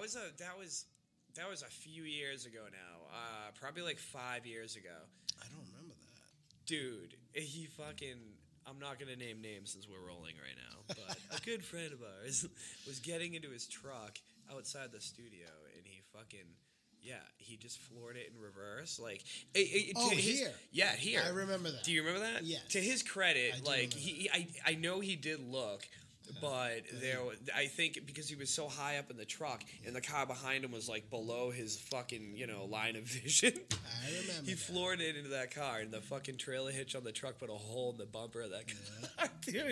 was a that was that was a few years ago now. Uh, probably like five years ago. I don't remember that. Dude, he fucking. I'm not gonna name names since we're rolling right now, but a good friend of ours was getting into his truck outside the studio, and he fucking. Yeah, he just floored it in reverse, like eh, eh, to Oh, his- here. Yeah, here. I remember that. Do you remember that? Yes. To his credit, I do like remember he, I, I know he did look, but there, wa- I think because he was so high up in the truck, and the car behind him was like below his fucking, you know, line of vision. I remember. He that. floored it into that car, and the fucking trailer hitch on the truck put a hole in the bumper of that car, dude. Yeah. I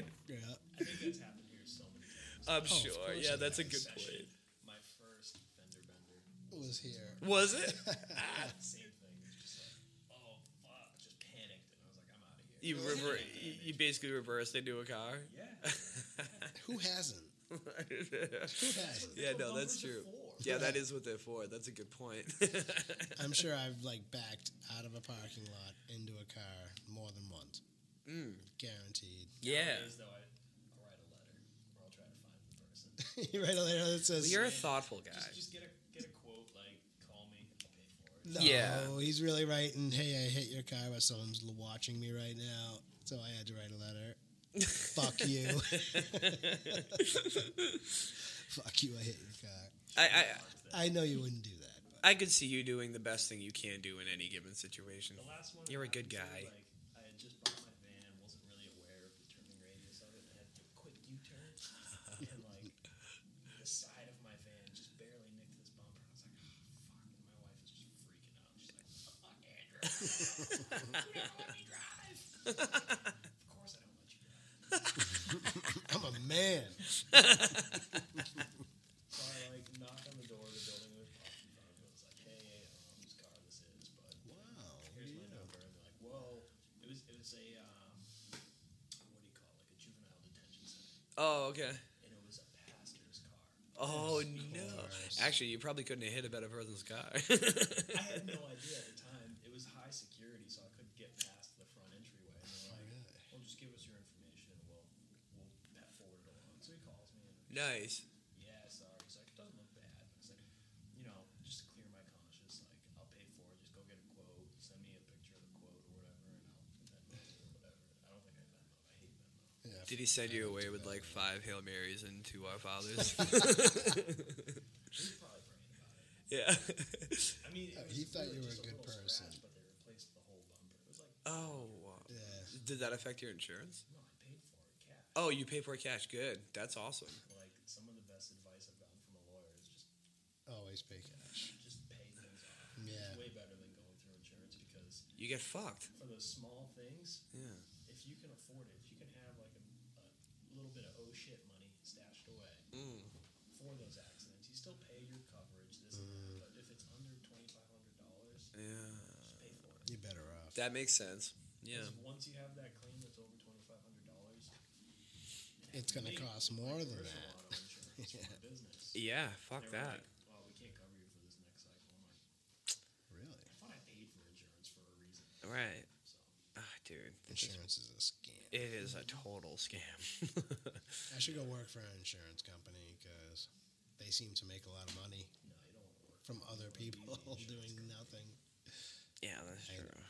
think that's happened here so many times. I'm Oh, of sure. course Yeah, it that's a good has. point. Session, my first fender bender. Was here. Was it? Ah. Same thing. It's just like, oh fuck, just panicked, and I was like, I'm out of here. You rever- you you basically reversed into a car. yeah. Who hasn't? Who hasn't? yeah, no, what that's bumpers true. are for. Yeah, that is what they're for. That's a good point. I'm sure I've like backed out of a parking lot into a car more than once. Guaranteed. Mm, yeah. Nowadays, though, I, I'll write a letter, or I'll try to find the person. you write a letter that says You're a thoughtful guy. Just, just get a get a quote like, call me, I'll pay for it. No, Yeah. he's really writing, hey, I hit your car, but someone's l- watching me right now, so I had to write a letter. Fuck you. Fuck you, I hit your car. I, I know you wouldn't do that. But. I I could see you doing the best thing you can do in any given situation. The last one. You're a I good was guy. in, Like, I had just bought my van, wasn't really aware of the turning radius of it, and I had to do a quick U-turn, and like the side of my van just barely nicked this bumper. I was like, oh, fuck. And my wife is just freaking out. She's like, fuck, Andrew. you don't let me drive. of course I don't let you drive. I'm a man. So I like knocked on the door of the building that was parked in front of me. I was like, hey, I don't know whose car this is, but Wow. here's my number, and they're like, whoa. It was it was a um, what do you call it? Like a juvenile detention center, Oh, okay. and it was a pastor's car. Oh no! course. Actually, you probably couldn't have hit a better person's car. I had no idea at the time. It was high security, so I couldn't get past the front entryway. And they're like, really? well, just give us your information, and we'll we'll that forward it along. So he calls me, and nice. yeah, sorry. He's like, it doesn't look bad. But it's like, you know, just to clear my conscience, like I'll pay for it. Just go get a quote. Send me a picture of the quote or whatever, and I'll Venmo it or whatever. I don't think I Venmo. I hate Venmo. Yeah. Did he send you away with like five Hail Marys and two Our Fathers? He's probably praying about it. yeah. I mean, it Oh, was he thought you really were a just good little person. scratch, but they replaced the whole bumper. It was like, Oh. Yeah. Did that affect your insurance? no, I paid for it, cash. Oh, you pay for it cash. Good. That's awesome. Like some of the best advice I've gotten from a lawyer is just Always pay cash. just pay things off. Yeah. It's way better than going through insurance because You get fucked. for those small things, Yeah. if you can afford it, if you can have like a, a little bit of oh shit money stashed away Mm. for those accidents, you still pay your coverage. This, Mm. and that, but if it's under twenty five hundred dollars, Yeah. just pay for it. You're better off. That makes sense. Yeah. Because once you have that claim that's over twenty five hundred dollars, It's going to cost more than that. Auto insurance for my business. Yeah. Fuck They were that. Like, well, we can't cover you for this next cycle. I'm like, Really? I thought I paid for insurance for a reason. Right. So Ah, dude. This is- Insurance is a scam. It is a total scam. I should go work for an insurance company because they seem to make a lot of money no, you don't want to work. from other people doing nothing. yeah, that's I- true.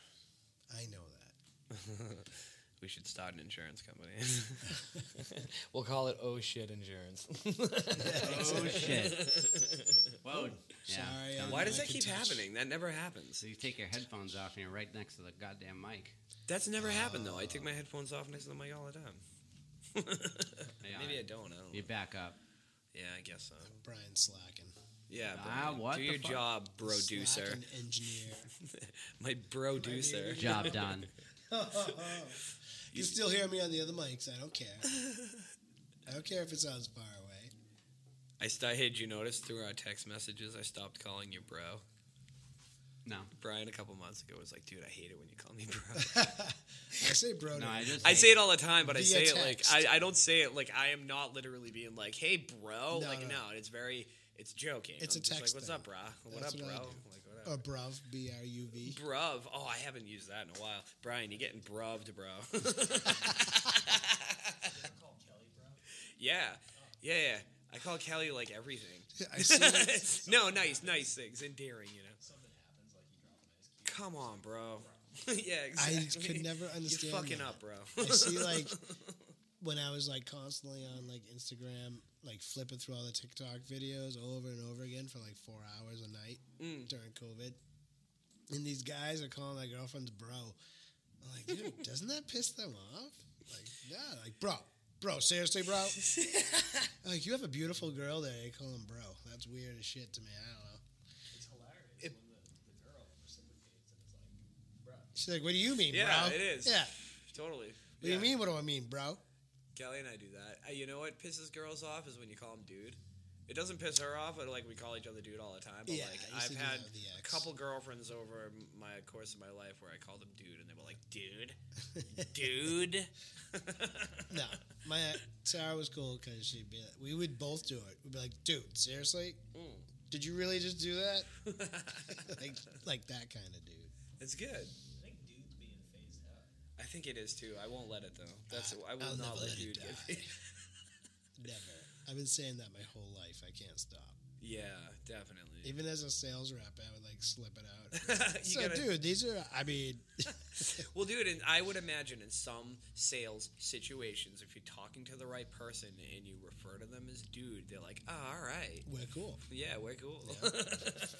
I know that. We should start an insurance company. we'll call it Oh Shit Insurance. Oh shit! Whoa! Yeah. Sorry, Don't- I'm- Why does I that can keep touch. happening? That never happens. So you take your headphones off and you're right next to the goddamn mic. That's never happened though. I Oh. take my headphones off next to the mic all the time. Yeah, Maybe I don't. I don't. You know. back up. Yeah, I guess so. Brian slacking. Yeah. Ah, Brian, what Do the your fuck? job, producer. Slacking engineer. My producer. Job done. You still hear me on the other mics. I don't care. I don't care if it sounds far away. I st- hey, did you notice through our text messages I stopped calling you bro? No, Brian a couple months ago was like, dude, I hate it when you call me bro. I say bro. no, to- I just I hate say it all the time, but I Via say it like text. I, I don't say it like I am not literally being like, "Hey, bro." No, like no. no, it's very it's joking. It's I'm a just text Like, what's thing. up, brah? What That's up, what I bro? do. Oh, Like Or whatever. bruv, B R U V. bruv. Oh, I haven't used that in a while. Brian, you getting bruved, bro? Can I call Kelly, bro? yeah, yeah, yeah. I call Kelly like everything. I see that. no, nice, nice things, endearing. You know. Something happens, like you drop an ice cube. Come on, bro. yeah, I exactly. could never understand You're fucking that. up, bro. I see like when I was like constantly on like Instagram, like flipping through all the TikTok videos over and over again for like four hours a night Mm. during COVID, and these guys are calling my girlfriend's bro. I'm like, dude, doesn't that piss them off? Like, yeah, like bro, bro, seriously, bro. like, you have a beautiful girl there. You call him bro. That's weird as shit to me. I don't know. It's hilarious It- when the, the girl reciprocates and it's like, bruh, She's like, what do you mean, Yeah, bro? it is. Yeah. What totally. What do you mean? What do I mean, bro? Kelly and I do that. Uh, you know what pisses girls off is when you call him dude. It doesn't piss her off, but like we call each other dude all the time. But Yeah, like I used I've to do had that with the a ex. couple girlfriends over m- my course of my life where I called them dude, and they were like, dude, dude. No, my Sarah was cool because she'd be. Like, we would both do it. We'd be like, "Dude, seriously, Mm. did you really just do that?" like, like that kind of dude. it's good. I think dudes being phased out. I think it is too. I won't let it though. That's I- I will not I'll never let, let it dude. die. Never. I've been saying that my whole life. I can't stop. yeah, definitely. Even as a sales rep, I would like slip it out. you so, gotta, dude, these are. I mean, Well, dude, and I would imagine in some sales situations, if you're talking to the right person and you refer to them as dude, they're like, oh, all right. we're cool. Yeah, we're cool.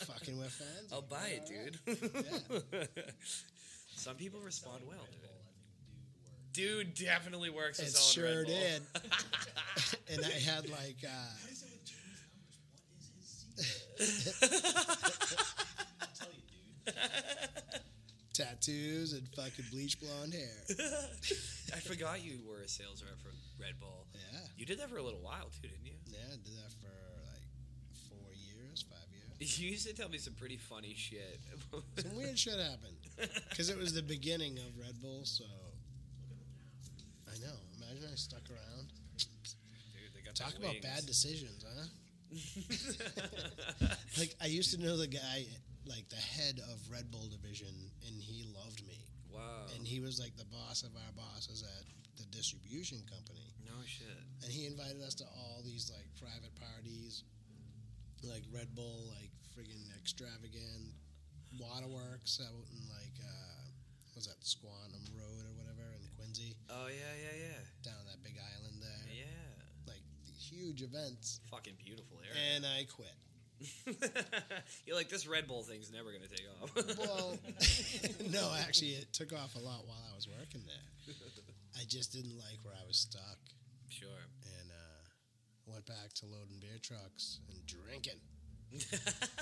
Fucking we're fans. I'll buy it, dude. some people respond well to it. Dude definitely works It as all sure Red Bull. did. and I had like. Uh, What is his secret? I'll tell you, dude. tattoos and fucking bleach blonde hair. I forgot you were a sales rep for Red Bull. Yeah. You did that for a little while too, didn't you? Yeah, I did that for like four years, five years. You used to tell me some pretty funny shit. Some weird shit happened because it was the beginning of Red Bull. So I know. Imagine I stuck around. Dude, they got Talk the about wings. bad decisions, huh? Like I used to know the guy, like the head of Red Bull division, and he loved me, wow. and he was like the boss of our bosses at the distribution company. No shit. and he invited us to all these like private parties, like Red Bull, like friggin' extravagant waterworks out in like uh, was that Squanum Road or whatever in Quincy, Oh yeah, yeah, yeah, down that big island there, yeah. like the huge events. Fucking beautiful area. And I quit. You're like this Red Bull thing's never gonna take off. Well, no, actually, it took off a lot while I was working there. I just didn't like where I was stuck, sure. and uh, went back to loading beer trucks and drinking.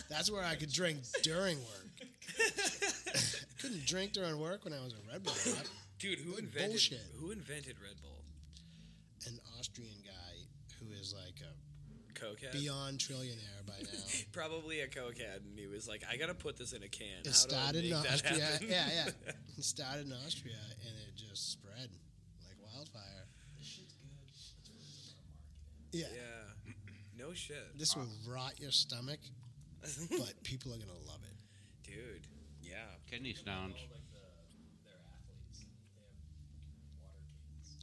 That's where I could drink during work. Couldn't drink during work when I was a Red Bull rep. Dude, who Good invented bullshit. who invented Red Bull? An Austrian guy who is like a Cokehead. beyond trillionaire by now. Probably a cokehead, and he was like, "I gotta put this in a can." How do I It started make in that Austria. happen? Yeah, yeah. It started in Austria and it just spread like wildfire. This shit's good. That's what it is about marketing. Yeah. yeah. No shit, This will rot your stomach, but people are going to love it. dude. Yeah. Kidney stones. All like the their athletes, they have water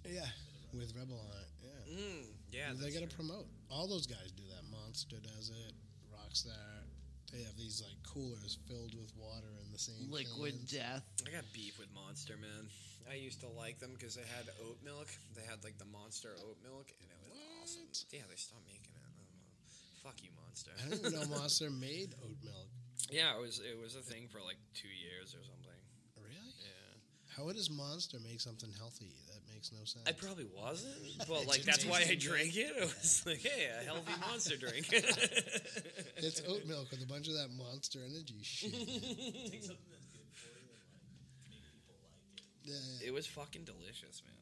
cans. Yeah. With Rebel on it. Yeah. Mm, yeah. they that's got to true. promote. All those guys do that. Monster does it. Rockstar. They have these like coolers filled with water in the same cans. death. I got beef with Monster, man. I used to like them because they had oat milk. They had like the Monster oat milk, and it was awesome. What? Yeah, they stopped making it. I don't know. Fuck you, Monster. I didn't even know Monster made oat milk. yeah, it was it was a thing for like two years or something. Really? Yeah, How does Monster make something healthy? That makes no sense. I probably wasn't, but It like didn't that's why I taste good. drank it. I was like, hey, a healthy Monster drink. it's oat milk with a bunch of that Monster energy shit. Take something that's good for you and like make people like it. yeah. It was fucking delicious, man.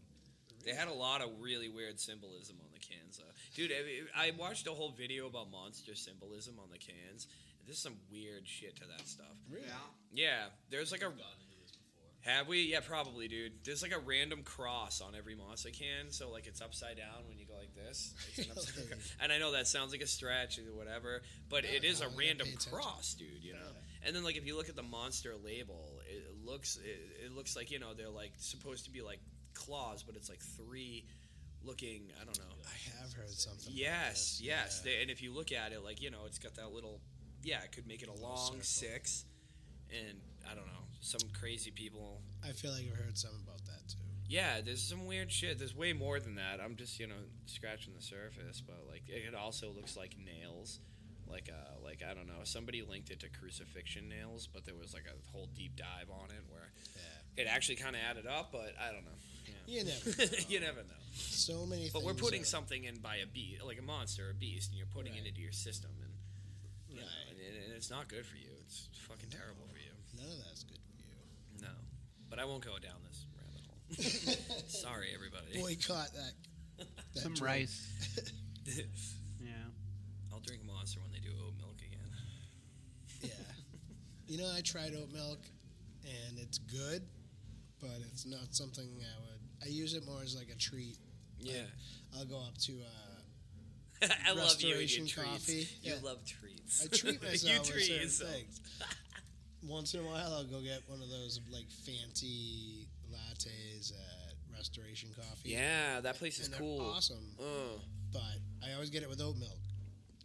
They had a lot of really weird symbolism on the cans, though. Dude, I, I watched a whole video about monster symbolism on the cans. There's some weird shit to that stuff. Really? Yeah, there's like a. Gone into this before. Have we? Yeah, probably, dude. There's like a random cross on every monster can, so like it's upside down when you go like this. It's an upside down- and I know that sounds like a stretch or whatever, but it No, is no, a I gotta random pay attention. cross, dude. You know. And then like if you look at the monster label, it looks it, it looks like you know they're like supposed to be like claws, but it's like three looking. I don't know. I have heard something. about Yes, this, yes. yeah. They, and if you look at it, like you know, it's got that little. Yeah, it could make it a long circle. six, and I don't know. Some crazy people. I feel like I've heard something about that too. Yeah, there's some weird shit. There's way more than that. I'm just you know scratching the surface, but like it also looks like nails. Like uh, like I don't know. Somebody linked it to crucifixion nails, but there was like a whole deep dive on it where Yeah. it actually kind of added up. But I don't know. You never. Yeah. you never know. So many. But things we're putting are- something in by a beast, like a monster, a beast, and you're putting Right. it into your system, and, you know, Right. and, and- and it's not good for you. It's fucking terrible for you. None of that's good for No, but I won't go down this rabbit hole. Sorry, everybody. you. Boycott that. that Some drink. rice. Yeah. I'll drink Monster when they do oat milk again. Yeah. You know, I tried oat milk, and it's good, but it's not something I would. I use it more as like a treat. Yeah, I'll go up to. Uh, I love you and Restoration your coffee, treats. You yeah. love treats. I treat myself you with treat certain yourself. things. Once in a while, I'll go get one of those like fancy lattes at Restoration Coffee. Yeah, that place is and they're cool. awesome. Uh, But I always get it with oat milk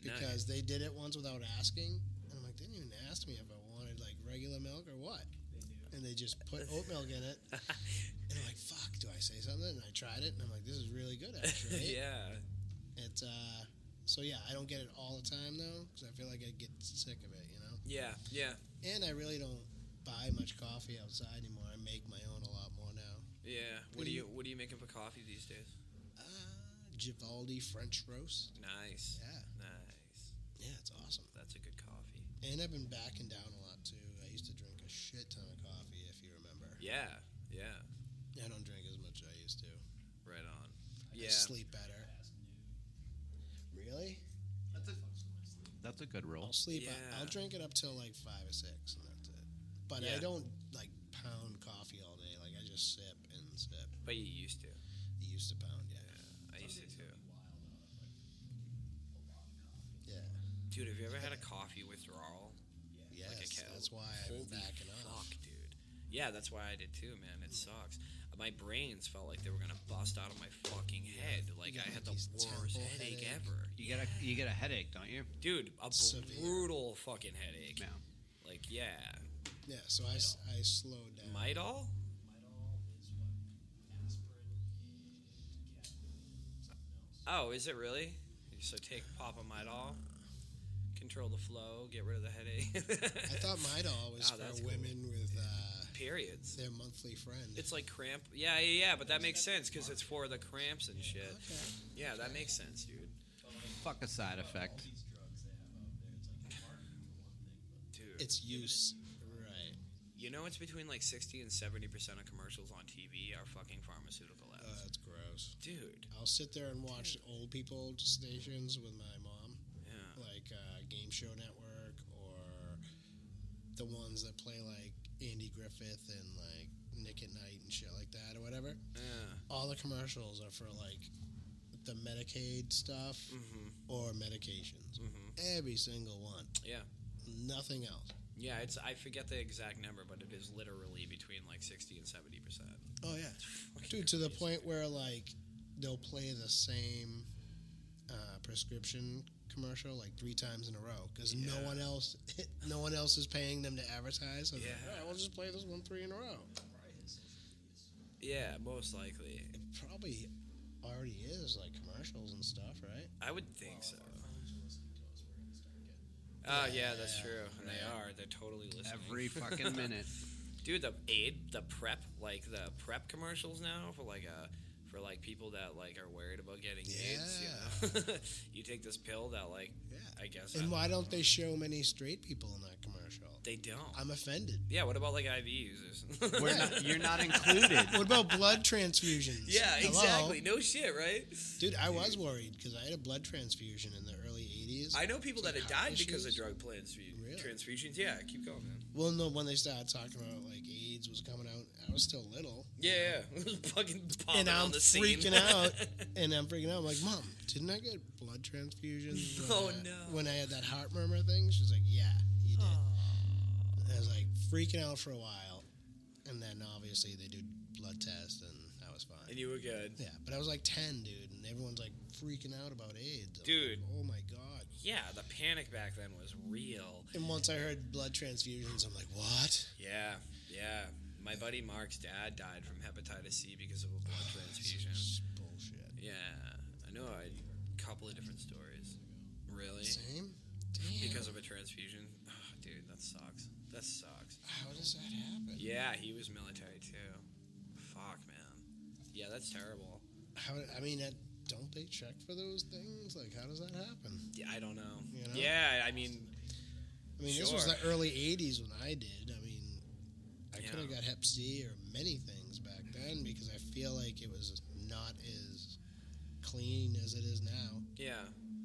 because nice. they did it once without asking, and I'm like, they didn't even ask me if I wanted like regular milk or what, They do. and they just put oat milk in it. And I'm like, fuck, do I say something? And I tried it, and I'm like, this is really good actually. yeah, It's uh, so yeah, I don't get it all the time though because I feel like I get sick of it, you know. yeah, yeah, And I really don't buy much coffee outside anymore. I make my own a lot more now. yeah. What do you What are you making for coffee these days? Uh, Givaldi French roast. Nice, Yeah, nice. yeah, it's awesome. That's a good coffee. And I've been backing down a lot too. I used to drink a shit ton of coffee, if you remember. Yeah, yeah. I don't drink as much as I used to. Right on. I Yeah. sleep better. Really? That's a, that's a good rule. I'll sleep. Yeah. I'll drink it up till like five or six, and that's it. But Yeah. I don't like pound coffee all day. Like I just sip and sip. But you used to. I used to pound, yeah, I used to too. yeah, Dude, have you ever had a coffee withdrawal? yes. a cat- that's why I've Holy been backing off. fuck, dude. Yeah, that's why I did too, man. It sucks. My brains felt like they were gonna bust out of my fucking head. Like got, I had like, the these worst temple headache headache. ever. You get a you get a headache, don't you? Dude, a Severe. brutal fucking headache. Yeah. Like, yeah. Yeah, so I, s- I slowed down. Midol? Midol is what? Aspirin and caffeine. Something else. Oh, is it really? So take Papa Midol, control the flow, get rid of the headache. I thought Midol was Oh, that's for cool. women with uh, Periods. their monthly friend. It's like cramp. Yeah, yeah, yeah. But that makes sense because it's for the cramps and shit. okay. Yeah, that makes sense, dude. Fuck a side effect. These drugs they have out there, it's like you're marketing for one thing, but Dude, It's use, right? you know it's between like sixty and seventy percent of commercials on TV are fucking pharmaceutical Oh, ads. that's gross. Dude, I'll sit there and watch old people stations with my mom, yeah, like uh, Game Show Network or the ones that play like Andy Griffith and like Nick at Night and shit like that or whatever. yeah, All the commercials are for like the Medicaid stuff mhm, or medications. mhm, Every single one. yeah, Nothing else. yeah. It's I forget the exact number, but it is literally between like sixty and seventy percent. Oh yeah, dude. To the point where like they'll play the same uh, prescription commercial like three times in a row because Yeah. no one else, no one else is paying them to advertise. So yeah, Yeah. like, All right, we'll just play this one three in a row. probably his social medias. Yeah, most likely. It probably already is like commercials and stuff, right? I would think so. Well, if our phones are listening to us, we're gonna start getting Oh yeah, that's Yeah, true. And they right. are. They're totally listening. Every fucking minute. dude the aid the prep like the prep commercials now for like uh for like people that like are worried about getting aids you know you take this pill that like Yeah. i guess I And why don't- don't they show many straight people in that commercial? they don't I'm offended. yeah what about like iv users We're not, you're not included. What about blood transfusions? yeah Hello? exactly no shit right Dude, I was worried because I had a blood transfusion in the early 80s. i know people that Like have heart died because of issues? drug transfusions Really? transfusions yeah keep going man Well, no, when they started talking about like AIDS was coming out, I was still little, yeah, yeah. fucking popping and on I'm the scene. freaking out, and I'm freaking out. I'm like, Mom, didn't I get blood transfusions? when Oh, I- no. Oh. When I had that heart murmur thing, she's like, Yeah, you did. And I was like freaking out for a while, and then obviously they do blood tests, and I was was fine. and you were good. Yeah, but I was like 10, dude, and everyone's like freaking out about AIDS. I'm Dude. like, oh my God. Yeah, the panic back then was real. And once I heard blood transfusions, I'm like, what? Yeah, yeah. My buddy Mark's dad died from hepatitis C because of a blood transfusion. This is bullshit. Yeah, I know a couple of different stories. Really? Same? Damn. Because of a transfusion? Oh, dude, that sucks. That sucks. How does that happen? Yeah, he was military too. Fuck, man. Yeah, that's terrible. How, I mean, that, don't they check for those things? Like, how does that happen? Yeah, I don't know. You know? Yeah, I mean, I mean, this was Sure. the early 80s when I did. I mean, I Yeah. could have got Hep C or many things back then because I feel like it was not as clean as it is now. yeah,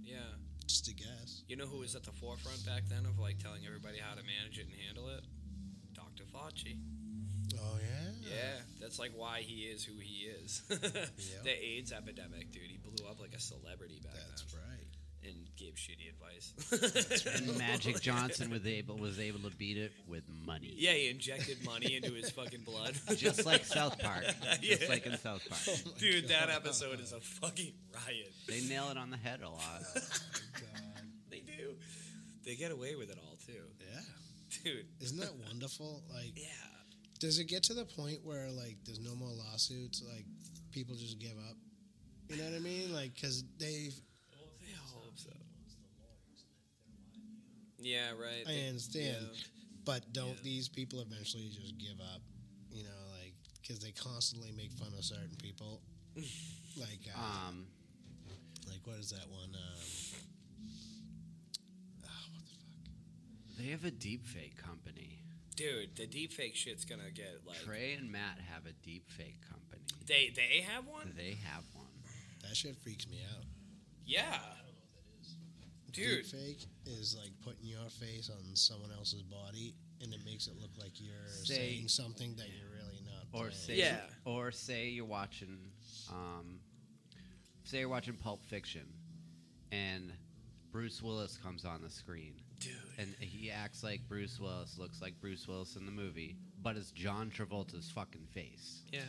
yeah. Just a guess. You know who was at the forefront back then of like telling everybody how to manage it and handle it? Dr. Fauci. Oh, yeah? Yeah, that's like why he is who he is. The AIDS epidemic, dude. He blew up like a celebrity back That's then right. and gave shitty advice. And Magic Johnson was able was able to beat it with money. Yeah, he injected money into his fucking blood. Just like South Park. Just Yeah. like in South Park. Oh my Dude, that God. episode is a fucking riot. They nail it on the head a lot. Oh God. They do. They get away with it all too, Yeah. dude. Isn't that wonderful? Like, Yeah. does it get to the point where like there's no more lawsuits? Like, people just give up. You know what I mean? Like, because they, I hope so. Yeah, right. I They- understand, yeah. but don't Yeah. these people eventually just give up? You know, like because they constantly make fun of certain people. like, uh, Ah. Um, like what is that one? Um, ah, what the fuck? they have a deep fake company. Dude, the deepfake shit's gonna get like. Trey and Matt have a deep fake company. They they have one. They have one. That shit freaks me out. Yeah. Dude. Deepfake is like putting your face on someone else's body and it makes it look like you're Say- saying something that you're really not. Or saying. say Yeah. or say you're watching um, say you're watching Pulp Fiction and Bruce Willis comes on the screen Dude. and he acts like Bruce Willis, looks like Bruce Willis in the movie, but it's John Travolta's fucking face. Yeah.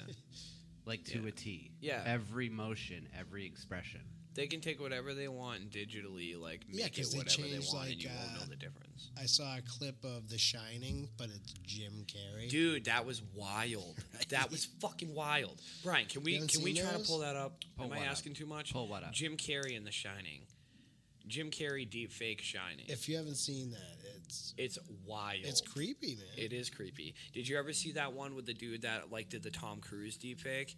Like to Yeah. a T. Yeah. Every motion, every expression. They can take whatever they want and digitally like Yeah, make it 'cause they whatever they changed, want, and like, you won't uh, know the difference. I saw a clip of The Shining, but it's Jim Carrey. Dude, that was wild. That was fucking wild. Brian, can we You haven't can we seen try to those? pull that up? Pull Am I what up? asking too much? Pull what up? Jim Carrey in The Shining. Jim Carrey deep fake Shining. If you haven't seen that, it's it's wild. it's creepy, man. It is creepy. Did you ever see that one with the dude that like did the Tom Cruise deep fake?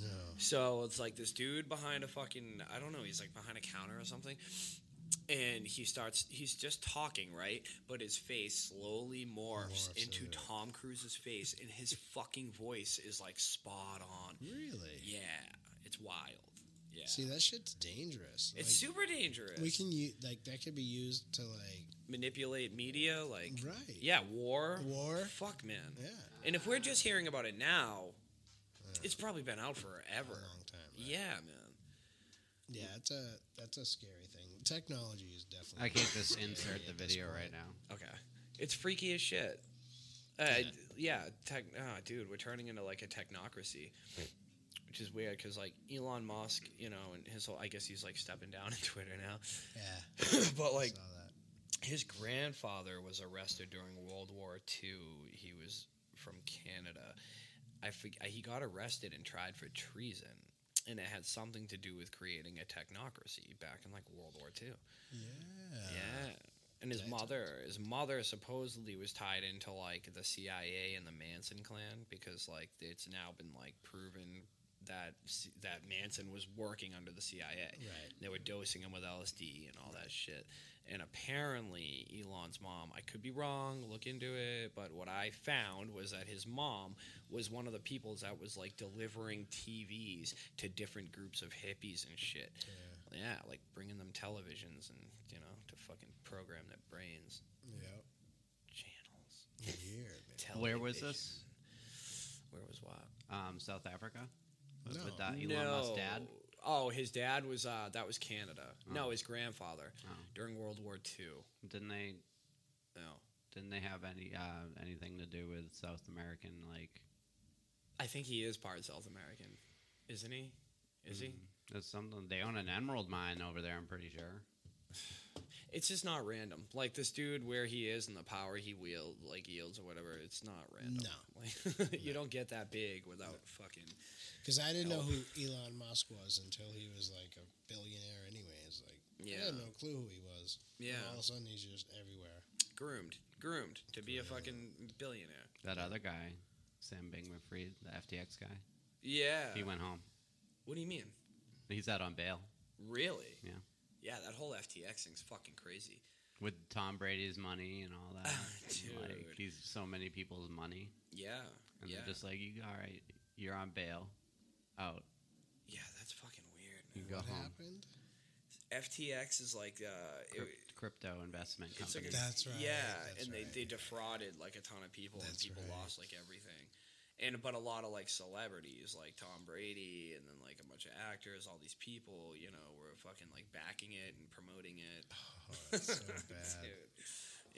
no, So it's like this dude behind a fucking I don't know, he's like behind a counter or something. And he starts he's just talking, right? But his face slowly morphs, Morphs into into it. Tom Cruise's face and his fucking voice is like spot on. really. Yeah. It's wild. Yeah. See, that shit's dangerous. it's like, super dangerous. we can use like that could be used to like manipulate media like right. yeah, war. War. Fuck man. Yeah. And if we're just hearing about it now, Yeah. it's probably been out forever. A long time. right? Yeah, man. Yeah, it's a that's a scary thing. Technology is definitely. I can't just scary insert the at this video point. right now. Okay. It's freaky as shit. Uh, yeah, tech, ah, dude, we're turning into like a technocracy, which is weird because like Elon Musk, you know, and his whole, I guess he's like stepping down in Twitter now. Yeah, but I like saw that. his grandfather was arrested during World War II. He was from Canada. I forg- he got arrested and tried for treason, and it had something to do with creating a technocracy back in like World War II. Yeah. Yeah. And his That's- mother, his mother supposedly was tied into like the CIA and the Manson clan because like it's now been like proven that C- that Manson was working under the CIA. Right. They were dosing him with LSD and all that shit. And apparently, Elon's mom, I could be wrong, look into it, but what I found was that his mom was one of the people that was like delivering TVs to different groups of hippies and shit. Yeah. Yeah, like bringing them televisions and, you know, to fucking program their brains. Yep. Channels. Weird, man. Where was television. this? Where was what? Um, South Africa? With, No. with uh, Elon Musk's dad? Oh, his dad was, uh, that was Canada. No, his grandfather Oh. during World War II. Didn't they No. Didn't they have any uh, anything to do with South American like I think he is part South American. Isn't he? Is he? That's something. They own an emerald mine over there. I'm pretty sure. It's just not random. Like this dude, where he is and the power he wield, like yields or whatever. It's not random. No. like, you don't get that big without fucking. Because I didn't know Help. who Elon Musk was until he was like a billionaire. Anyways, like I Yeah, had no clue who he was. And yeah. all of a sudden, he's just everywhere. Groomed, groomed to be a fucking billionaire. That other guy, Sam Bankman-Fried, the FTX guy, Yeah. he went home. What do you mean? He's out on bail Really? Yeah. Yeah, that whole FTX thing's fucking crazy. with Tom Brady's money and all that. And, like Dude. he's so many people's money, Yeah. and yeah. they're just like, "You all right? You're on bail. Out. yeah, that's fucking weird. You Man. go what home." happened? FTX is like uh, it- Crypt- crypto investment it's like company. a- That's right, Yeah, that's and they, right. they defrauded like a ton of people, and That's people right. lost like everything. And but a lot of like celebrities, like Tom Brady, and then like a bunch of actors, all these people, you know, were fucking like backing it and promoting it. Oh, it's so bad. Dude.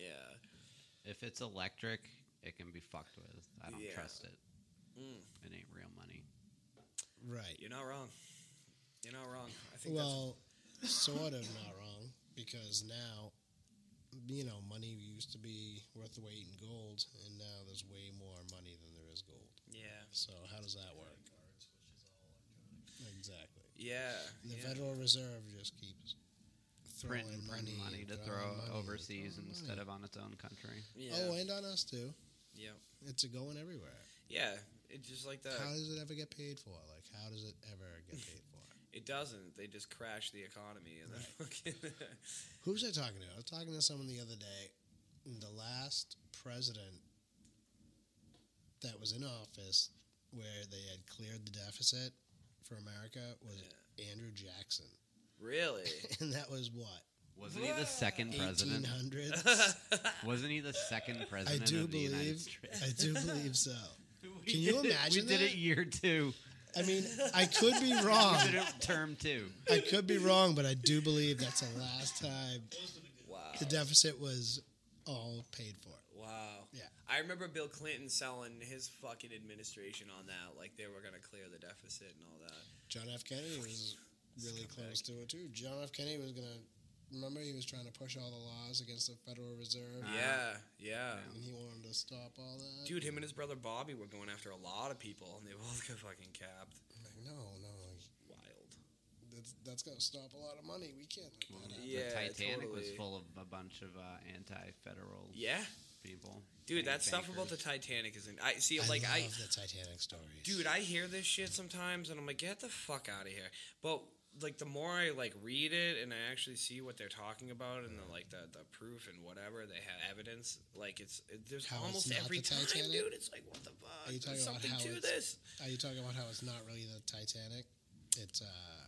Yeah. if it's electric, it can be fucked with. I don't Yeah. trust it. Mm. It ain't real money. Right. You're not wrong. You're not wrong. I think Well, sort of not wrong because now, you know, money used to be worth the weight in gold, and now there's way more money than there is gold. that's yeah. So how does that work? Exactly. Yeah. And the yeah. Federal Reserve just keeps throwing Print and print money, money to throwing throw money, overseas throwing instead money. of on its own country. yeah. Oh, and on us too. yeah. It's a going everywhere. Yeah. It's just like that. how does it ever get paid for? Like, how does it ever get paid for? It doesn't. They just crash the economy and then fucking. Who was I talking to? I was talking to someone the other day. and The last president that was in office where they had cleared the deficit for America was Andrew Jackson. really? And that was what? Wasn't he the second president? 1800s? Wasn't he the second I president do of the United believe. States? I do believe so. We Can you did it- imagine We did that? it year two. I mean, I could be wrong. We did it term two. I could be wrong, but I do believe that's the last time wow. the deficit was all paid for. Wow. Yeah. I remember Bill Clinton selling his fucking administration on that. Like they were going to clear the deficit and all that. John F. Kennedy was really Scumbag. close to it too. John F. Kennedy was gonna remember he was trying to push all the laws against the Federal Reserve, Ah. yeah. Yeah. and he wanted to stop all that. Dude, him and his brother Bobby were going after a lot of people and they both got fucking capped. I'm like, no, no, like, Wild. that's that's gonna stop a lot of money. We can't. Well, Let that happen. Yeah, the Titanic was totally. full of a bunch of uh, anti-federal Yeah. people. Dude, that bank- stuff about the bankers. Titanic isn't. I see, like, I I. love the Titanic stories. dude i hear this shit sometimes and i'm like get the fuck out of here but like the more i like read it and i actually see what they're talking about and the like the, the proof and whatever they have evidence like it's it, there's How it's almost not every the time Titanic? dude it's like what the fuck Are you there's talking something about how to this it's- Are you talking about how it's not really the Titanic? It's uh,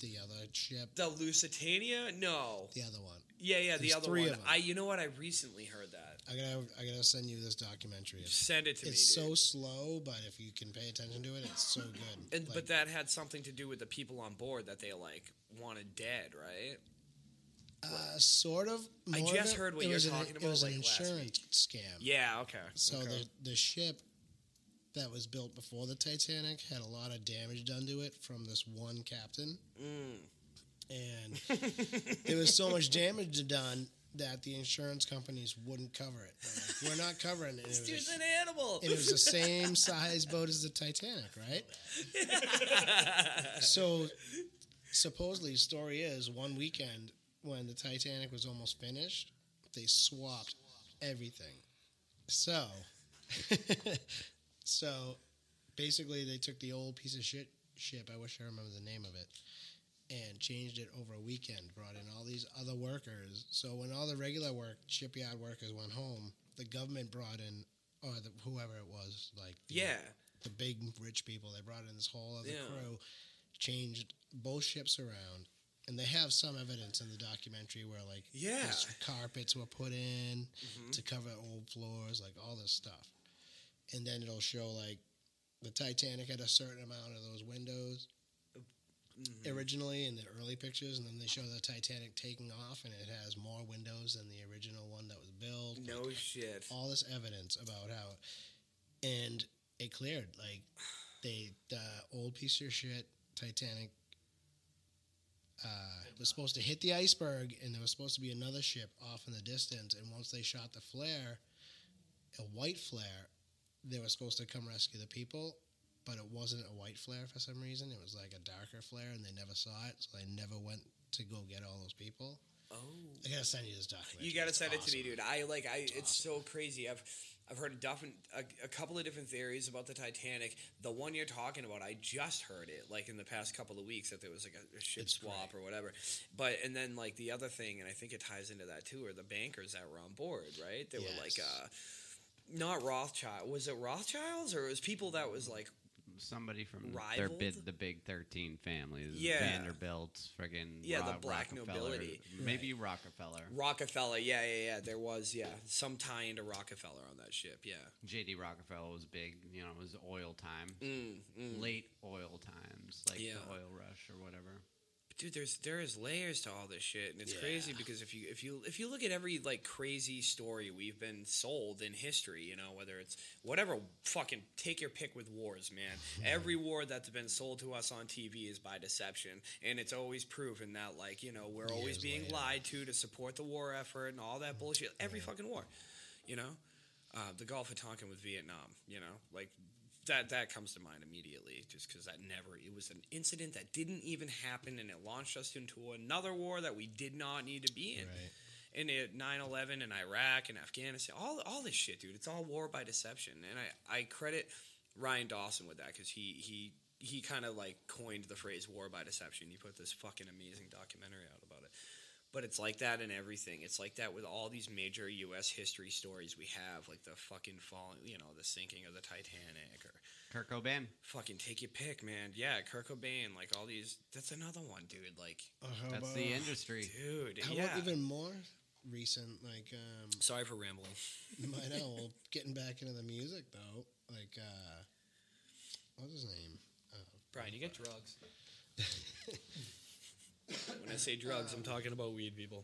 the other ship, the lusitania no the other one. yeah yeah the There's other three one of 'em. i you know what i recently heard that I gotta, I gotta send you this documentary. It's, send it to it's me dude. so slow, but if you can pay attention to it, it's so good. and, Like, but that had something to do with the people on board that they like wanted dead, right? uh, sort of. I more of just it- heard what it you were was an- talking It about, was like, an last insurance scam. Yeah. Okay. So okay. the the ship that was built before the Titanic had a lot of damage done to it from this one captain, Mm. and there was so much damage done that the insurance companies wouldn't cover it. They're like, We're not covering it. And it This was a dude's an animal. and it was the same size boat as the Titanic, right? so supposedly the story is one weekend when the Titanic was almost finished, they swapped everything. So so basically they took the old piece of shit ship, I wish I remember the name of it, and changed it over a weekend, brought in all these other workers. So when all the regular work shipyard workers went home, the government brought in or the, whoever it was, like the- yeah. the big rich people. They brought in this whole other Yeah. crew, changed both ships around, and they have some evidence in the documentary where like Yeah. Mm-hmm. these carpets were put in to cover old floors, like all this stuff. And then it'll show like the Titanic had a certain amount of those windows Mm-hmm. originally in the early pictures, and then they show the Titanic taking off, and it has more windows than the original one that was built No shit. Oh. all this evidence about how, and it cleared. Like they the old piece of shit Titanic uh, was supposed to hit the iceberg, and there was supposed to be another ship off in the distance. And once they shot the flare, a white flare, they were supposed to come rescue the people, but it wasn't a white flare for some reason. It was like a darker flare, and they never saw it, so they never went to go get all those people. Oh. I gotta send you this documentary. You gotta It's send it to me, awesome. dude. I like. I. It's so crazy. I've. I've heard a, different, a, a couple of different theories about the Titanic. The one you're talking about, I just heard it like in the past couple of weeks that there was like a, a ship It's swap or whatever. But and then like the other thing, and I think it ties into that too, are the bankers that were on board, right? They were like, Yes. uh, not Rothschild. Was it Rothschilds or it was people that was like Somebody from their Rivaled? bid, the Big Thirteen families, Yeah. Vanderbilt, friggin' Yeah, the Ro- black Rockefeller, nobility. maybe Rockefeller, Rockefeller? Yeah, yeah, yeah. There was yeah some tie into Rockefeller on that ship. Yeah. J.D. Rockefeller was big. You know, it was oil time, Mm, mm. late oil times, like Yeah. the oil rush or whatever. dude there's there is layers to all this shit and it's crazy because if you if you if you look at every like crazy story we've been sold in history you know whether it's whatever fucking take your pick with wars man every war that's been sold to us on tv is by deception and it's always proven that like you know we're always it's being layered. lied to to support the war effort and all that bullshit every fucking war you know uh, the gulf of tonkin with vietnam you know like that that comes to mind immediately, just because that never it was an incident that didn't even happen, and it launched us into another war that we did not need to be in. Right. And it 9-11 and Iraq and Afghanistan, all all this shit, dude. It's all war by deception, and I I credit Ryan Dawson with that because he he. He kind of like coined the phrase "war by deception." He put this fucking amazing documentary out about it, but it's like that in everything. It's like that with all these major U.S. history stories we have, like the fucking falling, you know, the sinking of the Titanic, or Kurt Cobain. Fucking take your pick, man. Yeah, Kurt Cobain, like all these. That's another one, dude. Like, Or how That's about- the industry. dude. How yeah. about even more recent, like um, Sorry for rambling. I know. Well, getting back into the music though, like uh, what's his name? Uh, Brian, you get drugs. when I say drugs, I'm talking about weed people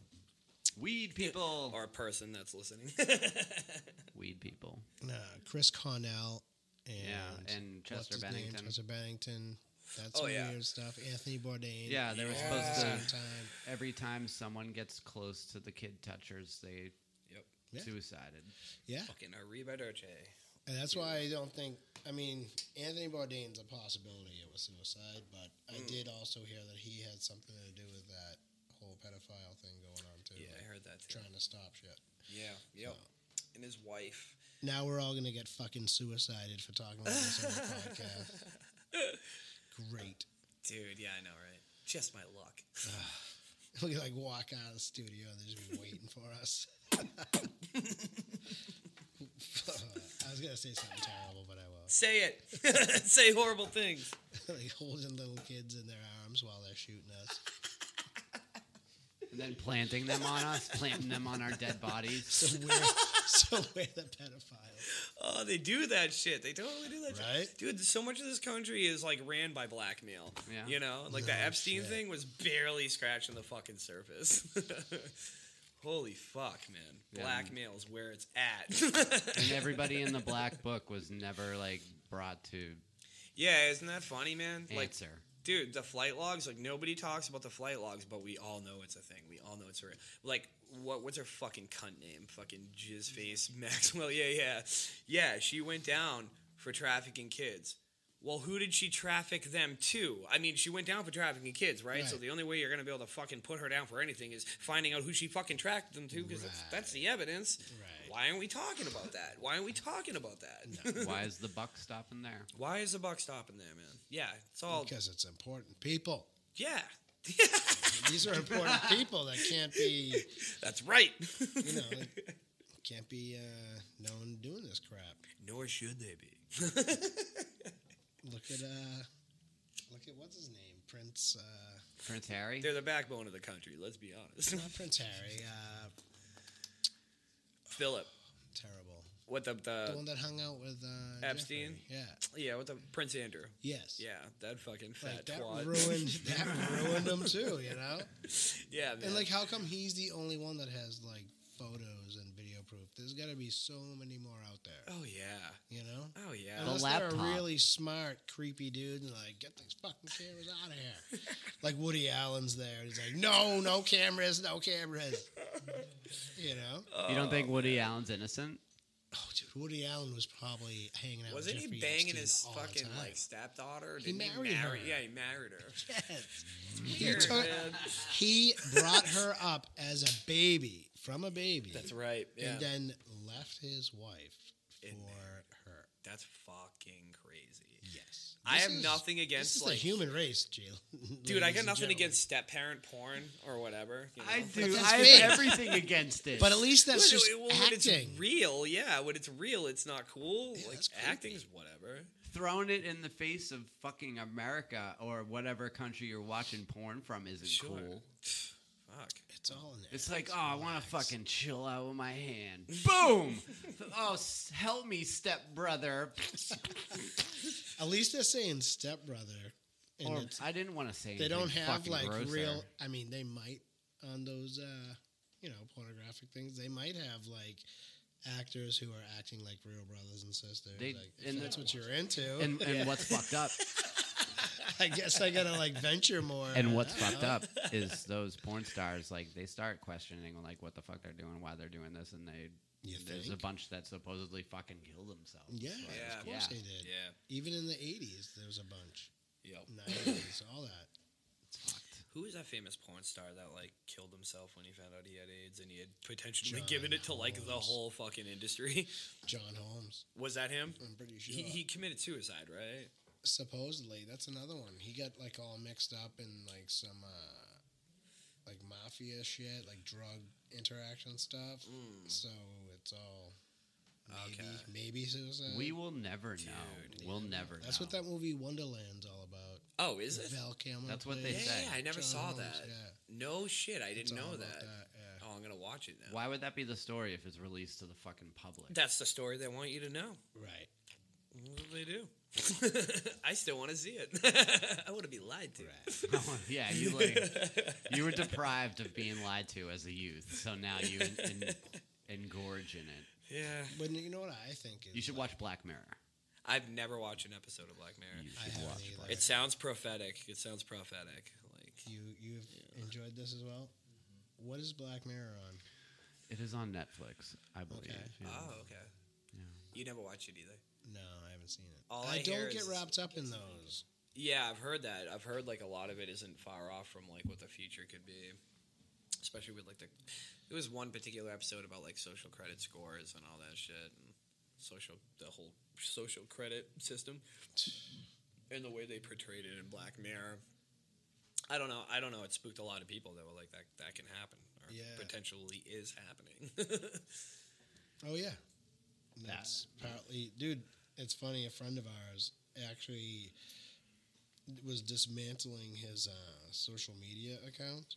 Weed people. or a person that's listening. Weed people. nah, Uh, Chris Cornell and yeah, and what's Chester his name? Bennington. Chester Bennington. That's Oh, some yeah. weird stuff. Anthony Bourdain. Yeah, they were At the supposed same to. time. Every time someone gets close to the kid touchers, they yep. Yeah. suicided. Yeah, Fucking Arriba Dolce. and that's why I don't think. I mean, Anthony Bourdain's a possibility. It was suicide, but Mm. I did also hear that he had something to do with that whole pedophile thing going on too. Yeah, like, I heard that too. trying to stop shit. Yeah, yep. And his wife. Now we're all gonna get fucking suicided for talking about this on the podcast. Great. Dude, yeah, I know, right? Just my luck. We like walk out of the studio and they just be waiting for us. I was gonna say something terrible, but I won't. Say it. say horrible things. like holding little kids in their arms while they're shooting us. And then planting them on us, planting them on our dead bodies. So we're so we're the pedophile. Oh, they do that shit. They totally do that Right? shit. Dude, so much of this country is like ran by blackmail. Yeah. You know? Like the No Epstein shit. thing was barely scratching the fucking surface. Holy fuck, man. Yeah. Blackmail is where it's at. And everybody in the black book was never like brought to yeah, isn't that funny, man? Like answer. dude, the flight logs, like nobody talks about the flight logs, but we all know it's a thing. We all know it's real. Like what what's her fucking cunt name? Fucking jizz face Maxwell. Yeah, yeah. Yeah, she went down for trafficking kids. Well, who did she traffic them to? I mean, she went down for trafficking kids, right? So Right. the only way you're going to be able to fucking put her down for anything is finding out who she fucking tracked them to because that's, Right. that's the evidence. Right. Why aren't we talking about that? Why aren't we talking about that? Why is the buck stopping there? Why is the buck stopping there, man? Yeah, it's all. Because it's important people. Yeah. These are important people that can't be That's right. you know can't be uh, known doing this crap. Nor should they be. Look at uh look at what's his name? Prince uh Prince Harry? They're the backbone of the country, let's be honest. not Prince Harry, uh Philip. terrible. What the, The the one that hung out with uh Epstein? Jeffrey. Yeah. yeah, what the Prince Andrew. Yes. Yeah, that fucking fat Like that twat. ruined that ruined him too, you know? yeah, man. And like, how come he's the only one that has like photos and video proof? There's got to be so many more out there. oh Oh yeah. You know, Oh yeah. unless they're laptop. a really smart, creepy dude and like get these fucking cameras out of here. like Woody Allen's there. He's like, no, no cameras, no cameras. you know. Oh, Uh, you don't think Woody Allen's innocent? Oh, dude, Woody Allen was probably hanging out. Wasn't with he Jeffrey banging Epstein his all the fucking time. like stepdaughter? He Didn't married marry- her. Yeah, he married her. Yes. Weird, took- man. he brought her up as a baby from a baby, That's right. Yeah. and then left his wife In there. for her. That's fucking crazy. Yes, I This have is- nothing against This is like the human race, Jill. Dude, I got Ladies and nothing gentlemen. against step parent porn or whatever. you know? do. that's I have fake. everything against it. But at least Well, that's just well, when acting. it's real, yeah. When it's real, it's not cool. Yeah, like that's creepy. acting's whatever. throwing it in the face of fucking America or whatever country you're watching porn from isn't Sure. cool. Fuck. it's all in there. It's like, oh, I want to fucking chill out with my hand. Boom! oh, s- help me, stepbrother. At least they're saying stepbrother, and Or it's, I didn't want to say they anything don't have fucking like grosser. real. I mean, they might on those, uh, you know, pornographic things. They might have like actors who are acting like real brothers and sisters. They- like, if and that's the- what you're into. And, and what's fucked up? I guess I gotta like venture more. And what's fucked up is those porn stars like they start questioning like what the fuck they're doing, why they're doing this, and they You there's think? a bunch that supposedly fucking kill themselves. Yeah, Like, Yeah. of course yeah. they did. Yeah. Even in the '80s, there was a bunch. Yep. '90s, all that. It's fucked. Who is that famous porn star that like killed himself when he found out he had AIDS and he had potentially John given it to like the Holmes. whole fucking industry? John Holmes. Was that him? I'm pretty sure. He, he committed suicide, right? Supposedly, that's another one. He got like all mixed up in like some uh like mafia shit, like drug interaction stuff. Mm. Mm. So it's all maybe Okay. maybe suicide. We will never know. Dude. We'll never that's know. what that movie Wonderland's all about. Oh, is it? Val Kilmer. That's what Yeah, they plays say. yeah, I never John saw Holmes, that. Yeah. No shit, I It's didn't all know about that. yeah. Oh, I'm gonna watch it now. Why would that be the story if it's released to the fucking public? That's the story they want you to know. Right. What do they do? I still want to see it. I want to be lied to. Oh, yeah, you like you were deprived of being lied to as a youth, so now you en- en- engorge in it. Yeah. But you know what I think is You should like, watch Black Mirror. I've never watched an episode of Black Mirror. You I should haven't watch either. Black It sounds prophetic. It sounds prophetic. Like you you've enjoyed this as well. Mm-hmm. What is Black Mirror on? It is on Netflix, I believe. Okay. yeah. Oh, okay. Yeah. You never watched it either. No, I haven't seen it. All I, I hear don't get is- wrapped up in those. Yeah, I've heard that. I've heard like a lot of it isn't far off from like what the future could be, especially with like the. There was one particular episode about like social credit scores and all that shit, and social the whole social credit system, and the way they portrayed it in Black Mirror. I don't know. I don't know. It spooked a lot of people that were like that. That can happen, or Yeah. potentially is happening. Oh yeah, that's partly, dude. It's funny. A friend of ours actually was dismantling his uh, social media account,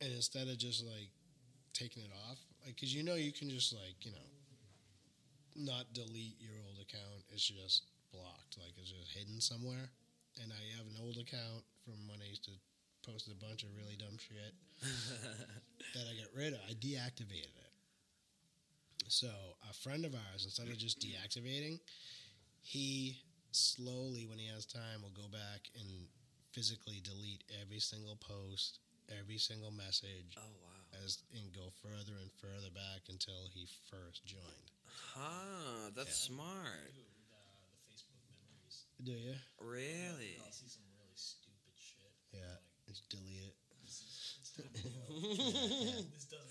and instead of just like taking it off, like because you know you can just like you know not delete your old account. It's just blocked, like it's just hidden somewhere. And I have an old account from when I used to post a bunch of really dumb shit that I got rid of. I deactivated it. So a friend of ours, instead of just deactivating, he slowly, when he has time, will go back and physically delete every single post, every single message, oh wow! as and go further and further back until he first joined. Huh? That's smart. Dude, uh, the Facebook memories. Do you? Really? I'll see some really stupid shit. Yeah. Just delete it. This, is, it's time to go. this doesn't need to be right anymore.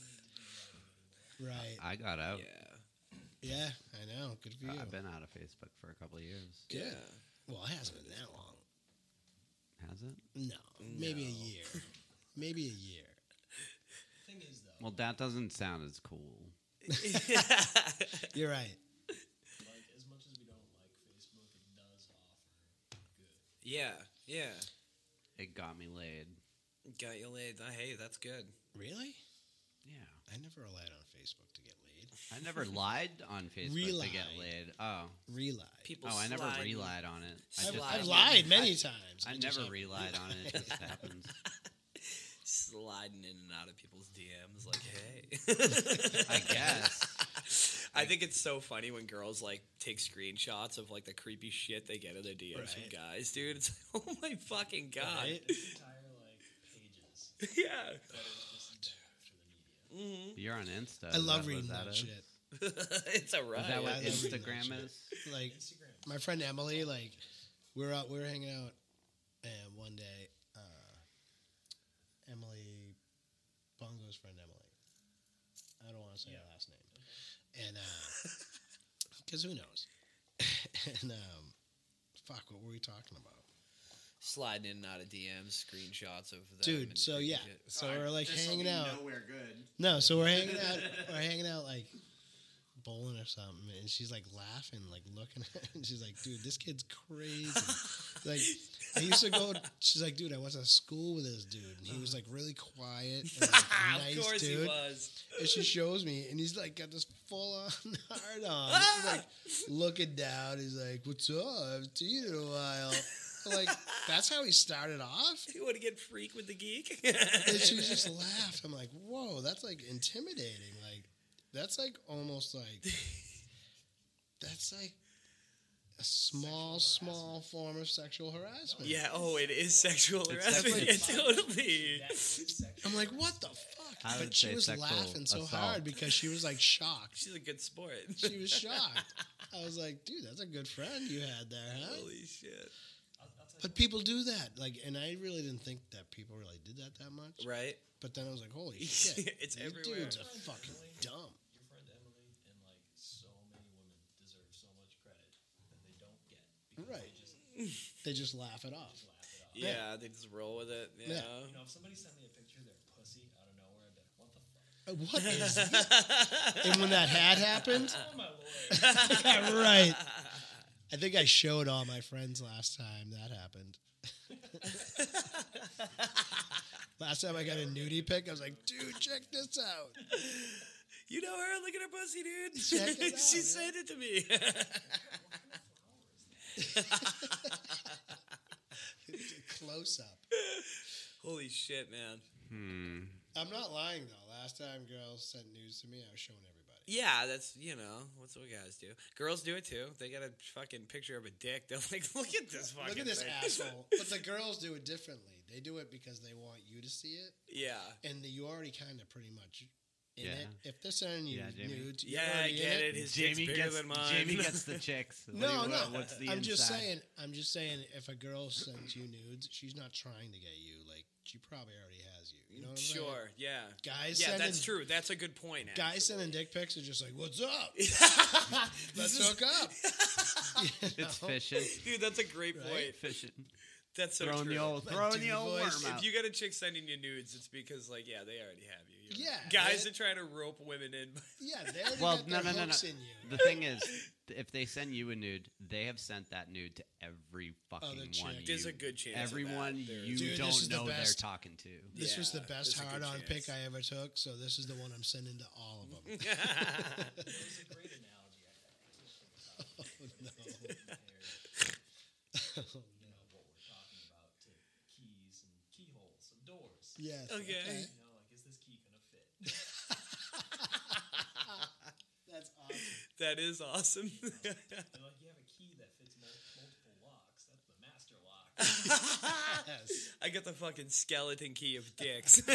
Right. I got out. Yeah. Yeah, I know. Good for you. I've been out of Facebook for a couple of years. Good. Yeah. Well, it hasn't been that long. Has it? No, maybe a No. year. maybe a year. Thing is, though, Well, that doesn't sound as cool. You're right. like as much as we don't like Facebook, it does offer good. yeah, yeah. It got me laid. Got you laid. Uh, Hey, that's good. Really? Yeah. I never relied on Facebook to get laid. I never lied on Facebook to get Relied. laid. Oh. Relied. People. oh, I never slide- relied on it. I I've, just- lied. I've lied many I- times. I just never haven't. relied on it. It just happens. sliding in and out of people's DMs. Like, hey. I guess. I think it's so funny when girls like take screenshots of like the creepy shit they get in their DMs from Right. guys, dude. It's like, oh my fucking god. Right? entire like pages yeah. Mm-hmm. that is just death for the media. You're on Insta. I is love what reading that, is? shit. it's a Is riot. that what I love reading that shit. Instagram is? Like Instagram. my friend Emily, like we were out, we were hanging out, and one day, uh, Emily, Bongo's friend Emily. I don't want to say her last name, and because who knows? and um, fuck, what were we talking about? Sliding in and out of DMs, screenshots of them Dude, and so creepy yeah, shit. so we're like hanging out. Nowhere good. No, so we're hanging out. We're hanging out like bowling or something, and she's like laughing, like looking at, it, and she's like, "Dude, this kid's crazy." like, I used to go. She's like, "Dude, I went to school with this dude, and he was like really quiet, and, like, nice of course dude." he was. And she shows me, and he's like got this full on hard on, He's, like looking down. He's like, "What's up? I haven't seen you in a while." Like that's how he started off. You want to get freak with the geek? And she just laughed. I'm like, whoa, that's like intimidating. Like, that's like almost like, that's like a small, small form of sexual harassment. yeah. Oh, it is sexual harassment. sexual Yeah, totally. That is sexual. I'm like, what the fuck? I but would she say was sexual laughing so assault. hard because she was like shocked. She's a good sport. She was shocked. I was like, dude, that's a good friend you had there, huh? Holy shit. I'll, I'll tell you But people do that. Like, and I really didn't think that people really did that that much. Right? But then I was like, holy shit. it's These everywhere. dudes are fucking dumb. your friend Emily and like so many women deserve so much credit that they don't get because Right. they just They just laugh it off. laugh it off. Yeah, they just roll with it. Yeah. You know, if somebody sent me a picture of their pussy out of nowhere, I'd be like, what the fuck? Uh, What is this? and when that had happened, Oh my lord. yeah, right. I think I showed all my friends last time that happened. last time I got a nudie pic, I was like, dude, check this out. You know her? Look at her pussy, dude. Check it out, she yeah. sent it to me. Close up. Holy shit, man. Hmm. I'm not lying though. Last time girls sent nudes to me, I was showing everybody. Yeah, that's, you know, what's what guys do. Girls do it too. They got a fucking picture of a dick. They're like, look at this fucking Look at this thing. asshole. But the girls do it differently. They do it because they want you to see it. Yeah. and the, you already kind of pretty much in Yeah. it. If they're sending you Yeah, Jamie. nudes, you're Yeah, I already in get it. His Jamie dick's bigger gets than mine. Jamie gets the chicks. What do No, you- no. what- What's the I'm just inside? saying. I'm just saying. If a girl sends you nudes, she's not trying to get you. Like she probably already has you. You know what I'm saying? Sure, yeah. Guys yeah, sending that's true. That's a good point. guys sending dick pics are just like, "What's up? Let's hook up." You It's know? fishing. Dude, that's a great Right? point. Fishing. That's so throwing true. the old, Like, throwing do the the old voice. worm if out. you got a chick sending you nudes, it's because like yeah, they already have you. you know? Yeah, guys they- are trying to rope women in. Yeah, they already Well, got no, their no, no, hooks no. in you. the thing is, if they send you a nude, they have sent that nude to every fucking Other one. chick. There's you- a good chance. of that. everyone There's- you Dude, this is don't the know they're best. talking to. This was the Yeah, there's best a good hard-on chance. pick I ever took, so this is the one I'm sending to all of them. It's a great analogy. I think. Oh, You know what we're talking about to keys and keyholes and doors. Yes. Okay. You know, like, is this key gonna fit? That's awesome. that is awesome. They're like, you have a key that fits mul- multiple locks. That's the master lock. Yes. I got the fucking skeleton key of dicks.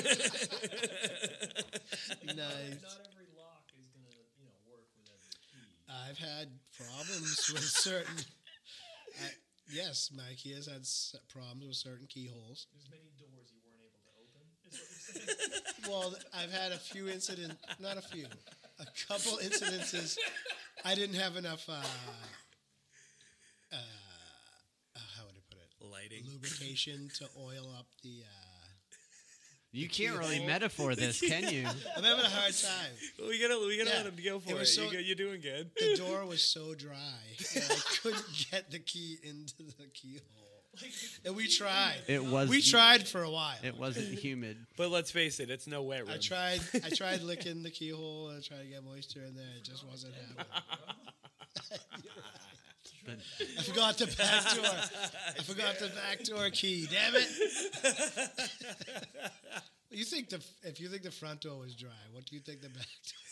Nice. Not every lock is gonna, you know, work with every key. I've had problems with certain. I, yes, my key has had s- problems with certain keyholes. There's many doors you weren't able to open. Is what you're saying. Well, I've had a few incidents, not a few, a couple incidences. I didn't have enough. Uh, uh, uh, how would I put it? Lighting. Lubrication to oil up the. Uh, You can't really hole. metaphor this, can you? I'm having a hard time. We gotta, we gotta Yeah, let him go for it it. was so- you go, you're doing good. The door was so dry, that I couldn't get the key into the keyhole. And we tried. It was. We tried for a while. It wasn't humid. But let's face it, it's no wet room. I tried. I tried licking the keyhole and I tried to get moisture in there. It just wasn't happening. But I forgot the back door. I forgot the back door key. Damn it! you think the if you think the front door was dry, what do you think the back door?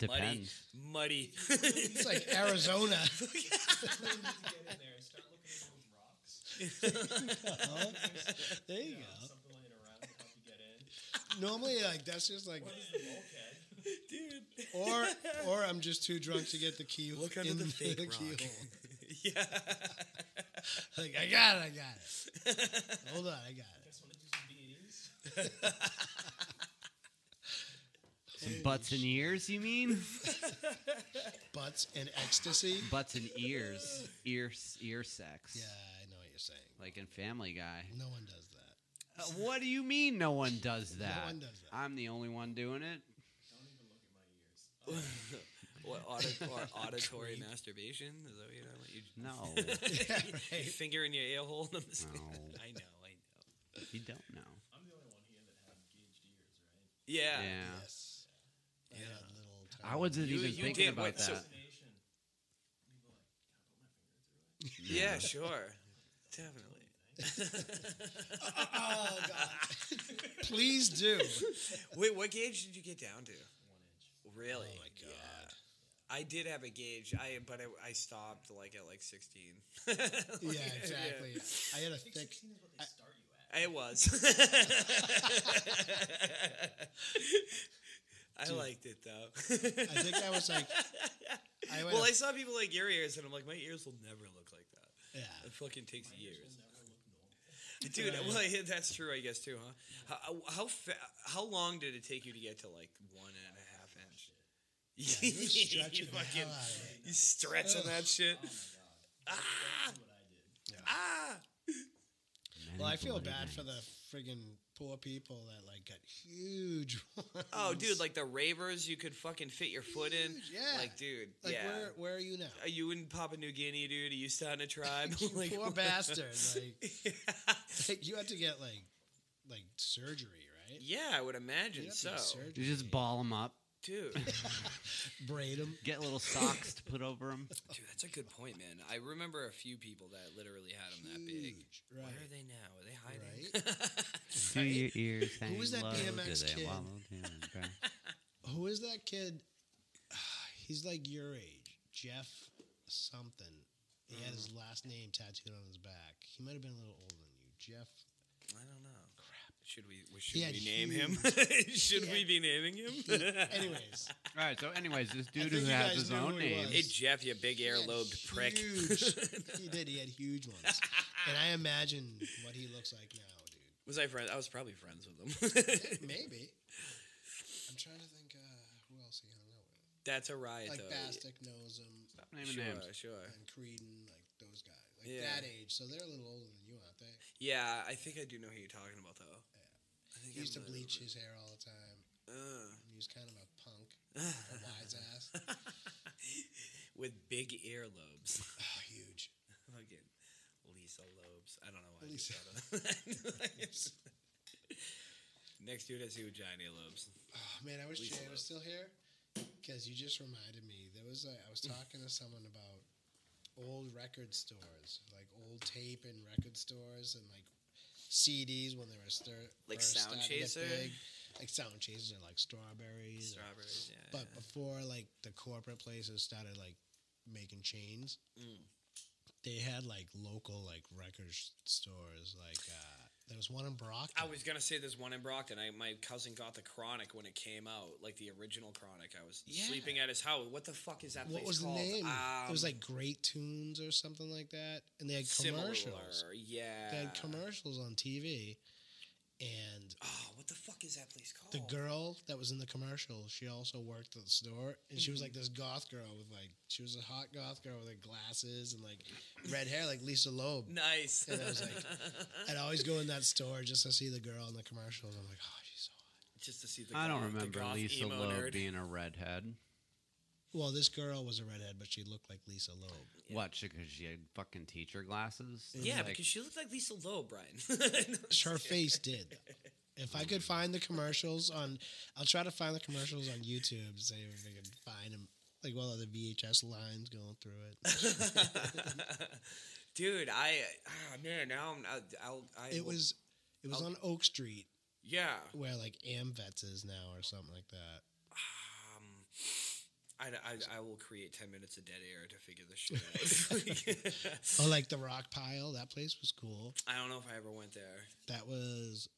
muddy, Depends. muddy. It's like Arizona. You need to get in there and start looking at those rocks. there you You know, something laying around to help you get in. go. Normally, like that's just like, What is the bulkhead? dude. or or I'm just too drunk to get the key. Look under in the fake rock. keyhole. yeah. Like I got it, I got it. Hold on, I got it. Guys, want to do some B&Es? Some butts and ears, you mean? Butts and ecstasy. butts and ears, ear ear sex. Yeah, I know what you're saying. Like in Family Guy. No one does that. Uh, what do you mean? No one does that. one does that. I'm the only one doing it. Don't even look at my ears. Oh, what audit, or auditory masturbation? Is that what you're talking No, about? You, Oh, Yeah, right. Finger in your ear hole. I'm just- No. I know. I know. you don't know. I'm the only one here that had gauged ears, right? Yeah. Yeah, Yes. I had a little I wasn't You- even you thinking did about what- that. so- Fascination. You go like, can I put my finger through it? Yeah, sure. Definitely. Oh God! Please do. Wait, what gauge did you get down to? One inch. Really? Oh, my God. I did have a gauge. I but I, I stopped like at like 16. Yeah, exactly. I had a I think thick. 16 is what they start you at. It was. I liked it though. I think I was like. I went well, a- I saw people like your ears, and I'm like, my ears will never look like that. yeah. It fucking takes My ears years, will never look normal. dude. Well, yeah, that's true, I guess too, huh? How how fa- how long did it take you to get to like one and a half inch? Yeah, you were stretching you the fucking, hell out of it. you stretching Ugh. that shit. Oh my god. That's Ah, what I did. ah. Many Well, I feel bloody bad for the nights. friggin' poor people that like got huge. Ones. Oh, dude, like the ravers, you could fucking fit your foot in. Huge, yeah. Like, dude, Like, yeah. where where are you now? Are you in Papua New Guinea, dude? Are you starting a tribe? You poor bastard. Like, yeah, like, you had to get like like surgery, right? I would imagine You have to so. get You surgery. just ball them up, Dude, braid them. get little socks to put over them. dude, that's a good point, man. I remember a few people that literally had them that big. Huge, right? Where are they now? Are they hiding? Do your ears hang Who was that low? BMX Do they kid? wallow down? Okay. Who is that kid? He's like your age, Jeff something. He had Mm. his last name tattooed on his back. He might have been a little older than you, Jeff. I don't know. Should we? we- Should had we name him? should he we had- be naming him? Anyways, All right. So, anyways, this dude who think you has guys his knew own who he name. hey was. Jeff, you big he had ear-lobed prick. huge- he did. He had huge ones, and I imagine what he looks like now, was I friend? I was probably friends with him. dude. Maybe. I'm trying to think uh, who else he hung out with. that's a riot, Like though. Bastic knows him, Stop naming Sure, names. sure. and Creedon, like those guys, like Yeah. that age. So they're a little older than you, aren't they? Yeah, I think I do know who you're talking about, though. I think He I used to might bleach remember. his hair all the time. Uh. He was kind of a punk, a wise ass. with big earlobes. Oh, huge. Fucking Lisa Lobes. I don't know why. Lisa. I just thought of that. Next dude I see with giant earlobes. Oh man, I wish Lisa Jay was still here because you just reminded me. There was a, I was talking to someone about old record stores, like old tape and record stores, and like CDs when they were stir, Like first Sound starting to get Chaser? big. like sound chasers or like strawberries. or- Strawberries. Yeah. but before like the corporate places started like making chains, Mm. they had like local like record s- stores. Like uh, there was one in Brockton. I was gonna say there's one in Brockton. I my cousin got the Chronic when it came out, like the original Chronic. I was Yeah. sleeping at his house. What the fuck is that? what place was the called? name? it was Um, like Great Tunes or something like that, and they had similar. commercials. Yeah. They had commercials on TV, and Oh, what the fuck is that place called? the girl that was in the commercial, she also worked at the store, and she was Mm-hmm. like this goth girl with like she was a hot goth girl with like glasses and like red hair, like Lisa Loeb. Nice. And I was like, I'd always go in that store just to see the girl in the commercial, and I'm like, oh, she's so hot. Just to see the. I don't goth- the remember goth Lisa emo Loeb nerd. being a redhead. Well, this girl was a redhead, but she looked like Lisa Loeb. What? Because she had fucking teacher glasses. Yeah, Like, because she looked like Lisa Loeb, Brian. Her face did. If I could find the commercials on, I'll try to find the commercials on YouTube. See if I can find them. Like while the VHS lines going through it. Dude, I ah man, now I'm I, I'll I It will- was, it was I'll- on Oak Street yeah. where like Amvets is now or something like that. Um, I, I, I will create 10 minutes of dead air to figure this shit out. Oh, like the rock pile. That place was cool. I don't know if I ever went there. That was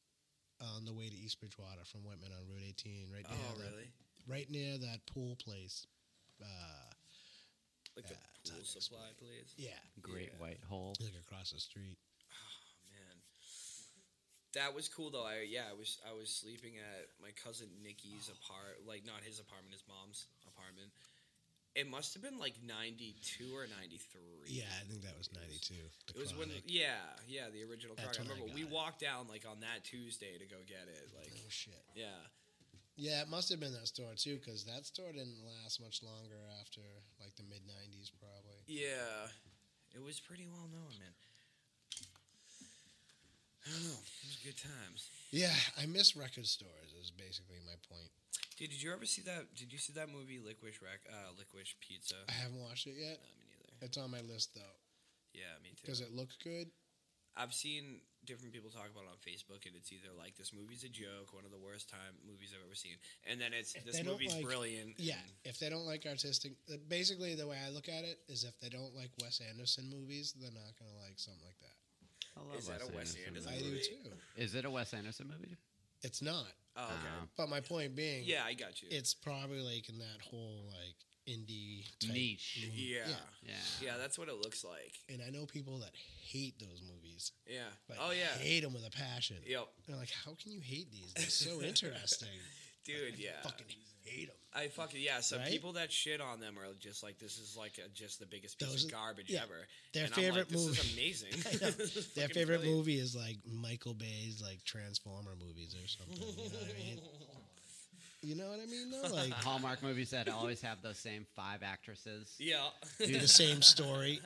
on the way to East Bridgewater from Whitman on Route 18, right Oh, near that, really? right near that pool place. Uh, Like Yeah, it's the pool not next supply place? yeah, Great Yeah. White Hole. like across the street. Oh, man. That was cool though. I yeah, I was I was sleeping at my cousin Nikki's apart like not his apartment, his mom's apartment. It must have been like 92 or 93. Yeah, I think that was 92. The It was when, Chronic. yeah, yeah, the original car. That's I when I remember got we it. walked down like on that Tuesday to go get it. Like, Oh shit! yeah, Yeah, it must have been that store too, because that store didn't last much longer after like the mid '90s, probably. yeah, it was pretty well known, man. I don't know. It was good times. Yeah, I miss record stores. Is basically my point. Dude, did you ever see that? Did you see that movie Licorice Rack, uh, Licorice Pizza? I haven't watched it yet. Not me neither. It's on my list though, Yeah, me too. because it looks good. I've seen different people talk about it on Facebook, and it's either like this movie's a joke, one of the worst time movies I've ever seen, and then it's this they don't movie's like- brilliant. Yeah, and- if they don't like artistic, uh, basically the way I look at it is if they don't like Wes Anderson movies, they're not gonna like something like that. I love Is that a Wes Anderson I movie. do movie? too. Is it a Wes Anderson movie? It's not, Oh, okay. Uh, but my point being, yeah, I got you. it's probably like in that whole like indie type Niche. movie. yeah. yeah. Yeah. Yeah, that's what it looks like. And I know people that hate those movies. Yeah. But oh yeah. hate them with a passion. Yep. They're like, how can you hate these? They're so interesting. Dude, yeah. Fucking hate them. I fucking yeah. So Right? people that shit on them are just like, this is like a, just the biggest piece Those of are- garbage yeah. ever. Their and favorite I'm like, movie. This is amazing. know. This is Their fucking favorite brilliant. movie is like Michael Bay's like Transformer movies or something. You know what I mean? You know what I mean? Though, like Hallmark movies that always have those same five actresses. Yeah. do the same story,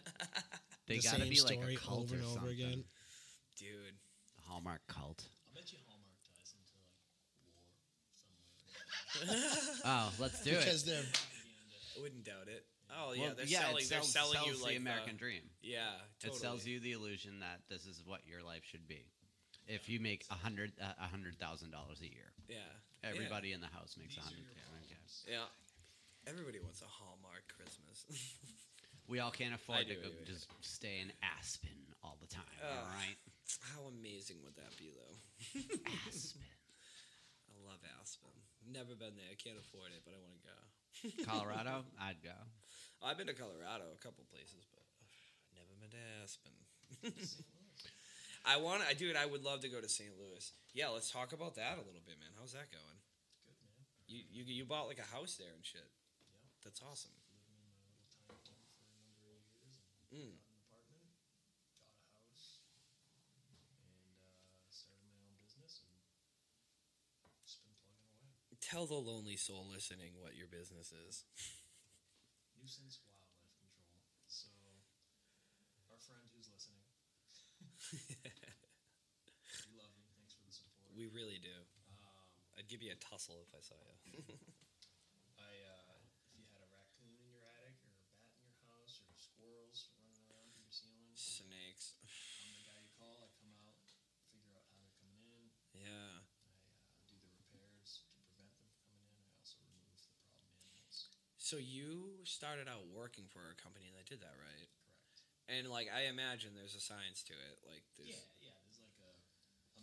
They the gotta same be like story a cult over or and over something. again. Dude. The Hallmark cult. I'll bet you Hallmark ties into like war somewhere. Oh, let's do because it. they're uh, I wouldn't doubt it. Oh Well, yeah, they're it selling. They're sells- selling sells you like uh, the American Dream. yeah. Totally. It sells you the illusion that this is what your life should be. If you make a hundred uh, a hundred thousand dollars a year, Yeah. everybody in the house makes These are a hundred your thousand. dollars. Yeah. Everybody wants a Hallmark Christmas. We all can't afford do, to I go do, I do. just stay in Aspen all the time. Ugh. All right, How amazing would that be, though? Aspen, I love Aspen. Never been there. Can't afford it, but I want to go. Oh, Colorado. I'd go. I've been to Colorado a couple places, but never been to Aspen. I want, I dude, I would love to go to St. Louis. Yeah, let's talk about that a little bit, man. How's that going? Good man. You you, you bought like a house there and shit. That's awesome. Living in my little tiny tent for a number of years and Hmm. Mm. got an apartment, got a house, and uh, started my own business and just been plugging away. Tell the lonely soul listening what your business is. Nuisance wildlife control. So our friend who's listening, we love you. Thanks for the support. we really do. um, I'd give you a tussle if I saw you. I, uh, if you had a raccoon in your attic or a bat in your house or squirrels running around in your ceiling, Snakes. I'm the guy you call. I come out, figure out how they're coming in. Yeah. I uh, do the repairs to prevent them from coming in. I also remove the problem animals. So you started out working for a company that did that, right? Correct. And like I imagine there's a science to it. Like there's Yeah, yeah. There's like a,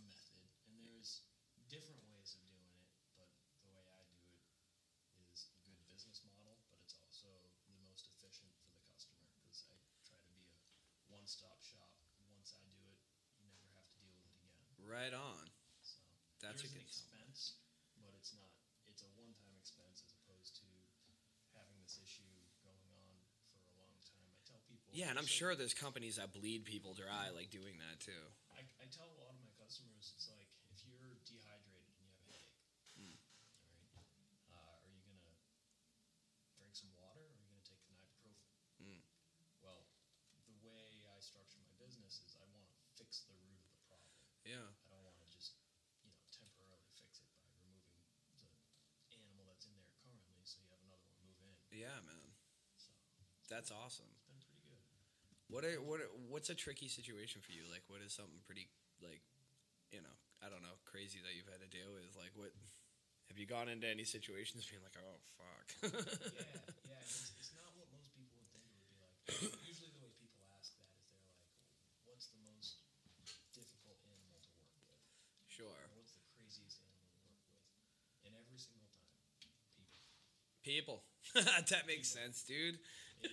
a method, and there's different ways of doing it, but the way I do it is a good business model, but it's also the most efficient for the customer because I try to be a one-stop shop. Once I do it, you never have to deal with it again. right on. So That's there's a good an example. expense, but it's not. It's a one-time expense as opposed to having this issue going on for a long time. I tell people. Yeah, and I'm sure so- there's companies that bleed people dry like doing that too. I, I tell a lot of my customers, it's like if you're dehydrated and you have a headache, all right, uh, are you gonna drink some water or are you gonna take an ibuprofen? Mm. Well, the way I structure my business is I want to fix the root of the problem. Yeah. I don't want to just you know temporarily fix it by removing the animal that's in there currently, so you have another one move in. Yeah, man. So That's awesome. it's been pretty good. What are what are, what's a tricky situation for you? Like what is something pretty like you know, I don't know, crazy that you've had to deal with? Like what have you gone into any situations being like, "Oh fuck." yeah, yeah. People. that makes sense, dude. It, it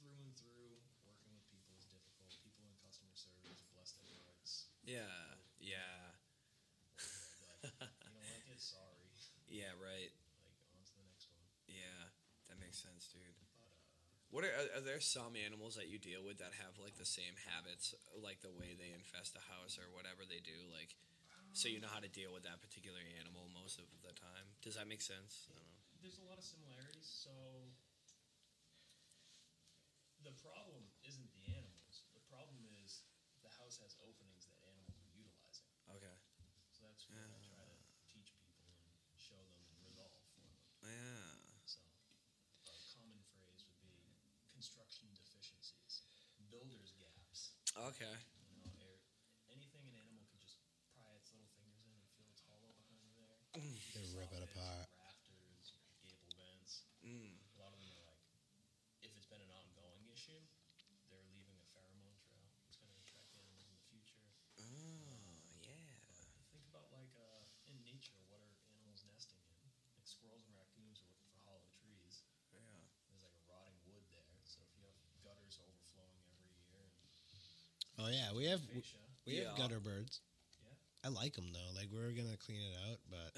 through and through working with people is difficult. People in customer service, bless their hearts. Yeah. Yeah. Like, you don't like it? Sorry. Yeah, right. Like on to the next one. Yeah. That makes sense, dude. But uh, What are, are are there some animals that you deal with that have like the same habits, like the way they infest a house or whatever they do, like so you know how to deal with that particular animal most of the time? Does that make sense? I don't know. there's a lot of similarities. So the problem isn't the animals. The problem is the house has openings that animals are utilizing. Okay. So that's what I try to teach people and show them and resolve for them. Yeah. So a common phrase would be construction deficiencies, builder's gaps. Okay. You know, air, anything an animal could just pry its little fingers in and feel it's hollow behind there. They rip it Soffits, apart. Rafters, gable vents. Mm. A lot of them are like, if it's been an ongoing issue, they're leaving a pheromone trail. It's going to attract animals in the future. Oh yeah. Think about like uh, in nature, what are animals nesting in? Like squirrels and raccoons are looking for hollow trees. Yeah. There's like a rotting wood there. So if you have gutters overflowing every year, and Oh yeah, we have we, fascia, we Yeah. have gutter birds. Yeah. I like them though. Like we're gonna clean it out, but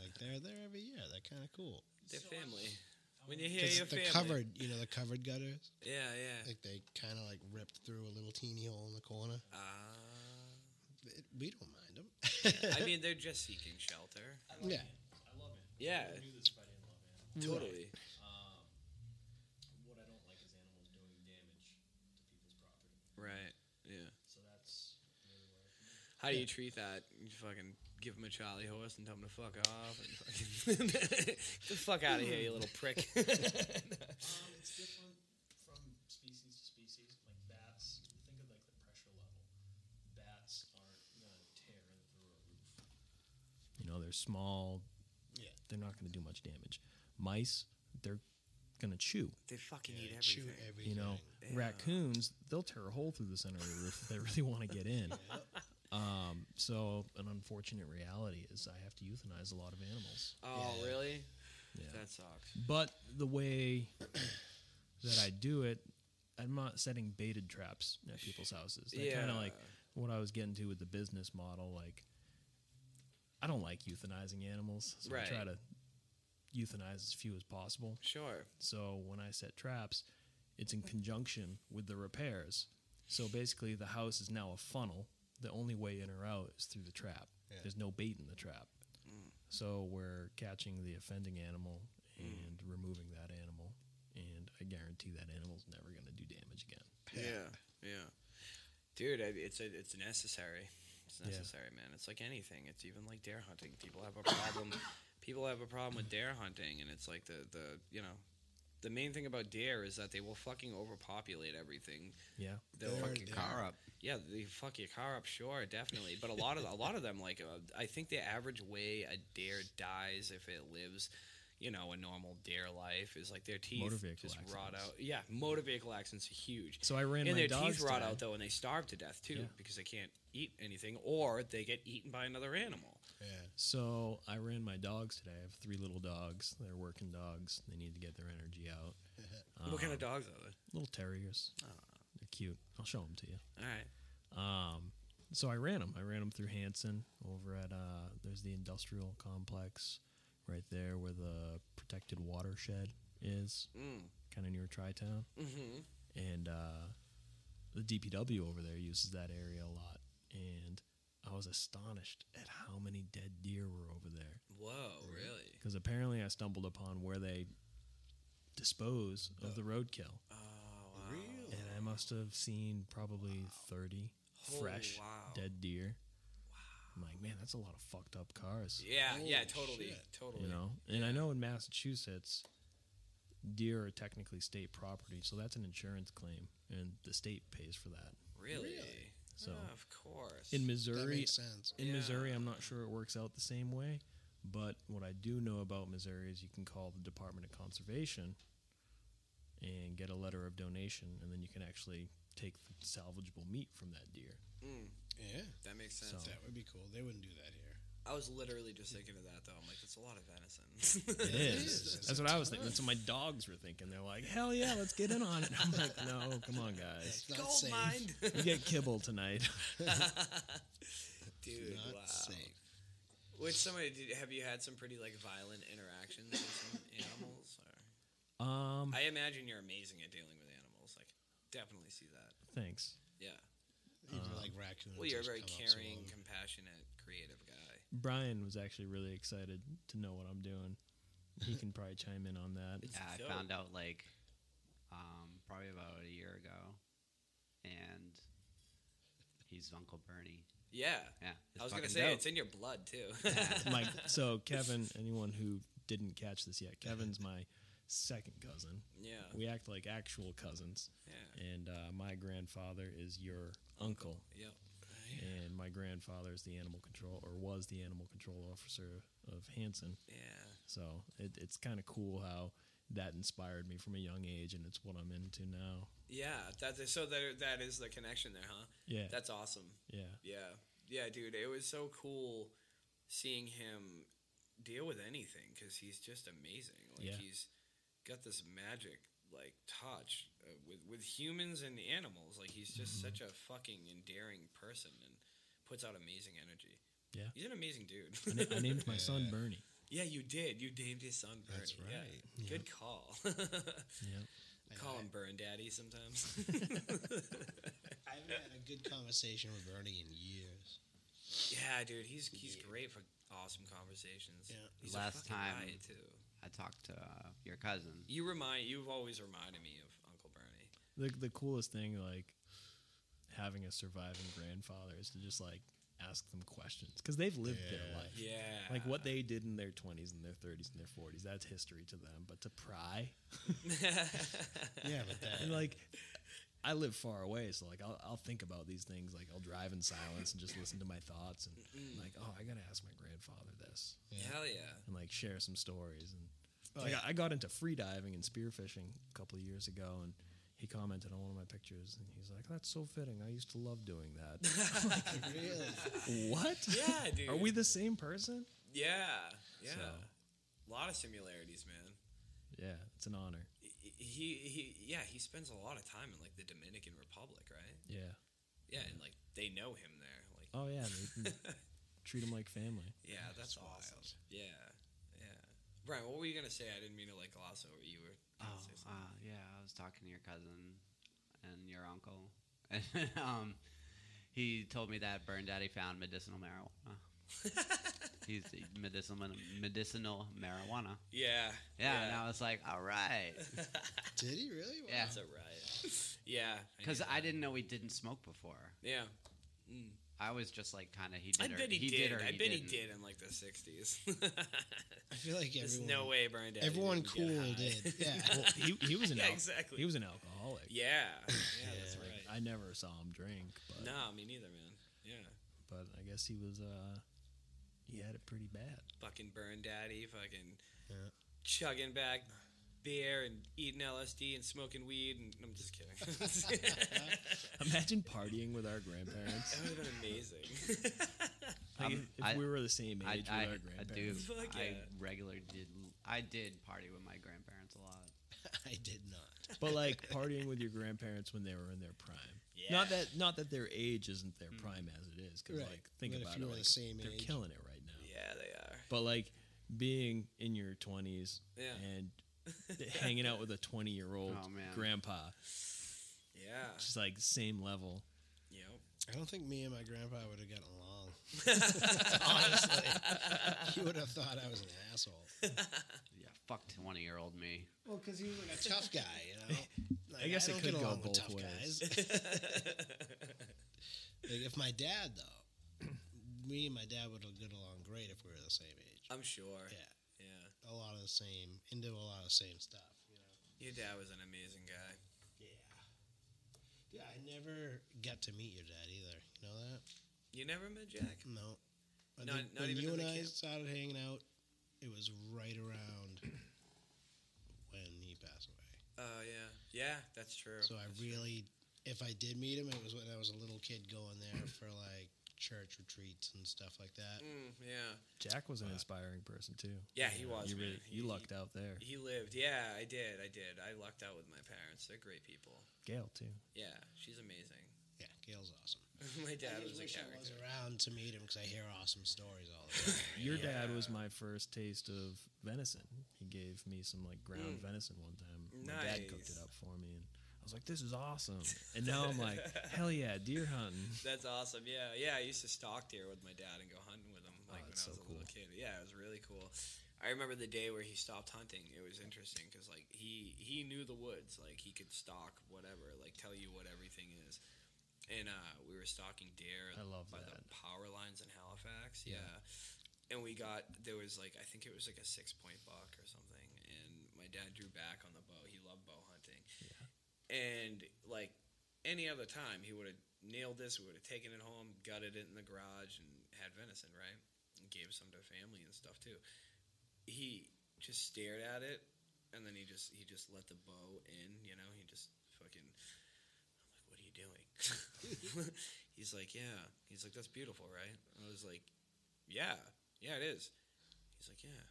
like they're there every year. They're kind of cool. Their So uh, I- family. I When wanna- you hear Because your the family. covered, you know, the covered gutters, Yeah, yeah. like they kind of like ripped through a little teeny hole in the corner. Ah. It, we don't mind them. I mean, they're just seeking shelter. I love Yeah. animals. I love it. Yeah. I do this if I didn't love animals. Totally. Um, what I don't like is animals doing damage to people's property. Right. Yeah. So that's really where. How do you treat that? You fucking give him a Charlie horse and tell him to fuck off. And fucking Get the fuck out of here, you little prick. Um, it's different from species to species. Like bats, think of like the pressure level. Bats aren't gonna tear through a roof. You know, they're small. Yeah. They're not gonna do much damage. Mice, they're gonna chew. they fucking eat Yeah, chew everything. everything. You know, Yeah. raccoons, they'll tear a hole through the center of your roof if they really want to get in. Um, so an unfortunate reality is I have to euthanize a lot of animals. Oh, Yeah. really? Yeah. That sucks. But the way that I do it, I'm not setting baited traps at people's houses. That kind of like Yeah. what I was getting to with the business model. Like, I don't like euthanizing animals, so I try Right. to euthanize as few as possible. Sure. So when I set traps, it's in conjunction with the repairs. So basically, the house is now a funnel. The only way in or out is through the trap. Yeah. There's no bait in the trap. So we're catching the offending animal and removing that animal. And I guarantee that animal's never going to do damage again. Yeah. Yeah. Dude, I, it's a, it's necessary. It's Yeah. necessary, man. It's like anything. It's even like deer hunting. People have a problem. people have a problem with deer hunting, and it's like the the you know. The main thing about deer is that they will fucking overpopulate everything. Yeah. They'll They're- fucking they're- Car up. Yeah, they fuck your car up, sure, definitely. But a lot of a lot of them, like uh, I think the average way a deer dies if it lives, you know, a normal deer life is like their teeth Motor vehicle just rot accidents. out. Yeah, motor vehicle accidents are huge. So I ran and my their dogs teeth rot today. out though, and they starve to death too Yeah. because they can't eat anything, or they get eaten by another animal. Yeah. So I ran my dogs today. I have three little dogs. They're working dogs. They need to get their energy out. Um, what kind of Ah. dogs are they? Little terriers. They're cute. I'll show them to you. All right. Um, so I ran them. I ran them through Hanson over at uh, there's the industrial complex right there where the protected watershed is, kind of near Tri Town, Mm, Mm-hmm. and uh, the DPW over there uses that area a lot. And I was astonished at how many dead deer were over there Whoa, really? because apparently I stumbled upon where they dispose of the roadkill, Oh, wow. Really? and I must have seen probably thirty Oh, fresh wow. dead deer. I'm like, man, that's a lot of fucked up cars. Yeah, yeah, Holy totally, shit. totally. You know, and I know in Massachusetts, deer are technically state property, so that's an insurance claim, and the state pays for that. really? Really? So- Ah, of course. In That Missouri, makes sense. in Yeah. Missouri, I'm not sure it works out the same way, but what I do know about Missouri is you can call the Department of Conservation and get a letter of donation, and then you can actually take the salvageable meat from that deer. Mm, Yeah. that makes sense. So- That would be cool. They wouldn't do that here. I was literally just thinking of that though. I'm like, it's a lot of venison. It is. is. It's That's what I was thinking. tough. That's what my dogs were thinking. They're like, hell yeah, let's get in on it. I'm like, no, come on, guys. It's not Gold safe. mine, We get kibble tonight. dude. Not wow. safe. Which somebody did, have you had some pretty like violent interactions with some animals? Or? Um, I imagine you're amazing at dealing with animals. Like, definitely see that. thanks. Yeah. Even like raccoons. Well, you're a just very come up to caring, them. compassionate, creative guy. Brian was actually really excited to know what I'm doing. He can probably chime in on that. Yeah, I dope. found out like um, probably about a year ago, and he's Uncle Bernie. Yeah. Yeah, it's I was gonna fucking say dope. it's in your blood too. Like, so Kevin, anyone who didn't catch this yet, Kevin's my second cousin. yeah. We act like actual cousins, Yeah. and uh, my grandfather is your uncle, Yep. and my grandfather is the animal control or was the animal control officer of Hanson. Yeah. So it, it's kind of cool how that inspired me from a young age, and it's what I'm into now. Yeah. That's so that that is the connection there, huh? Yeah, That's awesome. yeah, Yeah. Yeah, dude, it was so cool seeing him deal with anything cuz he's just amazing. Like Yeah. he's got this magic like touch uh, with with humans and animals. Like he's just Mm-hmm. such a fucking endearing person and puts out amazing energy. Yeah. He's an amazing dude. I, na- I named my son Yeah. Bernie. yeah, you did. You named his son Bernie. That's Yeah. right. Good call. Yeah. I- call him Burn Daddy sometimes. I haven't had a good conversation with Bernie in years. yeah, dude, he's he's great for awesome conversations. Yeah. He's a Last fucking time- riot, too. I talked to uh, your cousin. You remind you've always reminded me of Uncle Bernie. the the coolest thing like having a surviving grandfather is to just like ask them questions because they've lived Yeah. their life Yeah. like what they did in their 20s and their 30s and their 40s that's history to them but to pry Yeah, but that. and like i live far away so like I'll, I'll think about these things like i'll drive in silence and just listen to my thoughts and like oh i gotta ask my grandfather this Hell yeah. and like share some stories. And Oh, like yeah. I, I got into free diving and spearfishing a couple of years ago, and he commented on one of my pictures, and he's like, "That's so fitting. I used to love doing that." really? what? Yeah, dude. Are we the same person? Yeah. Yeah. A So- lot of similarities, man. Yeah, it's an honor. He, he he yeah, he spends a lot of time in like the Dominican Republic, right? Yeah. Yeah, and like they know him there. Like Oh yeah, they can treat him like family. yeah, that's, That's wild. awesome. Yeah. Yeah. Brian, what were you gonna say? I didn't mean to like gloss over you were Oh, gonna say uh, something. yeah. I was talking to your cousin and your uncle, and um, he told me that Burn Daddy found medicinal marijuana. He's the medicinal medicinal marijuana. yeah. Yeah, and I was like, all right, Did he really? Wow. Yeah. That's a riot. yeah. I because knew I that. didn't know we didn't smoke before. Yeah. I was just like, kind of, he did. I or, bet he, did. did. or I he bet didn't. he did in like the sixties. I feel like There's everyone. no way Brian Daddy Everyone didn't cool get high. did. Yeah. Well, he, he was an Yeah, al- exactly. he was an alcoholic. Yeah. Yeah, that's Like, right. I never saw him drink, but Nah, me neither, man. Yeah. but I guess he was uh he had it pretty bad. Fucking burn daddy, fucking Yeah. chugging back beer and eating LSD and smoking weed and I'm just kidding. that Imagine partying with our grandparents. would have been amazing. Like, Um, if- if I- we were the same I, age, I, with our I do. grandparents. Fuck I yeah. regularly did. I did party with my grandparents a lot. I did not. But like partying with your grandparents when they were in their prime. Not that not that their age isn't their prime as it is, because Right. like think But if about you it, were the like, same they're age. killing it right now. yeah, they are. But like being in your twenties Yeah. and hanging out with a twenty year old Oh, man. grandpa, Yeah. just like same level. Yep. I don't think me and my grandpa would have gotten along. Honestly, he would have thought I was an asshole. Yeah, fuck twenty year old me. Well, because he was like a tough guy, you know. Like, I guess it don't could get go along with both tough ways. guys. like if my dad though, me and my dad would have got along great if we were the same age. I'm sure. Yeah, Yeah. a lot of the same, into a lot of the same stuff. You know. Your dad was an amazing guy. Yeah. Yeah, I never got to meet your dad either. You know that? You never met Jack? No. I Not- think not when even you in and the I camp? started hanging out, it was right around when he passed away. Oh yeah. Yeah, that's true. So I really, if I did meet him, it was when I was a little kid going there for like church retreats and stuff like that. Mm, yeah. Jack was an inspiring person too. Yeah, he was, You man. really He- you lucked out there. He lived. Yeah, I did. I did. I lucked out with my parents. They're great people. Gail too. Yeah, she's amazing. Yeah, Gail's awesome. my I dad was just a wish I was character. around to meet him because I hear awesome stories all the time. Your dad was Yeah. my first taste of venison. He gave me some like ground venison one time. My dad cooked it Hmm. Nice. up for me, and I was like, "This is awesome!" And now I'm like, "Hell yeah, deer hunting!" That's awesome. Yeah, yeah. I used to stalk deer with my dad and go hunting with him, like when I was Oh, that's a so little kid. Yeah, it was really cool. I remember the day where he stopped hunting. It was interesting because like he he knew the woods. Like he could stalk whatever, like tell you what everything is. And uh, we were stalking deer. I love by the that. power lines in Halifax. Yeah. Yeah. And we got there was like I think it was like a six point buck or something, and my dad drew back on the bow. He loved bow hunting, and like any other time, he would have nailed this. We would have taken it home, gutted it in the garage, and had venison, right? And gave some to family and stuff too. He just stared at it, and then he just he just let the bow in. You know, he just fucking. I'm like, what are you doing? He's like, yeah. He's like, that's beautiful, right? I was like, yeah, yeah, it is. He's like, yeah,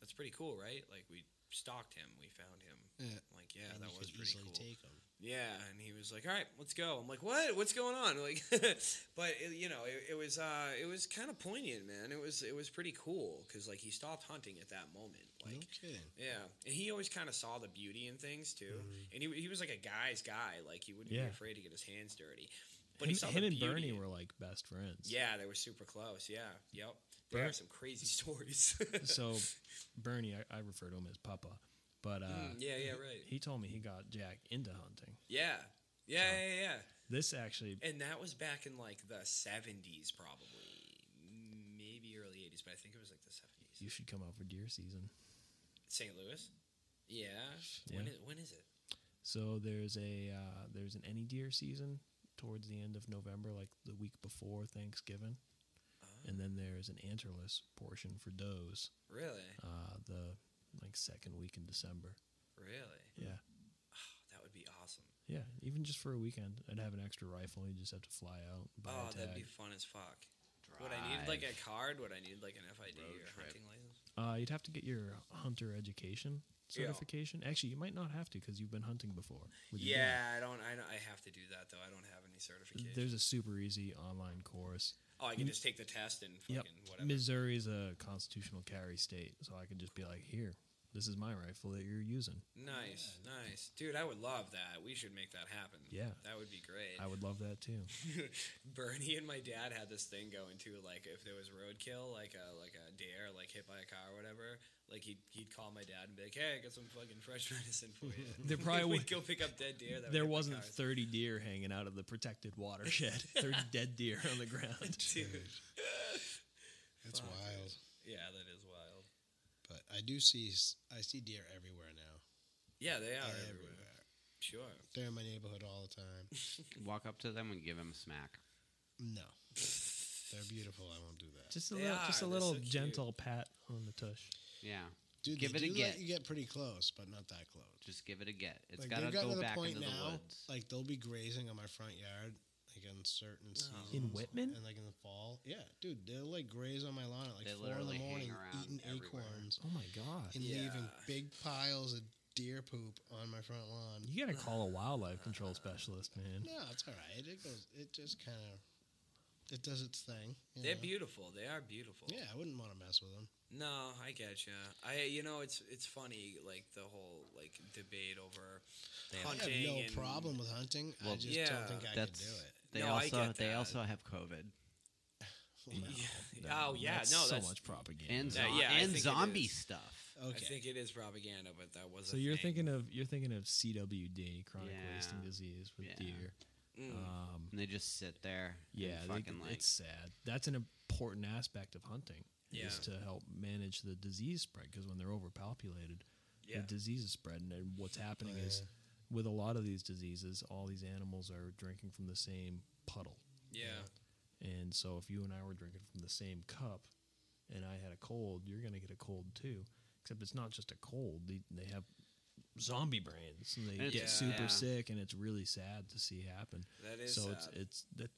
that's pretty cool, right? Like we stalked him, we found him. Yeah. I'm like, yeah, and that you was could pretty cool. easily take him. Yeah, and he was like, "All right, let's go." I'm like, "What? What's going on?" Like, but it, you know, it, it was uh, it was kind of poignant, man. It was it was pretty cool because like he stopped hunting at that moment. Like, no kidding. yeah, and he always kind of saw the beauty in things too. And he he was like a guy's guy. Like he wouldn't Mm-hmm. Yeah. be afraid to get his hands dirty. But Him, he saw him the and beauty Bernie in- were like best friends. Yeah, they were super close. Yeah, yep. They Bert- have some crazy stories. So Bernie, I, I refer to him as Papa, but uh, Mm, yeah, yeah, right. he told me he got Jack into hunting. Yeah. Yeah, So- yeah, yeah. This actually, And that was back in like the seventies, probably, maybe early eighties, but I think it was like the you seventies. should come out for deer season. St. Louis. Yeah. When Yeah. is when is it? So there's a uh, there's an any deer season towards the end of November, like the week before Thanksgiving, Uh, and then there's an antlerless portion for does, Really, uh, the like second week in December. really. Yeah, That would be awesome. yeah. Even just for a weekend, I'd have an extra rifle. You just have to fly out, buy oh, a tag. that'd be fun as fuck. Would I need like a card? Would I need like an FID Road or trip. hunting license? Uh, you'd have to get your hunter education Yeah. certification. Actually, you might not have to because you've been hunting before. with your Yeah, I don't, I don't. I have to do that though. I don't have any dad. certification. There's a super easy online course. oh, I can you- just take the test and fucking Yep. whatever. Missouri's a constitutional carry state, so I could just be like, here, this is my rifle that you're using. nice, nice, dude. I would love that. We should make that happen. Yeah. that would be great. I would love that too. Bernie and my dad had this thing going too. Like if there was roadkill, like a like a deer, like hit by a car or whatever, like he'd he'd call my dad and be like, "Hey, I got some fucking fresh medicine for you." There probably we'd wa- go pick up dead deer. That There were hit by wasn't cars. 30 deer hanging out of the protected watershed, 30 dead deer on the ground. dude. That's Fuck. wild. Yeah, that is wild. But I do see s- I see deer everywhere now. Yeah, they are everywhere. Oh, everywhere. Sure. They're in my neighborhood all the time. Walk up to them and give them a smack. No, they're beautiful. I won't do that. Just a They little, just are, they're a little so cute. gentle pat on the tush. Yeah, Dude, give they it a do get. let you get pretty close, but not that close. just give it a get. It's like gotta they've gotten go to the back point into now, the woods. like they'll be grazing on my front yard, like in certain seasons. In Whitman? and like in the fall, yeah, dude, they'll like graze on my lawn at like They four in literally the hang morning, around eating everywhere. acorns Oh my God. and leaving Yeah. big piles of deer poop on my front lawn. You got to call a wildlife control specialist, man. No, it's all right. It goes. It just kind of it does its thing. you They're know? beautiful. They are beautiful. Yeah, I wouldn't want to mess with them. No, I get you. I you know it's it's funny like the whole like debate over hunting. I have no and- problem with hunting. I Well, just yeah, don't think I could That's do it. they No, I also get they that. also have COVID Well, no. Yeah. Oh yeah, that's no, so that's much propaganda. and That- zo- yeah, I and think it zombie is. stuff. Okay. I think it is propaganda, but that was. So a you're thing. thinking of you're thinking of CWD, chronic wasting Yeah. disease with Yeah. deer. Mm. Um, And they just sit there. yeah, and they- fucking like it's sad. That's an important aspect of hunting Yeah. is to help manage the disease spread because when they're overpopulated, yeah. the disease is spreading. And what's happening is Yeah. with a lot of these diseases, all these animals are drinking from the same puddle. yeah. And so if you and I were drinking from the same cup and I had a cold, you're going to get a cold too. Except it's not just a cold, they, they have zombie brains and they It's- get Yeah. super yeah. sick and it's really sad to see happen. That is so sad. it's it's that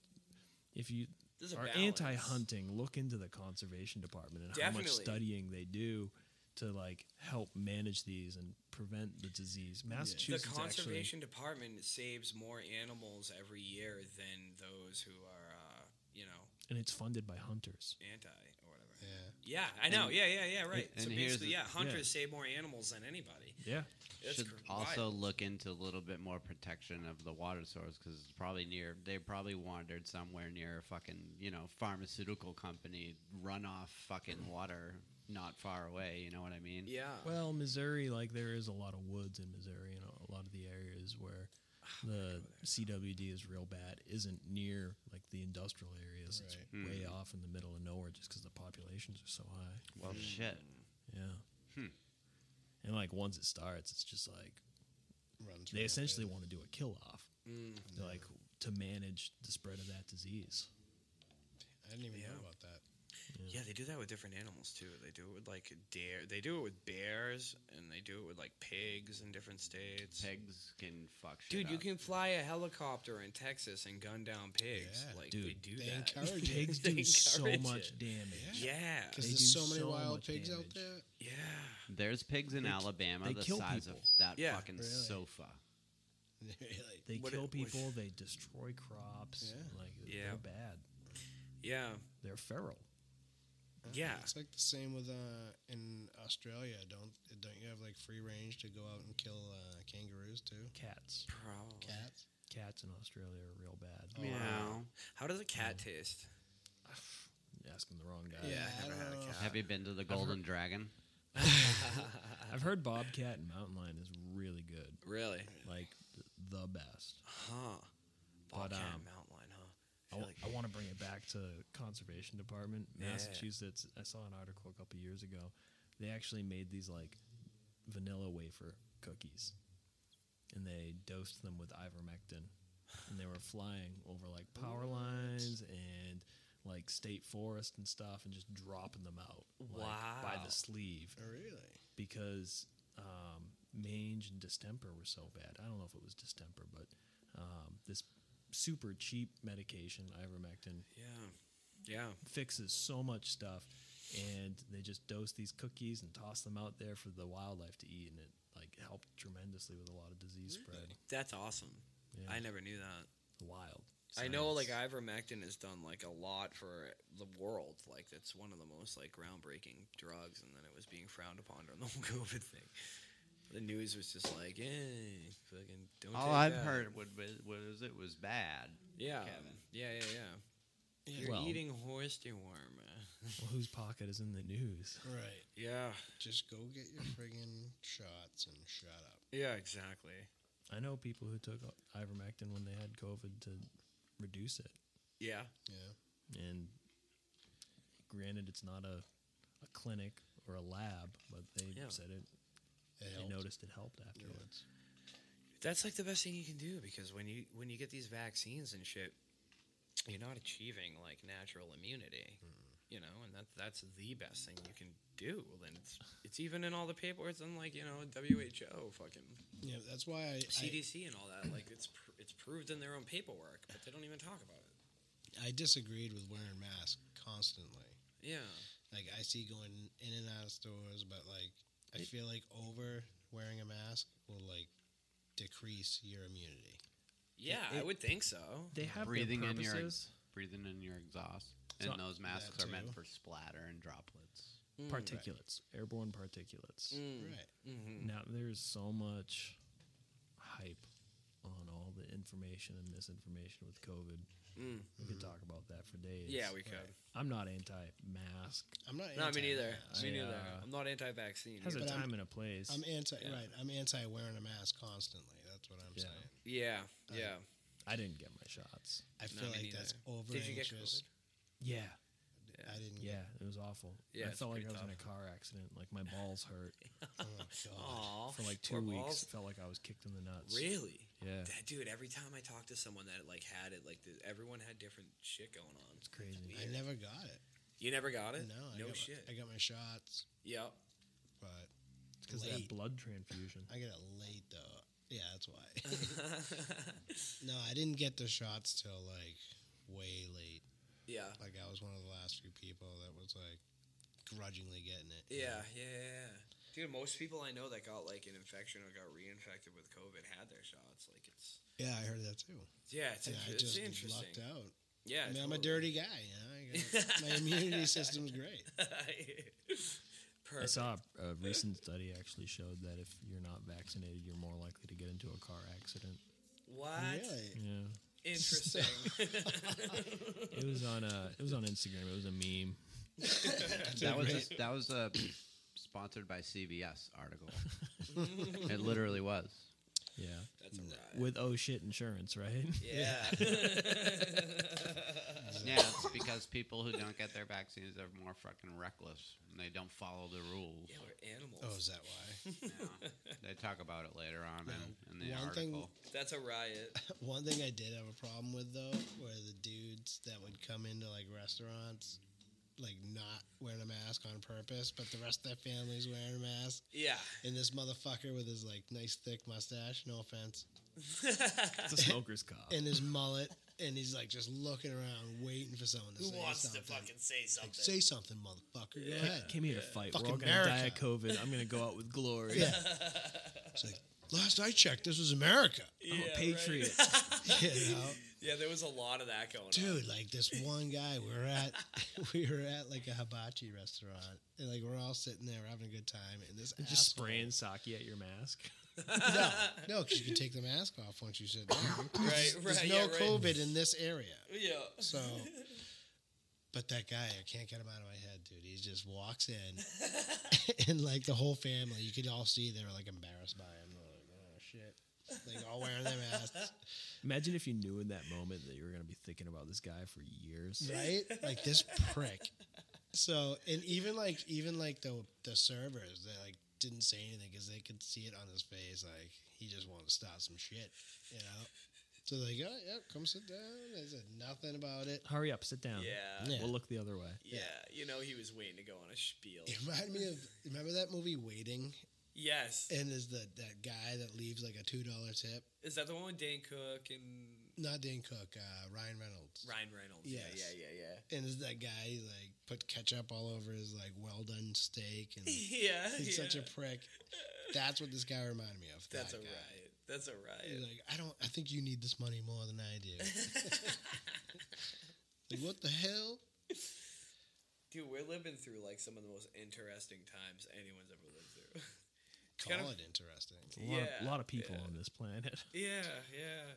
if you There's a are balance. anti-hunting look into the conservation department and how much Definitely. studying they do to like help manage these and prevent the disease. The Massachusetts actually, conservation department saves more animals every year than those who are, uh, you know, and it's funded by hunters. anti or whatever. Yeah. Yeah, I know. yeah, yeah, yeah. Right. and so here's basically, the- yeah, hunters save more animals than anybody. Yeah, That's should cr- also wild. look into a little bit more protection of the water source because it's probably near. They probably wandered somewhere near a fucking you know pharmaceutical company runoff fucking water not far away. You know what I mean? Yeah. Well, Missouri, like there is a lot of woods in Missouri, and a lot of the areas where Ah, the CWD is real bad isn't near like the industrial areas. Right. It's way Hmm. off in the middle of nowhere, just because the populations are so high. Well, shit. Yeah. Hmm. And like once it starts, it's just like Runs they rampant. essentially want to do a kill off, Mm. They're like to manage the spread of that disease. I didn't even Yeah. know about that. Yeah, they do that with different animals too. They do it with like deer. They do it with bears, and they do it with like pigs in different states. Pigs can fuck shit. Dude, you up. can fly a helicopter in Texas and gun down pigs. Yeah. like Dude, they do they that. encourage it. Pigs do so encourage much it. damage. Yeah. Yeah, Because They there's do so many so wild much pigs damage. out there. yeah. There's pigs in They k- Alabama they the kill size people. of that Yeah. fucking Really? sofa. really? They What kill it- what- people. They destroy crops. Yeah. Like Yeah. they're bad. Yeah, They're feral. Uh, Yeah. It's like the same with uh, in Australia. Don't don't you have like free range to go out and kill uh, kangaroos too? Cats. probably. Cats. Cats in Australia are real bad. Meow. How does a cat taste? You're asking the wrong guy. Yeah, Yeah, I I never had don't a know. cat. Have you been to the Golden Dragon? I've heard bobcat and mountain lion is really good. Really? Like th- the best. Huh. But, Bobcat um, mountain lion, huh? I, I feel w- like- I want to bring it back to conservation department Yeah. massachusetts i saw an article a couple years ago they actually made these like vanilla wafer cookies and they dosed them with ivermectin and they were flying over like power lines and like state forest and stuff and just dropping them out like, by Wow. the sleeve Oh, really? because um, mange and distemper were so bad. I don't know if it was distemper, but um, this super cheap medication, ivermectin, yeah. Yeah. fixes so much stuff. And they just dose these cookies and toss them out there for the wildlife to eat, and it like helped tremendously with a lot of disease spread. That's awesome. Yeah, I never knew that. wild. I know, like science. ivermectin has done like a lot for the world. Like that's one of the most like groundbreaking drugs, and then it was being frowned upon during the whole COVID thing. The news was just like, eh, fucking don't. All take that." I've heard was, was it was bad. Yeah, Kevin. yeah, yeah, yeah. You're Well- eating horse deworm. well, whose pocket is in the news? Right. Yeah, Just go get your friggin' shots and shut up. yeah, exactly. I know people who took ivermectin when they had COVID to reduce it. Yeah, Yeah. and granted it's not a, a clinic or a lab but they Yeah. said it It they helped. noticed it helped afterwards that's like the best thing you can do because when you when you get these vaccines and shit, you're not achieving like natural immunity, you know, and that that's the best thing you can do. And it's, it's even in all the paperwork it's in like you know WHO, fucking Yeah, that's why I, I CDC, and all that. Like it's pr- it's proved in their own paperwork, but they don't even talk about it. I disagreed with wearing masks constantly. Yeah, Like I see going in and out of stores, but like I feel like over wearing a mask will like decrease your immunity. yeah, I it- would think so. they have breathing their in your purposes breathing in your exhaust, So- and those masks are meant too. for splatter and droplets. Mm. particulates airborne particulates Mm. Right. hmm now there's so much hype on all the information and misinformation with covid Mm. we could talk about that for days Yeah, we could. i'm not anti-mask I'm not. No, anti me neither. mask. Me I, neither. uh, I'm not anti-vaccine. has a But I'm- time and a place I'm anti. Yeah. Right. I'm anti wearing a mask constantly. That's what I'm Yeah. saying. Yeah, I- yeah. i didn't get my shots I feel me like neither. that's over Did you get anxious. yeah COVID? I didn't. Yeah, it was awful. Yeah, I it's felt like pretty I was in tough. a car accident. Like my balls hurt Oh my god. Aw, for like two poor weeks. balls. Felt like I was kicked in the nuts. Really? Yeah, That, dude, every time I talk to someone that like had it, like the, everyone had different shit going on. it's crazy. I never got it. You never got it? No. I no got shit. My, I got my shots, yep. but Because they late. have blood transfusion. I got it late though. Yeah, that's why. no, I didn't get the shots till like way late. yeah. Yeah. Like I was one of the last few people that was like grudgingly getting it. you Yeah, know? yeah, yeah, yeah. Dude, most people I know that got like an infection or got reinfected with COVID had their shots. Like it's Yeah, I heard that too. yeah, it's, And it's, I it's just interesting. lucked out. Yeah, I mean, I'm a totally. dirty guy, you know. I got, my immunity system's great. Perfect. I saw a, a recent study actually showed that if you're not vaccinated, you're more likely to get into a car accident. What? Really? Yeah. Interesting. It was on uh it was on Instagram. It was a meme. That was a, that was a sponsored by CVS article. it literally was. Yeah. That's a ride. With oh shit insurance, right? yeah. Yeah, it's because people who don't get their vaccines are more fucking reckless and they don't follow the rules. yeah, we're animals. Oh, is that why? Yeah. They talk about it later on in, in the One thing- article. That's a riot. One thing I did have a problem with though, were the dudes that would come into like restaurants, like not wearing a mask on purpose, but the rest of their family's wearing a mask, Yeah. and this motherfucker with his like nice thick mustache, no offense, It's a smoker's cop. and his mullet, and he's like just looking around, waiting for someone to Who say wants something. to fucking say something? Like, say something, motherfucker. Go ahead. Came here to fight. We're Fucking all gonna die of America. COVID. I'm gonna go out with glory. Yeah. It's like last I checked, this was America. I'm Yeah, a patriot. right. You know? yeah, there was a lot of that going on. dude like this one guy we were at we were at like a hibachi restaurant and like we're all sitting there having a good time and this Just asshole- spraying sake at your mask. no no because you can take the mask off once you sit down Right, there's right, no yeah, right. covid in this area Yeah. so but that guy i can't get him out of my head dude he just walks in and like the whole family you could all see they were like embarrassed by him They're like oh shit like all wearing their masks Imagine if you knew in that moment that you were gonna be thinking about this guy for years. right? Like this prick. So and even like even like the the servers they like didn't say anything because they could see it on his face like he just wanted to start some shit, you know. So they go, yeah, come sit down. They said nothing about it. Hurry up, sit down. Yeah. Yeah. We'll look the other way. Yeah, you know he was waiting to go on a spiel. It reminded me of remember that movie Waiting, Yes, and is the that guy that leaves like a two dollar tip? is that the one with Dan Cook and Not Dane Cook, uh, Ryan Reynolds. Ryan Reynolds? Yes. Yeah, yeah, yeah, yeah. And is that guy he, like put ketchup all over his like well done steak and Yeah, Mm. he's such a yeah. prick. That's what this guy reminded me of. That's that a guy. riot. That's a riot. He's like, I don't. I think you need this money more than I do. like, what the hell? Dude, we're living through like some of the most interesting times anyone's ever lived through. Call kind of- it interesting. A lot, of, Yeah, lot of people yeah. on this planet. yeah, yeah.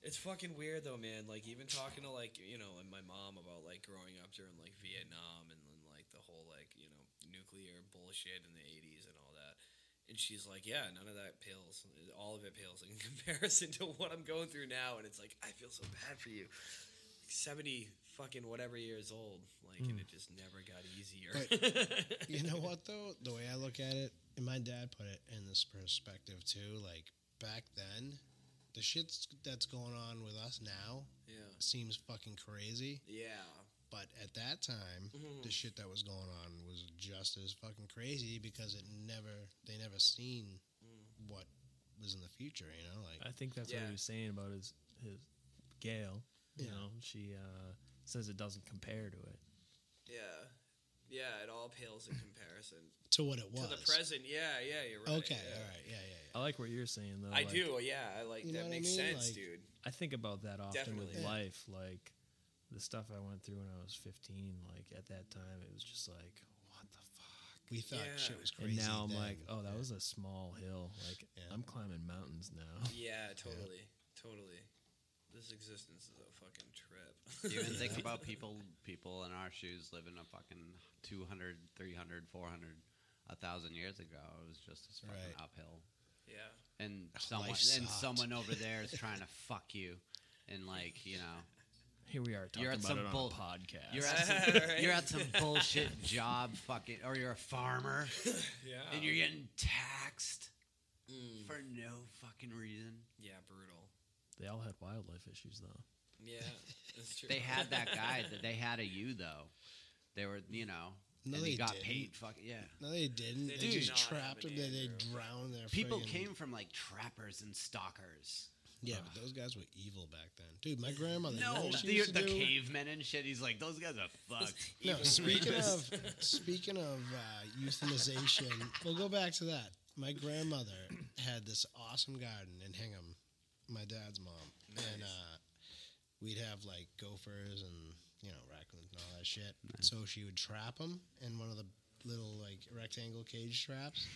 It's fucking weird though, man. Like even talking to like you know, and my mom about like growing up during like Vietnam and then like the whole like you know nuclear bullshit in the eighties and all that. And she's like, "Yeah, none of that pales. All of it pales in comparison to what I'm going through now." And it's like, I feel so bad for you. Like Seventy fucking whatever years old, like, and it just never got easier. Hmm. You know what though? The way I look at it, and my dad put it in this perspective too. Like back then, the shit that's going on with us now yeah, seems fucking crazy. yeah. But at that time, Mm-hmm. the shit that was going on was just as fucking crazy because it never they never seen Mm-hmm. what was in the future. You know, like I think that's what Yeah. he was saying about his his Gail. You Yeah. know, she uh, says it doesn't compare to it. Yeah. Yeah, it all pales in comparison to what it was. to the present. Yeah, yeah, you're right. Okay, yeah. all right, yeah, yeah, I like what you're saying though. I like, do. Yeah, I like You that know what I makes mean? sense, Like- dude. I think about that often Definitely. with Yeah. life, like the stuff I went through when I was 15. Like at that time, it was just like, what the fuck? yeah. We thought Yeah. shit was And crazy. now I'm then. like, oh, that was a small hill. Like Yeah. I'm climbing mountains now. Yeah, totally, totally. This existence is a fucking trip. Do you even think about people people in our shoes living a fucking 200, 300, 400, 1,000 years ago? It was just this fucking Right. uphill. yeah, And someone life and sucked. someone over there is trying to fuck you. And like, you know, Here we are talking You're at about some it on bull- a podcast. you're at some, Right. you're at some bullshit job fucking or you're a farmer yeah, and you're getting taxed for no fucking reason. Mm. yeah, brutal. they all had wildlife issues though. Yeah, that's true. They had that guy that they had a you though. They were, you know, No, and he they got didn't. paid fuck yeah. no, they didn't. They They, did just not have trapped a them. They, they dandruff. drowned their People friggin- came from like trappers and stalkers. Yeah, but those guys were evil back then, dude. My grandmother. you Oh, know No, what she the, used to the do? cavemen and shit. He's like, those guys are fucked. No, speaking of speaking of uh, euthanization, we'll go back to that. My grandmother had this awesome garden in Hingham, my dad's mom, and uh, we'd have like gophers and you know raccoons and all that shit. So she would trap them in one of the little like rectangle cage traps,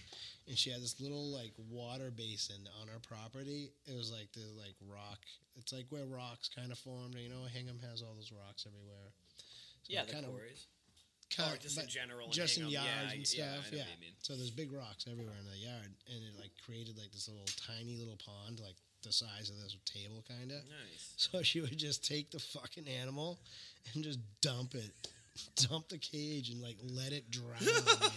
and she had this little like water basin on her property. It was like the like rock. It's like where rocks kind of formed. You know, Hingham has all those rocks everywhere. So yeah, it the kinda- quarries. kind Or just in but general. and just in hang 'em. yards Yeah, I- and yeah, I stuff. know Yeah. what you mean. So there's big rocks everywhere in the yard, and it like created like this little tiny little pond, like the size of this table, kind of. Nice. So she would just take the fucking animal and just dump it, dump the cage, and like let it drown. like,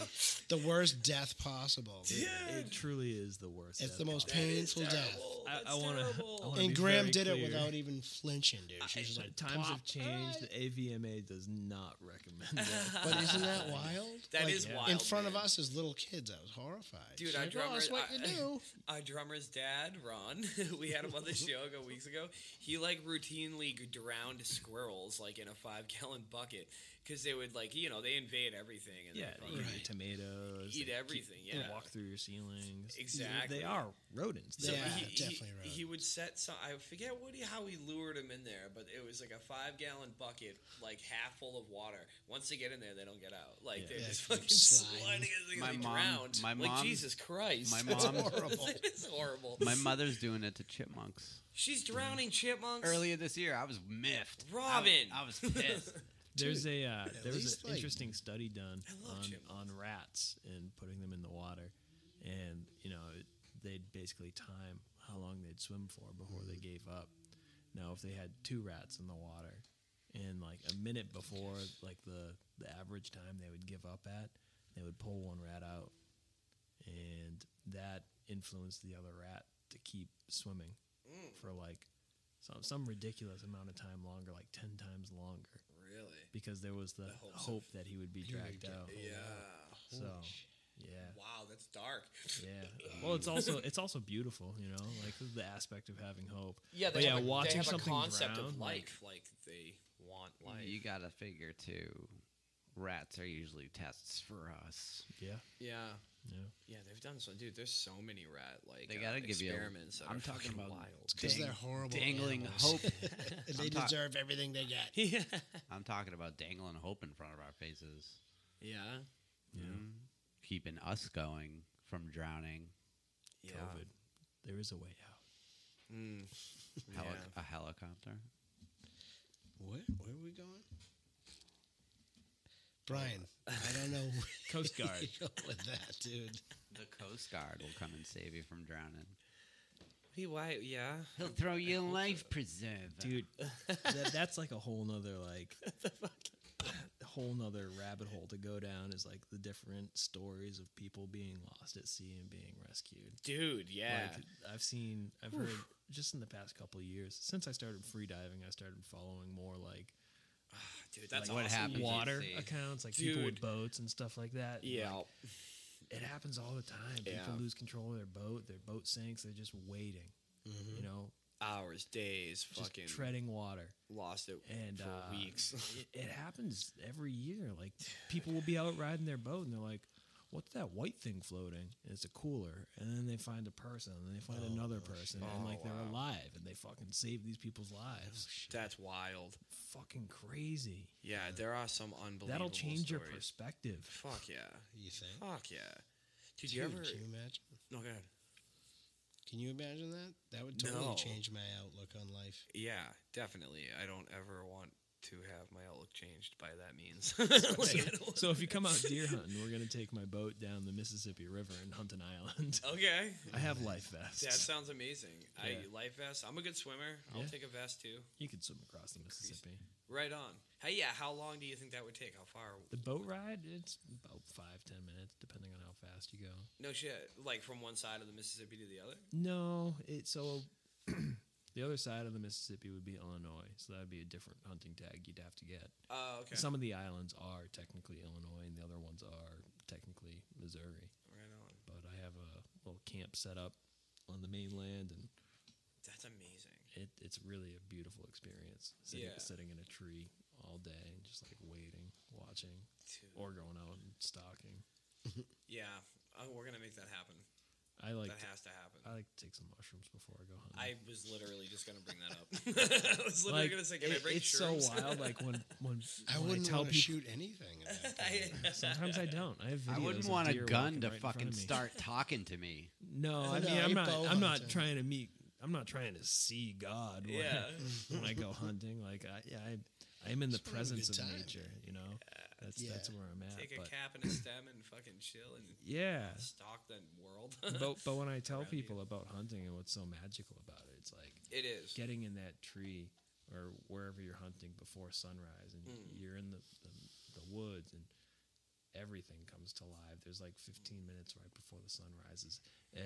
the worst death possible. dude. It truly is the worst. It's death the most call. That is painful death. terrible. I- That's I wanna- I terrible. wanna- And be Graham very did it clear. without even flinching, dude. She was just I- like, times "Plop." have changed. The AVMA does not recommend that. But isn't that wild? That Like, is in wild. in front of man. us as little kids. I was horrified. Dude, She's our like, "Well, that's drummer- what you I- do. our uh, drummer's dad, Ron, we had him on the show a couple weeks ago. He like routinely g- drowned squirrels like in a five gallon bucket because they would like you know they invade everything and yeah, yeah, they eat Right. your tomatoes. Eat they keep- everything, they yeah. walk through your ceilings. Exactly. They are rodents. So They're Yeah, he, definitely he, right. he would set some. I forget what he, how he lured him in there, but it was like a five gallon bucket, like half full of water. Once they get in there, they don't get out. Like Yeah. they're Yeah, just keep fucking sliding. sliding. as My they mom- drowned. my like mom- Jesus Christ, my That's mom- horrible. it's horrible. My mother's doing it to chipmunks. She's drowning chipmunks. Earlier this year, I was miffed. I was- Robin. I was, pissed. There's a uh, there was least, an like- interesting study done I love on, chipmunks. on rats and putting them in the water, and you know it, they'd basically time how long they'd swim for before they Mm-hmm. gave up. Now, if they had two rats in the water, and like a minute before like the the average time they would give up at, they would pull one rat out, and that influenced the other rat to keep swimming Mm. for like some some ridiculous amount of time longer, like ten times longer Really? because there was the, The hopes hope that he would be dragged get out. Oh, Yeah. So, yeah, Wow, that's dark. yeah. Well, it's also it's also beautiful, you know, like the aspect of having hope. Yeah, But they yeah, have a, watching they have something a concept of drown, like- life, like, they want life. you gotta figure too. Rats are usually tests for us. Yeah, yeah, yeah. yeah, they've done so, dude. There's so many rat like They uh, gotta give you. experiments. that I'm are talking fucking about wild. Because dang- they're horrible. dangling animals. hope. And they I'm talk- deserve everything they get. yeah, I'm talking about dangling hope in front of our faces, yeah, keeping us going from drowning. yeah. COVID. There is a way out. Mm. Heli- Yeah. A helicopter. Where, where are we going? Brian, I don't know where Coast you Guard. go with that, dude. The Coast Guard will come and save you from drowning. He why? Yeah, He'll throw you a life preserver. dude that, that's like a whole nother like whole nother rabbit hole to go down is like the different stories of people being lost at sea and being rescued dude. Yeah, Like, I've seen, I've heard just in the past couple of years since I started free diving, I started following more like dude. That's Like, what awesome. happens at water sea. accounts, like people Dude. with boats and stuff like that. And, Yeah, like, it happens all the time. People Yeah. lose control of their boat, their boat sinks, they're just waiting, you know, hours, days, just Mm-hmm. fucking treading water. lost it And for uh, weeks. it, it happens every year. Like people will be out riding their boat and they're like, What's that white thing floating? And it's a cooler. And then they find a person and they find another person and Oh, like wow. Oh, they're alive and they fucking save these people's lives. That's wild. fucking crazy. Yeah, there are some unbelievable. That'll change your stories. perspective. Fuck yeah. You think? Fuck yeah. Did Dude, you ever? Can you imagine? Oh, No, go ahead. Can you imagine that? That would totally No. change my outlook on life. Yeah, definitely. I don't ever want to have my outlook changed by that means. So, Like, I don't- so if you come out deer hunting, we're gonna take my boat down the Mississippi River and hunt an island. okay, I have life vests. that sounds amazing. I Yeah. life vest. I'm a good swimmer. I'll Yeah. take a vest too. you could swim across the Mississippi. Right on. Hey, yeah. How long do you think that would take? How far? The boat ride, it's about five ten minutes, depending on how fast you go. No shit. Like from one side of the Mississippi to the other. No, it so the other side of the Mississippi would be Illinois, so that'd be a different hunting tag you'd have to get. Oh, okay. Some of the islands are technically Illinois, and the other ones are technically Missouri. right on. but I have a little camp set up on the mainland and That's That's amazing. It, it's really a beautiful experience sitting, Yeah. sitting in a tree all day and just like waiting, watching, Dude. or going out and stalking. yeah, uh, we're gonna make that happen. I like that to, has to happen. I like to take some mushrooms before I go hunting. I was literally just gonna bring that up. I was literally like, gonna say, can I it- bring it's shrooms? so wild. Like when when, I when wouldn't tell want to people, shoot anything. at that point. Sometimes I don't. I have. Videos I wouldn't of want a deer gun walking to right in front of fucking me. start talking to me. No, I No, mean I'm you not. bow I'm not hunting. trying to meet. I'm not trying to see God when, Yeah. when I go hunting. Like I, yeah, I, I am in the Just wanna have a presence of good time. nature. You know, that's Yeah. that's where I'm at. Take a but cap and a stem and fucking chill and yeah, stalk the world. but but when I tell Around you. people about hunting and what's so magical about it, it's like it is. getting in that tree or wherever you're hunting before sunrise and Mm. you're in the, the, the woods and everything comes to life there's like 15 minutes right before the sun rises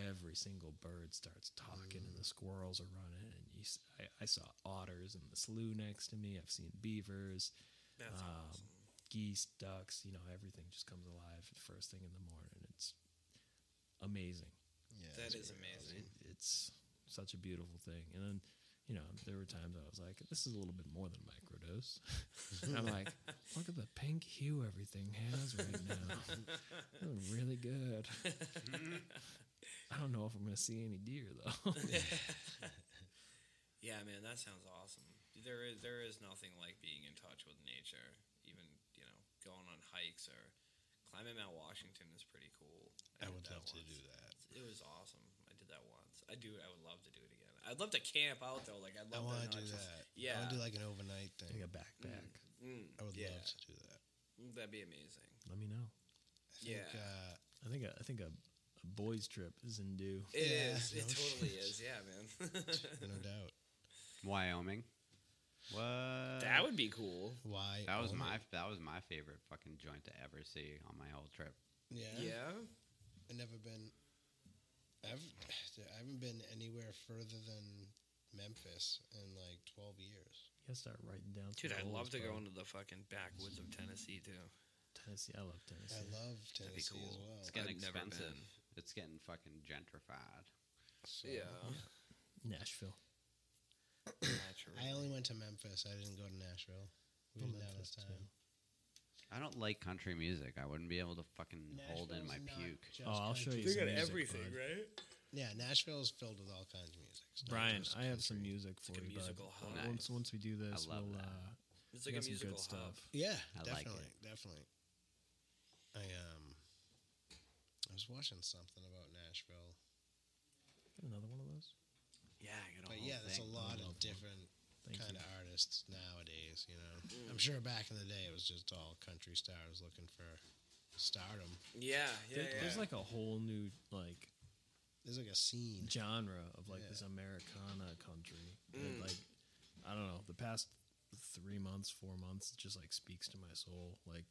every single bird starts talking and the Hmm. squirrels are running and you, s- I, I saw otters in the slough next to me i've seen beavers That's um, awesome. geese ducks you know everything just comes alive first thing in the morning it's amazing Yeah, That that's is pretty awesome. amazing. it- it's such a beautiful thing. And then, you know, there were times I was like, this is a little bit more than microdose. And I'm like, look at the pink hue everything has right now. They're really good. Hmm? I don't know if I'm going to see any deer though. Yeah, man, that sounds awesome. There is there is nothing like being in touch with nature. Even you know, going on hikes or climbing Mount Washington is pretty cool. did I would that love to once. do that. It was awesome. I did that once. I do. I would love to do it again. I'd love to camp out though. Like I'd I love to want not to do just- that. I Yeah. want to do like an overnight Take thing. a backpack. Mm, I would yeah. love to do that. Mm, That'd be amazing. Let me know. I think, Yeah. Uh, I think, a, I think a, a boys trip is in due. It is. Yeah, It no totally shit. is. Yeah, man. uh, no doubt. Wyoming. What? that would be cool. Why? That was own my it? that was my favorite fucking joint to ever see on my whole trip. Yeah. Yeah. I've never been. I've I haven't been anywhere further than Memphis in like twelve years. You gotta start writing down. some Dude, I'd love goals, to bro. go into the fucking backwoods of Tennessee too. Tennessee. I love Tennessee. I love That'd be Tennessee cool. as well. It's getting I've never expensive. been. It's getting fucking gentrified. So, Nashville. I only went to Memphis. I didn't go to Nashville. We Oh, didn't have Memphis, this time. I don't like country music. I wouldn't be able to fucking hold in Nashville's my not puke. just Oh, I'll show country. you They some got music, everything, bud. right? Yeah, Nashville's filled with all kinds of music. It's not Brian, just I have some country. music for like a you, bud. musical hub. Once- Once, once we do this, love we'll, that. uh, It's we like a got some musical good hub. stuff. Yeah, I like definitely, definitely. I um, I was watching something about Nashville, Get another one of those. Yeah, I got but yeah, there's a lot love one. of different Thank kind you. of artists nowadays. You know, I'm sure back in the day it was just all country stars looking for stardom. Yeah, yeah, There- yeah. There's like a whole new like There's like a scene. genre of like Yeah. this Americana country. that, Mm. like I don't know, the past three months, four months, it just like speaks to my soul. Like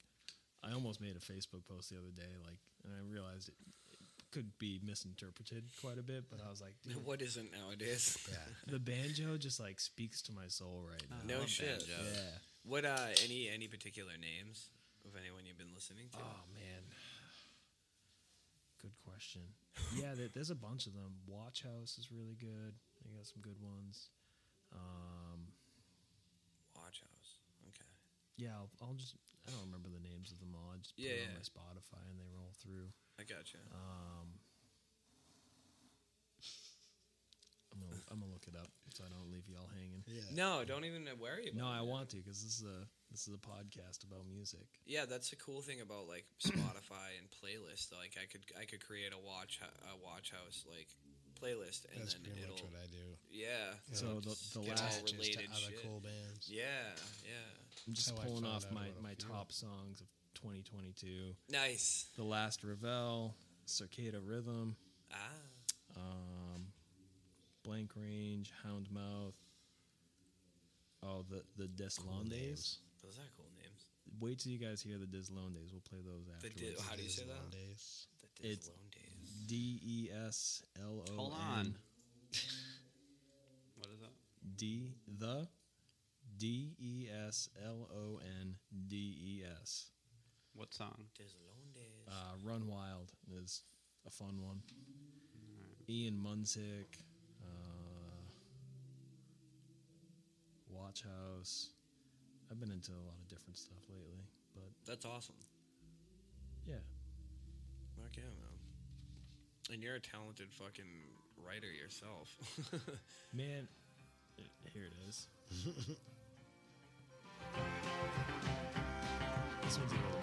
I almost made a Facebook post the other day, like, and I realized it, it could be misinterpreted quite a bit, but I was like, dude, what isn't nowadays? the banjo just like speaks to my soul right now. No love shit. banjo. Yeah. What uh any any particular names of anyone you've been listening to? Oh man, good question. Yeah, there, there's a bunch of them. Watch House is really good. They got some good ones. Um, Watch House. Okay. yeah, I'll, I'll just I don't remember the names of them all. I just put Yeah, it yeah. on my Spotify and they roll through. I gotcha. Um, I'm gonna I'm gonna look it up so I don't leave y'all hanging. Yeah, No, don't even worry about No, it. I want to because this is a this is a podcast about music. Yeah, that's the cool thing about like Spotify and playlists. Like I could I could create a watch a watch house like playlist and that's then pretty it'll much what I do. yeah. So the, just the get last all related to other shit. cool bands. Yeah, yeah. I'm just how I pulling found off out my about a my few. top songs of 2022. Nice. The Last Revel, Circada Rhythm, Ah. um, Blank Range, Hound Mouth. Oh, the the Deslondes. names. Those are cool names. Wait till you guys hear the Deslondes. We'll play those The afterwards. di- ah. how do you say Long that? days. The It's- Dislone days. D E S L O. Hold on. What is that? D the D E S L O N D E S. What song? Dislone days. Uh, Run Wild is a fun one. Ian Munsick. Uh, Beach House. I've been into a lot of different stuff lately, but That's awesome. yeah, Fuck yeah, man. And you're a talented fucking writer yourself. man, eh, here it is. this one's a little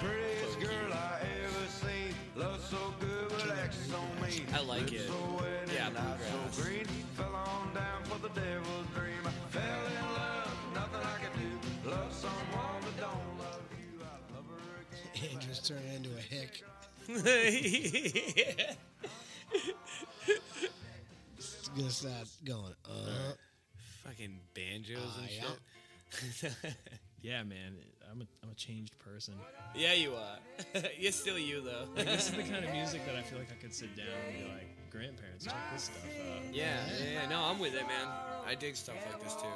Prettiest girl I ever seen. Love so good, but acts so mean. I like Lips it. So wet Yeah, and eyes bluegrass. so green. Fell on down for the devil's dream. I fell in love, nothing I could do. Love someone, but don't love you. I love her again. Andrew's turning into a hick. It's gonna start going. Uh, Fucking banjos Ah, and yeah. shit. yeah, man. I'm a I'm a changed person. yeah, you are. you're still you though. This is the kind of music that I feel like I could sit down and be like, grandparents, check this stuff out. yeah, yeah, yeah. No, I'm with it, man. I dig stuff like this too.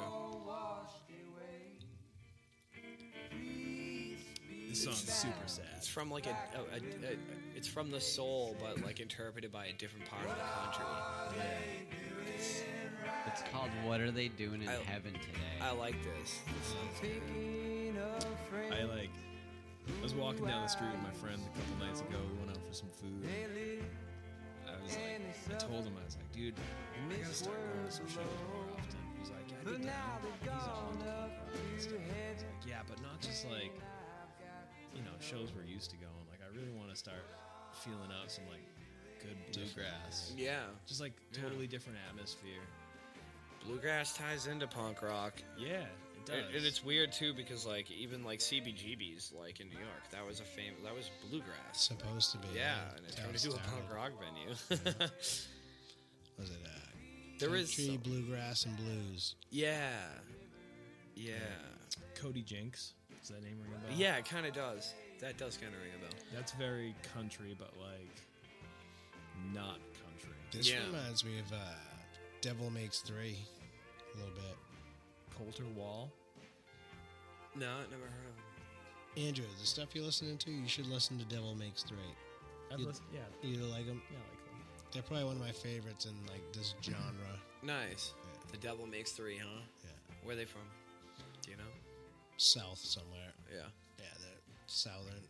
This song's super sad. It's from like a, a, a, a it's from the soul, but like interpreted by a different part of the country. It's called What Are They Doing in I- Heaven Today? I like this. This sounds good. I like. I was walking down the street with my friend a couple nights ago. We went out for some food. I was like, I told him I was like, dude, I gotta start going to some shows more often. He's like, yeah, I'd be down. He's a honky rock and stuff. I was like, yeah, but not just like, you know, shows we're used to going. Like, I really want to start feeling out some like good bluegrass, Yeah, just like totally different atmosphere. bluegrass ties into punk rock, Yeah, it does. and, and it's weird too because like even like CBGBs, like in New York, that was a fame. That was bluegrass. supposed to be. Yeah, and it That turned was into a terrible. punk rock venue. Was it? Uh, there is, country, some- bluegrass, and blues. yeah, yeah, Cody Jinks. Does that name ring a bell? yeah. It kind of does. That does kind of ring a bell. That's very country, but like not country. This Yeah. reminds me of uh, Devil Makes Three a little bit. Coulter Wall. No, I never heard of. It. Andrew, the stuff you're listening to, you should listen to Devil Makes Three. I've You- listened, yeah, You either like them? yeah, I like them. They're probably one of my favorites in like this genre. Nice. The Devil Makes Three, huh? Yeah, Where are they from? Do you know? south somewhere. Yeah. Yeah, they're southern.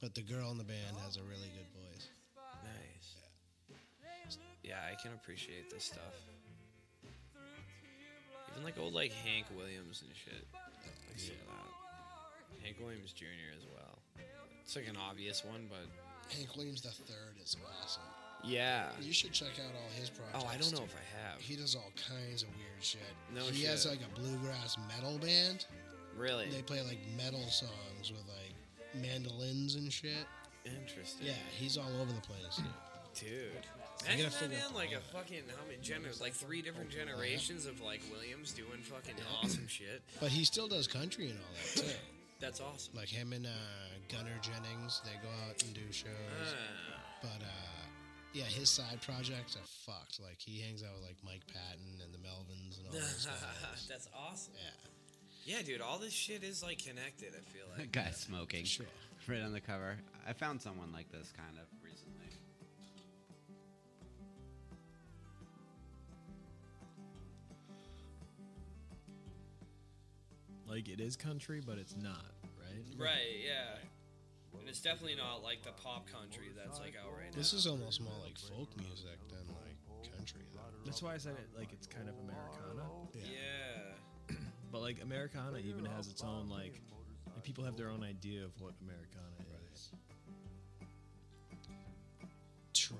But the girl in the band has a really good voice. Nice. Yeah, I can appreciate this stuff. Even like old like Hank Williams and shit. Like some of that. Hank Williams Jr. as well. It's like an obvious one, but Hank Williams the third is awesome. yeah. You should check out all his projects. Oh, I don't know too. if I have. He does all kinds of weird shit. No he has shit. like a bluegrass metal band. Really They play like metal songs with like mandolins and shit. interesting. Yeah, he's all over the place. dude. gotta Imagine that figure out man, Oh, the like a lineup. fucking how many generations, like three different generations of like Williams doing fucking awesome shit. But he still does country and all that too. That's awesome. like him and uh, Gunnar Jennings, they go out and do shows. Ah, But uh, yeah, his side projects are fucked. Like he hangs out with like Mike Patton and the Melvins and all those guys. that's awesome. Yeah, Yeah, dude, all this shit is like connected. I feel like. Guy smoking. sure. Right on the cover. I found someone like this kind of recently. Like it is country, but it's not, right? Right, yeah. And it's definitely not like the pop country that's like out right now. This is almost more like folk music than like country. Though. That's why I said it. Like it's kind of Americana, yeah. but like Americana even has its own like. like, people have their own idea of what Americana is. True.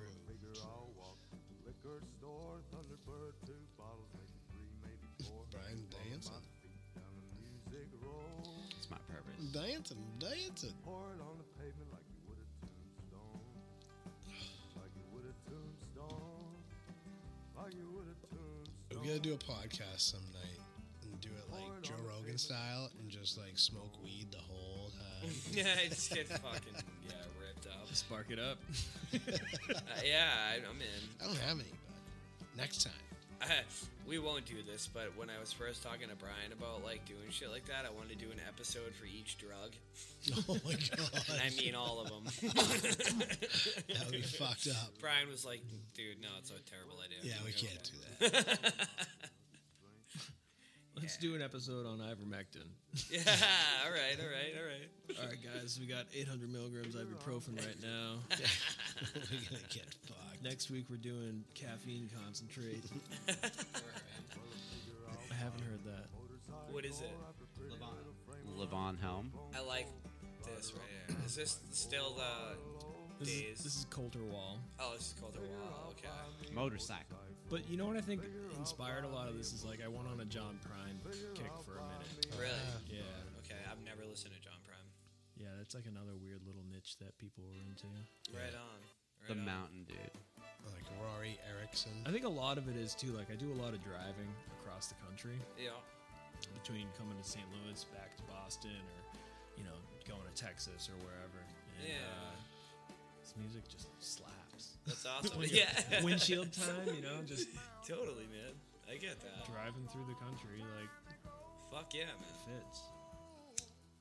Brian dancing, It's my purpose. dancing, dancing. We gotta do a podcast some night and do it like Joe Rogan style and just like smoke weed the whole time. Yeah, I just get fucking yeah ripped up. Spark it up. Uh, yeah, I, I'm in. Uh, I don't have any, but next time. we won't do this, but when I was first talking to Brian about like doing shit like that, I wanted to do an episode for each drug, Oh my god, and I mean all of them. that would be fucked up. Brian was like, "Dude, no, it's a terrible idea." Yeah, I'm we like, can't "Okay." do that. Let's do an episode on ivermectin. Yeah, all right, all right, all right. All right, guys, we got 800 milligrams ibuprofen right now. We're gonna get fucked. Next week we're doing caffeine concentrate. I haven't heard that. What is it? Levon Helm. I like this right here. Is this still the This Days. is, this is Coulter Wall. Oh, this is called a wall. Okay. Motorcycle. But you know what I think inspired a lot of this is like I went on a John Prine kick for a minute. Really? Yeah, Okay. I've never listened to John Prime. yeah, that's like another weird little niche that people were into. Right on. Right The on. mountain dude. Like Rory Erickson. I think a lot of it is too. Like I do a lot of driving across the country Yeah. between coming to St. Louis back to Boston or you know going to Texas or wherever. And, Yeah. uh, this music just slaps. That's awesome. yeah. Windshield time, you know, just totally, man. I get that. driving through the country like Fuck yeah, man. fits.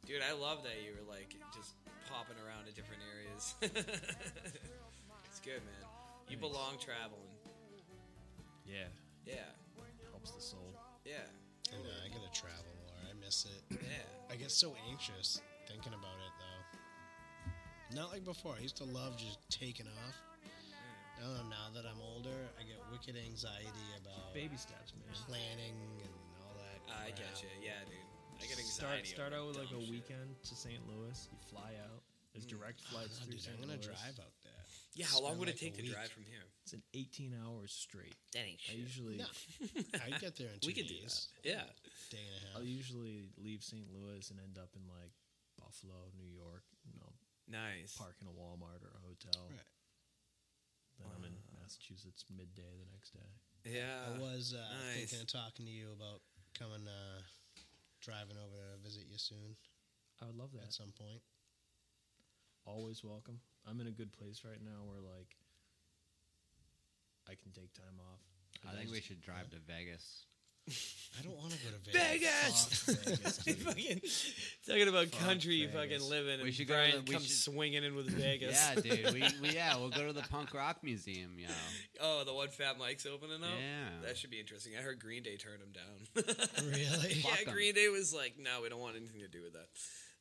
Dude, I love that you were like just popping around to different areas. it's good, man. You Thanks. belong traveling. Yeah, Yeah. helps the soul. Yeah. I know, Oh, I gotta travel more. I miss it. Yeah. I get so anxious thinking about it though. Not like before. I used to love just taking off. Mm. I don't know. Now that I'm older, I get wicked anxiety about Baby steps, man. planning and all that. I crap. get you. Yeah, dude. I get Start anxiety. start over out with like dumb a shit. Mm. Ah, weekend to St. Louis. You fly out. There's direct flights Oh, through dude, St. I'm gonna Louis. drive out there. Yeah, how long Spend would it like a take to week. drive from here? It's an 18 hours straight. That ain't I usually No, I get there in two We could do days, that. Oh, Yeah. day and a half. I'll usually leave St. Louis and end up in like Buffalo, New York. You know, Nice. park in a Walmart or a hotel. Right. Then I'm in Massachusetts midday the next day. Yeah. I was uh, Ah, nice. thinking of talking to you about coming, uh, driving over to visit you soon I would love that. at some point. always welcome. I'm in a good place right now where like I can take time off. I think we should drive to Vegas. I don't want to go to Vegas. Vegas. Fuck Vegas, dude. fucking talking about Fuck country you Vegas. fucking live in, We and should go to Brian the- we comes should- swinging in with Vegas. Yeah, dude. We, we yeah, we'll go to the punk rock museum, yo. Oh, the one Fat Mike's opening up. Yeah. That should be interesting. I heard Green Day turned him down. Really? yeah, Fuck 'em. Green Day was like, "No, we don't want anything to do with that."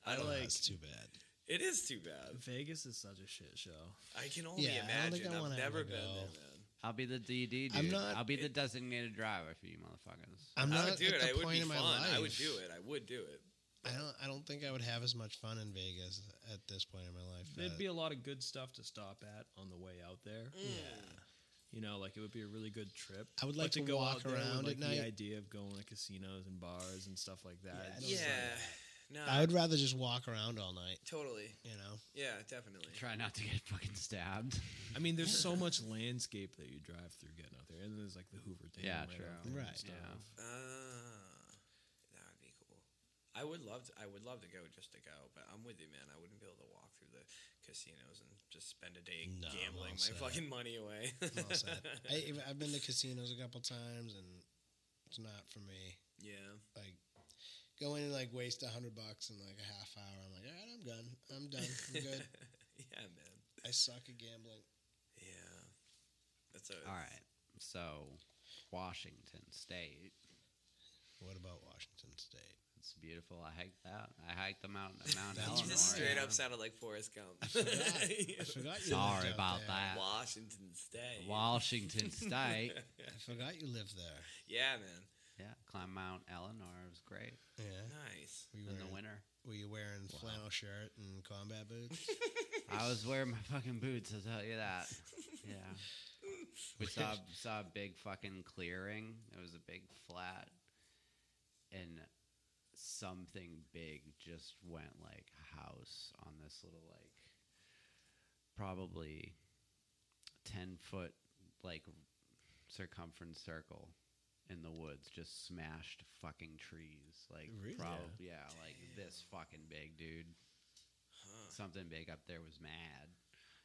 I, don't. Oh, Like, that's too bad. it is too bad. Vegas is such a shit show. I can only Yeah, I don't think imagine. I I wanna have never ever been go. there, man. I'll be the DD dude. I'm not- I'll be the designated driver for you motherfuckers. I'm I not would do at it. the It would point be in my fun. life. I would do it. I would do it. I don't. I don't think I would have as much fun in Vegas at this point in my life. There'd that- be a lot of good stuff to stop at on the way out there. Mm. Yeah. You know, like it would be a really good trip. I would like But to walk out there with, around at like, night. The idea of going to casinos and bars and stuff like that. Yeah, I It's don't Yeah. just like- No. I would rather just walk around all night. totally. You know. Yeah, definitely. Try not to get fucking stabbed. I mean, there's so much landscape that you drive through getting out there, and then there's like the Hoover Dam. Yeah, right true. out there and Right. stuff. Yeah. Ah, that would be cool. I would love to. I would love to go just to go, but I'm with you, man. I wouldn't be able to walk through the casinos and just spend a day No, I'm gambling all my set. fucking money away. I'm all set. I, I've been to casinos a couple times, and it's not for me. yeah, Like go in and like waste a hundred bucks in like a half hour. I'm like, all right, I'm done. I'm done. I'm good. yeah, man. I suck at gambling. Yeah, that's a, All right. So, Washington State. What about Washington State? It's beautiful. I hiked that. I hiked them out in Mount That's You Eleanor. just straight yeah. up sounded like Forrest Gump. I forgot you. Sorry lived out about there. that. Washington State. Washington State. I forgot you lived there. yeah, man. yeah, climbed Mount Eleanor. It was great Yeah. Nice. Were you in wearing, the winter. were you wearing flannel shirt and combat boots? I was wearing my fucking boots. I'll tell you that. Yeah. We saw saw a big fucking clearing. It was a big flat, and something big just went like house on this little like probably ten foot like circumference circle in the woods. Just smashed fucking trees. Like Really? probably yeah, like this fucking big dude Huh. something big up there was mad.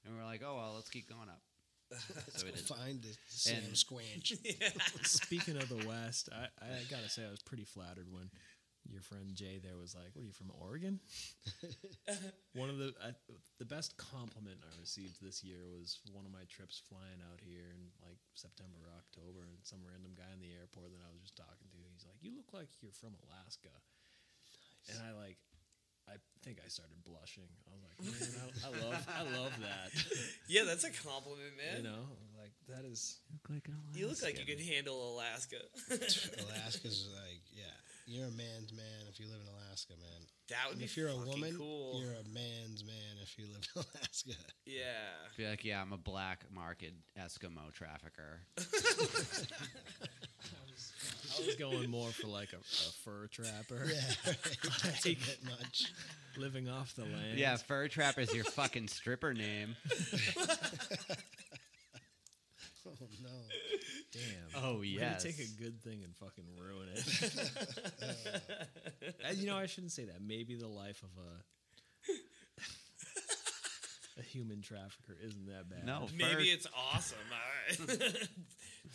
And we are like, oh, well, let's keep going up. Let's So go it is. find the Sam And- Squanch. Speaking of the West, I, I gotta say I was pretty flattered when your friend Jay there was like, "What are you from Oregon?" one of the I, the best compliment I received this year was one of my trips flying out here in like September or October, and some random guy in the airport that I was just talking to, he's like, "You look like you're from Alaska," and I like. I think I started blushing. I was like, "Man, I, I love, I love that." Yeah, that's a compliment, man. You know, like that is Look like an You look like you Alaskan. could handle Alaska. Alaska's like, yeah, you're a man's man if you live in Alaska, man. that would And be if you're a fucking woman, cool. you're a man's man if you live in Alaska. yeah. Be like, yeah, I'm a black market Eskimo trafficker. I was going more for like a, a fur trapper. Yeah, right. that's a bit much. living off the land. yeah, fur trapper's your fucking stripper name. Oh no, damn. Oh Way to yes. take a good thing and fucking ruin it. Uh, you know, I shouldn't say that. Maybe the life of a a human trafficker isn't that bad. no. fur- Maybe it's awesome. All right.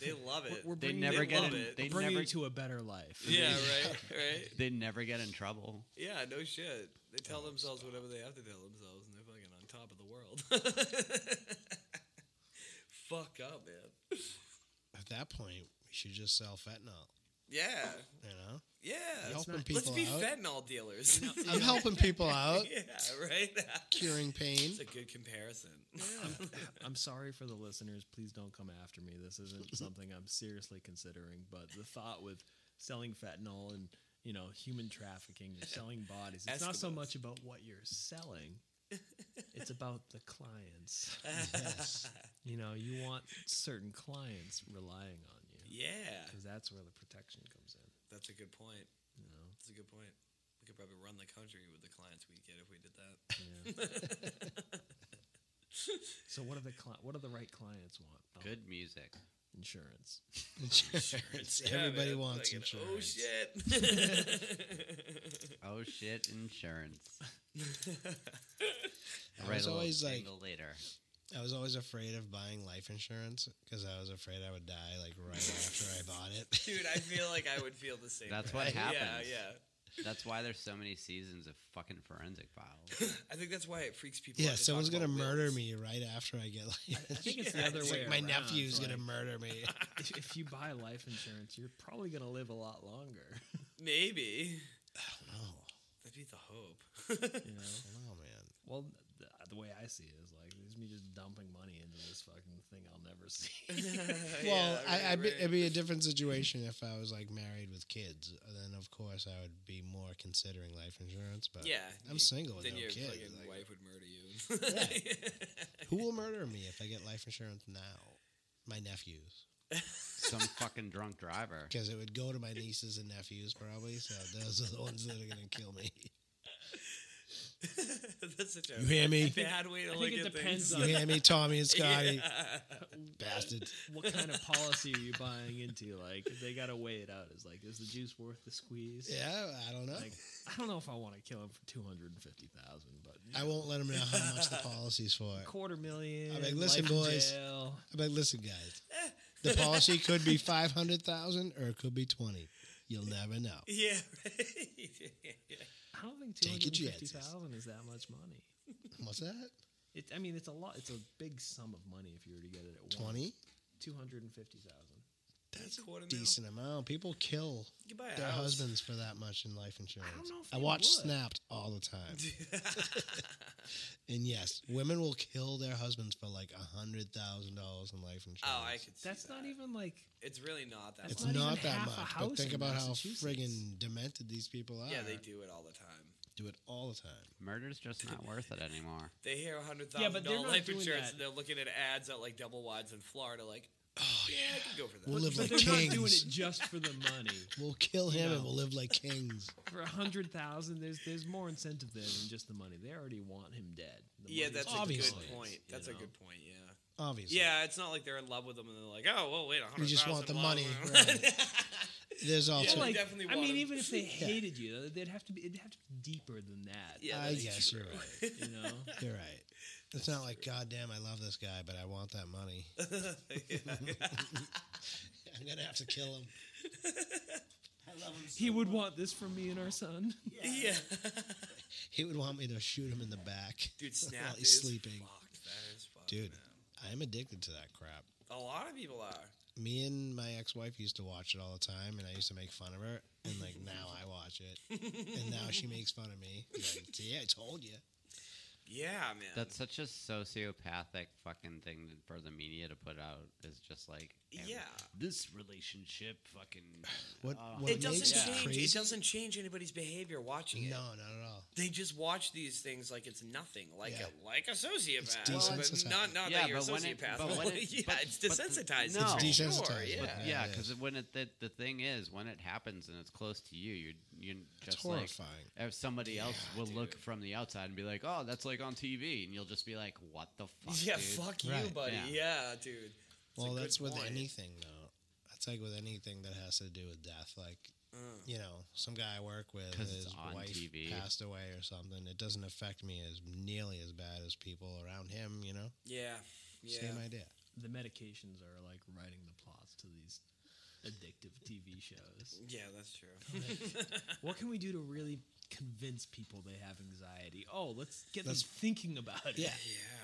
they love it. We're they bringing- never they get love in, it. they bring never you to a better life. yeah, right, right. they never get in trouble. Yeah, no shit. They tell Oh, themselves whatever they have to tell themselves, and they're fucking on top of the world. Fuck up, man. at that point, we should just sell fentanyl. Yeah, You know, yeah. helping Let's people be out. fentanyl dealers. I'm helping people out, yeah, right. curing pain. It's a good comparison. I'm sorry for the listeners. Please don't come after me. This isn't something I'm seriously considering. But the thought with selling fentanyl and you know human trafficking, you're selling bodies. It's not so Eskimos. much about what you're selling. It's about the clients. Yes. You know, you want certain clients relying on you Yeah, because that's where the protection comes in. that's a good point. You know, That's a good point. We could probably run the country with the clients we get if we did that. yeah. so what are the cli- what do the right clients want? Oh, Good music. insurance. insurance. Yeah, Everybody man. wants Like an- insurance. Oh shit! Oh shit, insurance. I Write was a little always like, jingle later. I was always afraid of buying life insurance because I was afraid I would die like right after I bought it. Dude, I feel like I would feel the same. That's what happens. Yeah, yeah. That's why there's so many seasons of fucking forensic files. I think that's why it freaks people. yeah, out to someone's talk gonna about murder wills. me right after I get life. I think it's the Yeah, other it's way. like my around, nephew's like, gonna murder me. if, if you buy life insurance, you're probably gonna live a lot longer. Maybe no, that'd be the hope. You know. no, man. Well, the, the way I see it is like this is me just dumping money into this fucking thing I'll never see. Well, Yeah, I, right, I'd be, right. it'd be a different situation if I was like married with kids. Then of course I would be more considering life insurance. But yeah, I'm you- single with Then no your kids. fucking like, wife would murder you. who will murder me if I get life insurance now? My nephews, Some fucking drunk driver. because it would go to my nieces and nephews probably. So those are the ones that are gonna kill me. that's such a You hear me? bad way to I look think it at depends things. on- You hear me, Tommy and Scotty? Yeah. Bastards. what kind of policy are you buying into? Like they gotta weigh it out. Is like is the juice worth the squeeze? Yeah, I don't know. Like I don't know if I want to kill him for two hundred and fifty thousand, but I won't let them know how much the policy's for. a quarter million. I mean, listen, life in boys. jail. I'm like, listen, guys, the policy could be five hundred thousand or it could be twenty. You'll never know. Yeah, right. I don't think two Take your hundred chances. fifty thousand is that much money. What's that? It, I mean, it's a lot. It's a big sum of money if you were to get it at Twenty? two hundred and fifty thousand. That's quarter mil. Decent amount. People kill You buy a their house. husbands for that much in life insurance. I don't know if I they watch would. Snapped all the time. and yes, women will kill their husbands for like a hundred thousand dollars in life insurance. Oh, I could. See That's that. not even like It's really not that. That's It's much. not not, even that much, half a but house think in about how Massachusetts. friggin' demented these people are. Yeah, they do it all the time. do it all the time. Murder's just not worth it anymore. They hear a hundred Yeah, thousand but thousand they're dollar not life doing insurance, that. and they're looking at ads at like double wides in Florida. Like, Oh yeah, I can go for that. We'll live But like they're not doing kings. it just for the money. We'll kill him No. and we'll live like kings. For a hundred thousand, there's there's more incentive there than just the money. They already want him dead. The yeah, money's that's obviously, a good point. That's you a know? good point. Yeah. Obviously. Yeah, it's not like they're in love with them and they're like, oh, well, wait, a hundred. We just want the thousand, money. blah, blah, blah." right. There's also Well, like, definitely I want mean, him. even if they hated you, they'd have to be. It'd have to be deeper than that. Yeah, I that's guess true. you're right. you know. You're right. It's not like, God damn, I love this guy, but I want that money. I'm gonna have to kill him. I love him. So He would much. want this from me and our son. Yeah. He would want me to shoot him in the back. Dude, Snap While is he's sleeping. fucked. That is fucked, Dude. man. I'm addicted to that crap. A lot of people are. Me and my ex-wife used to watch it all the time, and I used to make fun of her. And like now, I watch it, and now she makes fun of me. Like, yeah, I told you. Yeah, man. That's such a sociopathic fucking thing that- for the media to put out. Is just like ev- yeah. this relationship fucking. What? uh, what It doesn't makes change. Crazy? It doesn't change anybody's behavior watching it. No, not at all. They just watch these things like it's nothing, like Yeah. a like a sociopath, Well, but desensitized. not not Yeah, that you're a but when it- sociopath. but when it- yeah, but- it's but the- desensitized. no. for It's Sure, desensitized, yeah. But Yeah, yeah, it because is. when it the, the thing is when it happens and it's close to you, you're you're It's just like horrifying. if somebody else Yeah, will look dude. from the outside and be like, "Oh, that's like on TV," and you'll just be like, "What the fuck?" yeah, dude?" fuck you, Right, buddy. yeah. Yeah, dude. It's a well, good that's with point. anything though. That's like with anything that has to do with death. Like Uh. you know, some guy I work with, 'Cause it's his on wife TV. passed away or something. It doesn't affect me as nearly as bad as people around him. You know, Yeah, yeah. same idea. The medications are like writing the plots to these addictive TV shows. Yeah, that's true. what can we do to really convince people they have anxiety? Oh, let's get Let's- them thinking about it. Yeah.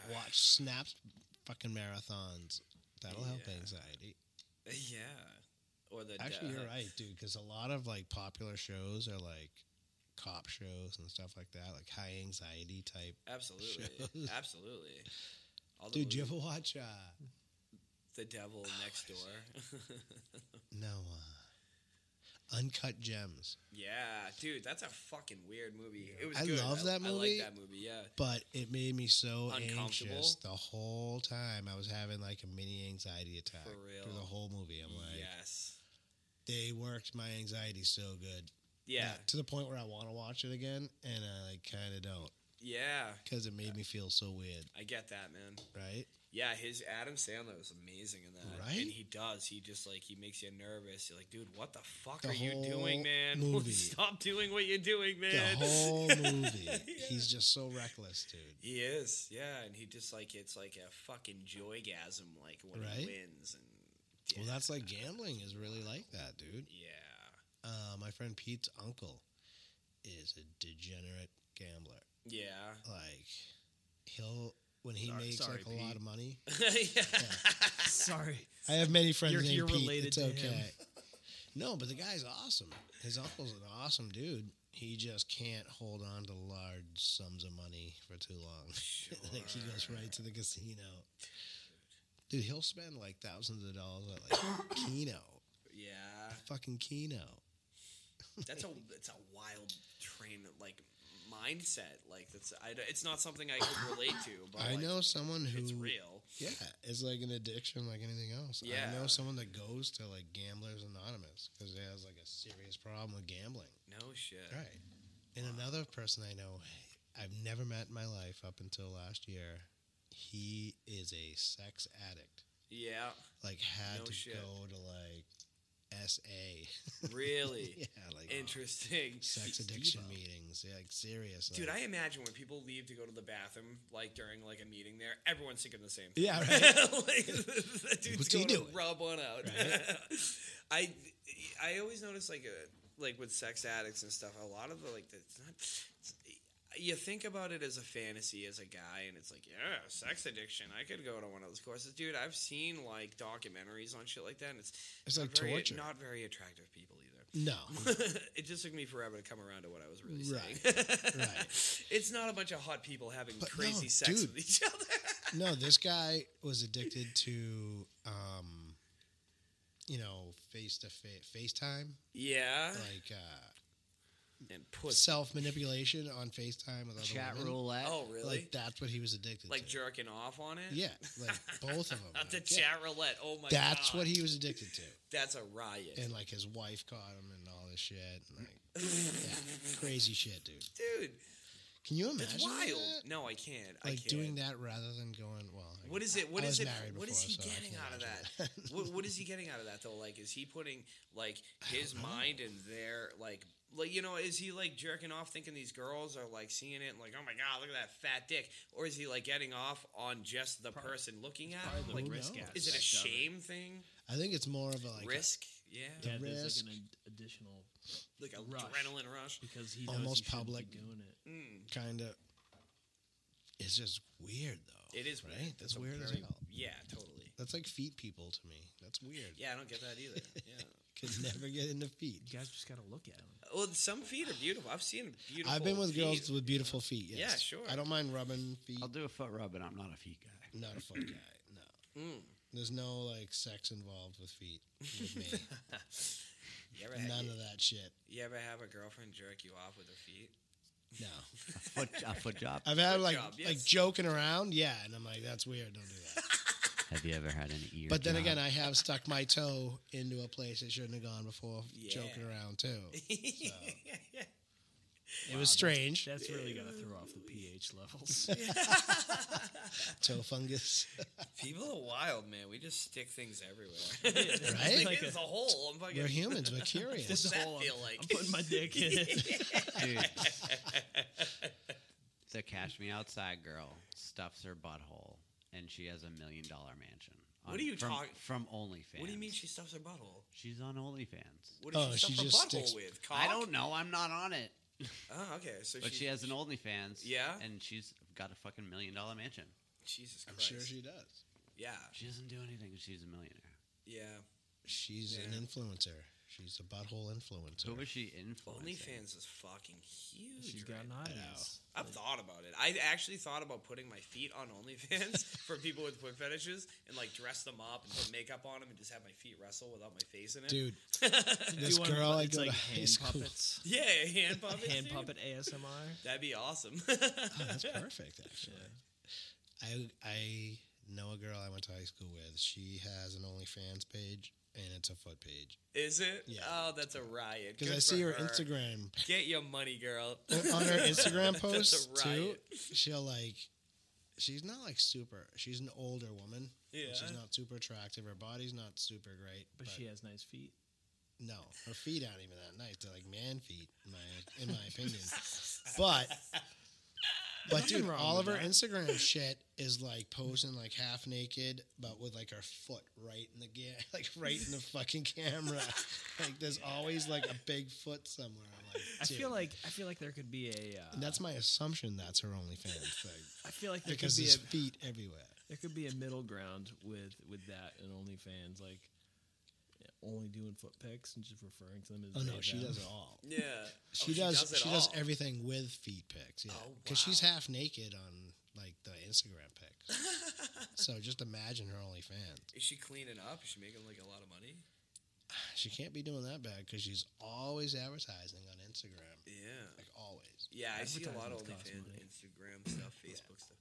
Yeah. Watch snaps, fucking marathons. That'll help Yeah. anxiety. Yeah. Or the Actually, uh, you're right, dude, because a lot of like popular shows are like cop shows and stuff like that, like high anxiety type. Absolutely, shows. absolutely. All Dude, those- do you ever watch? uh the devil next door? No, uh, Uncut Gems. yeah, dude, that's a fucking weird movie. It was. I good. love that movie. I like that movie. Yeah. But it made me so Uncomfortable? anxious the whole time. I was having like a mini anxiety attack For real? through the whole movie. I'm like, yes. they worked my anxiety so good. Yeah. Like, to the point where I want to watch it again, and I like kind of don't Yeah. because it made me feel so weird, I get that, man. right? Yeah, his Adam Sandler was amazing in that. Right? And he does. He just like he makes you nervous. You're like, dude, what the fuck The are you whole doing, man? movie. Stop doing what you're doing, man. The whole movie. Yeah. He's just so reckless, dude. He is, yeah, and he just like it's like a fucking joygasm, like when he Right? wins, and yeah, Well, that's like gambling is really like that, dude. yeah, Uh, my friend Pete's uncle is a degenerate gambler. yeah, Like he'll when he Sorry- makes sorry, like a lot Pete. of money. yeah. Sorry. I have many friends You're- named you're Pete. related it's to okay. him. No, but the guy's awesome. His uncle's an awesome dude. He just can't hold on to large sums of money for too long. like he goes right to the casino. Dude, he'll spend like thousands of dollars at like Keno, yeah. fucking Keno. That's a that's a wild train like mindset. Like that's I, don't- it's not something I could relate to. But I like, know someone who it's real. Yeah, it's like an addiction, like anything else. I Yeah. know someone that goes to like Gamblers Anonymous because they has like a serious problem with gambling. No shit. Right. And another person I know, I've never met in my life up until last year. He is a sex addict. Yeah, Like had No to shit. go to like SA. really yeah, like interesting. sex addiction meetings. Yeah, like serious. Dude, like- I imagine when people leave to go to the bathroom, like during like a meeting, there, everyone's thinking the same. thing. Yeah, like, right. that dude's What's he going to doing? rub one out. Right. I I always notice like a, like with sex addicts and stuff, a lot of the like the, it's not. It's, you think about it as a fantasy as a guy, and it's like, yeah, sex addiction. I could go to one of those courses, dude. I've seen like documentaries on shit like that, and it's It's not like very, torture. Not very attractive people either. no. it just took me forever to come around to what I was really Right, saying. right. It's not a bunch of hot people having But crazy no, sex dude. with each other. no, this guy was addicted to um you know, face to face FaceTime, yeah. like uh and pussy. self manipulation on FaceTime with other Chat women. roulette. Oh, really? Like that's what he was addicted Like, to. jerking off on it? Yeah, like both of them. Not the Like, yeah. chat roulette. Oh my god. That's what he was addicted to, That's a riot. and like his wife caught him and all this shit, and like yeah, crazy shit, dude. Dude, Can you imagine? that's wild. that? No, I can't. I Like can't. doing that rather than going well. I- What is it? What I is was it? married What is before, he so I getting can't out of imagine that? what, what is he getting out of that though? Like, is he putting like his mind and their like like you know, is he like jerking off thinking these girls are like seeing it and like, oh my god, look at that fat dick, or is he like getting off on just the person looking at him? Like, Who risk knows? is it a shame thing? I think it's more of a like risk, yeah, Yeah, there's like risk. an ad- additional like a Rush. adrenaline rush. because he knows Almost he shouldn't public. be doing it. Mm, kind of. It's just weird though. It is right. weird. That's It's a weird as very- hell. yeah, totally. That's like feet people to me. That's weird. Yeah, I don't get that either. Yeah. Could never get into feet. You guys just gotta look at him. Well, some feet are beautiful. I've seen beautiful. I've been with girls feet. with beautiful feet. Yes. Yeah, sure. I don't mind rubbing feet. I'll do a foot rub, but I'm not a feet guy. Not a foot guy. No. Mm. There's no like sex involved with feet with me. You ever had, None you, of that shit. ever have a girlfriend jerk you off with her feet? No. Foot, a foot job. I've had Good like job, like yes. joking around, yeah, and I'm like, that's weird. Don't do that. Have you ever had an ear? But then job? again, I have stuck my toe into a place it shouldn't have gone before Yeah. joking around too. yeah. It was strange. That's really gonna throw off the pH levels. Toe fungus. People are wild, man. We just stick things everywhere. Right? Like it's a hole. I'm fucking. We're humans. We're curious. What's that I'm- feel like? I'm putting my dick in it. Dude. the Cash Me Outside girl stuffs her butthole, and she has a million dollar mansion. What on- are you from, talk- From OnlyFans. What do you mean she stuffs her butthole? She's on OnlyFans. What does Oh, she stuff she her just butthole sticks- with? Cock? I don't know. I'm not on it. Oh, okay. So But she's, she has an OnlyFans. Yeah? And she's got a fucking million dollar mansion. Jesus I'm Christ. sure she does. yeah. She doesn't do anything. 'cause She's a millionaire. Yeah. She's Yeah. an influencer. She's a butthole influencer. Who is she influencing? OnlyFans is fucking huge. She's got right an audience. I've thought about it. I actually thought about putting my feet on OnlyFans for people with foot fetishes and like dress them up and put makeup on them and just have my feet wrestle without my face in it. Dude, Do this one- girl I it's go like to high hand school. puppets. Yeah, hand puppet. Hand puppet ASMR. That'd be awesome. oh, that's perfect actually. I I know a girl I went to high school with. She has an OnlyFans page and it's a foot page. Is it? Yeah. Oh, that's a riot. Because Good I see for her Instagram Get your money, girl. on her Instagram posts That's a too. riot. She'll like, she's not like super. She's an older woman. and Yeah. She's not super attractive. Her body's not super great. But she has nice feet. no, her feet aren't even that nice. They're like man feet, in my in my opinion. but. But Nothing dude, wrong all of with her that. Instagram shit is like posing like half naked, but with like her foot right in the ga- like right in the fucking camera. like there's always like a big foot somewhere. I'm like, I feel dude. like I feel like there could be a. Uh, And that's my assumption. That's her OnlyFans thing I feel like there could because be there's a feet everywhere. there could be a middle ground with with that and OnlyFans like only doing foot pics and just referring to them as. Oh no, they, she them. does it all. Yeah. She Oh, does. it she does all. everything with feet pics. Yeah, Oh, because she's wow. half naked on like the Instagram pics. so just imagine her OnlyFans. Is she cleaning up? Is she making like a lot of money? She can't be doing that bad because she's always advertising on Instagram. Yeah. Like always. Yeah, I see a lot of Advertisements cost OnlyFans, money. Instagram stuff, Facebook stuff.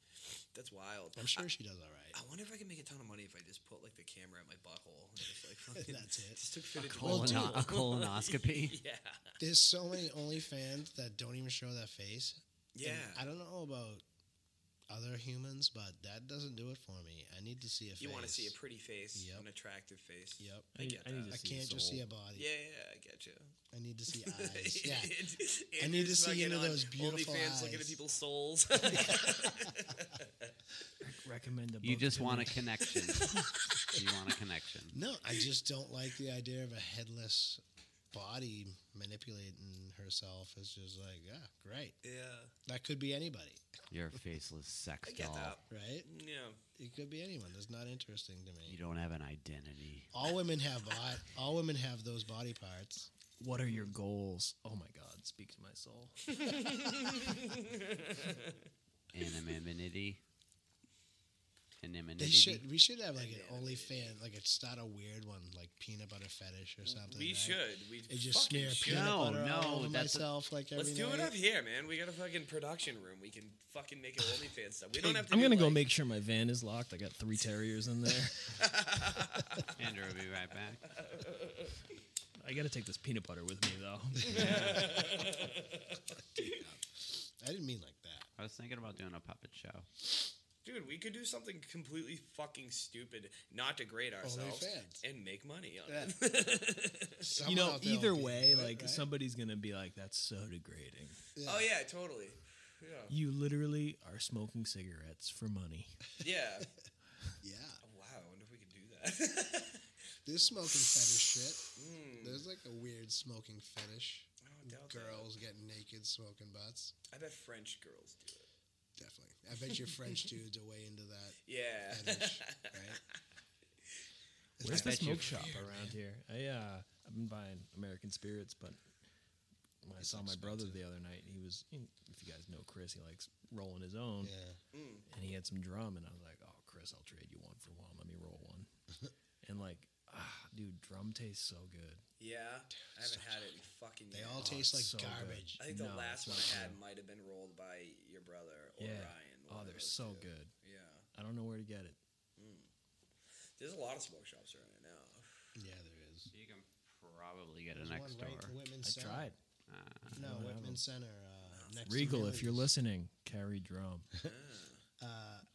That's wild. I'm sure she does all I right. wonder if I can make a ton of money if I just put like the camera at my butthole and just like fucking That's it. Just took footage. of Well, my Colon- dude. butthole. a colonoscopy. yeah. There's so many OnlyFans that don't even show that face. Yeah. And I don't know about other humans, but that doesn't do it for me. I need to see a face. You want to see a pretty face, Yep. an attractive face. Yep. I, I get I need that. to I see can't soul. just see a body. Yeah, yeah, I get you. I need to see eyes. Yeah. And need to just see fucking into on those beautiful OnlyFans looking at eyes. people's souls. Recommend a. You book just to want a me. connection. you want a connection. No, I just don't like the idea of a headless body manipulating herself. It's just like, yeah, great. yeah, That could be anybody, You're a faceless sex I get doll. that. right? Yeah, It could be anyone. That's not interesting to me. You don't have an identity. All women have bod- all women have those body parts. What are your goals? Oh my God, speak to my soul. Anonymity. Anonymity. They should. We should have like an OnlyFan, like it's not a weird one, like peanut butter fetish or something. we right? should. We It just fucking smear should. peanut No, butter no, all over that's a- myself like every Let's do it night. up here, man. We got a fucking production room. We can fucking make an OnlyFans stuff. We don't have to. I'm do, gonna go like- make sure my van is locked. I got three terriers in there. Andrew will be right back. I gotta take this peanut butter with me though. I didn't mean like that. I was thinking about doing a puppet show. Dude, we could do something completely fucking stupid, not degrade ourselves, OnlyFans. and make money on Yeah. it. someone you know, out there either will be way, into it, like right? somebody's gonna be like, "That's so degrading." Yeah. Oh yeah, totally. Yeah. You literally are smoking cigarettes for money. Yeah. Oh, yeah, wow. I wonder if we could do that. there's smoking fetish shit. mm. There's like a weird smoking fetish. I don't doubt that. Girls getting naked, smoking butts. Oh, I bet French girls do it. Definitely. I bet your French dudes are way into that Yeah. fetish, right? Where's the I bet you- smoke shop around here? I uh, I've been buying American spirits, but when I It's saw my brother the other night, he was. If you guys know Chris, he likes rolling his own, Yeah. and he had some drum, and I was like, "Oh, Chris, I'll trade you one for one. Let me roll one." and like, ah, dude, drum tastes so good. yeah. I haven't had it in fucking They years. all Oh, taste like it's so good. garbage. I think the No, last it's one not I had true. might have been rolled by your brother or Yeah. Ryan. one Oh, of they're those so two. good. Yeah. I don't know where to get it. There's a lot of smoke shops around here now. Yeah, there is. You can probably get There's it next one right to door. Whitman I Center. tried. Uh, No, don't have Whitman them. Center. Uh, next to Regal, if Billy's. you're listening, carry drum. Uh,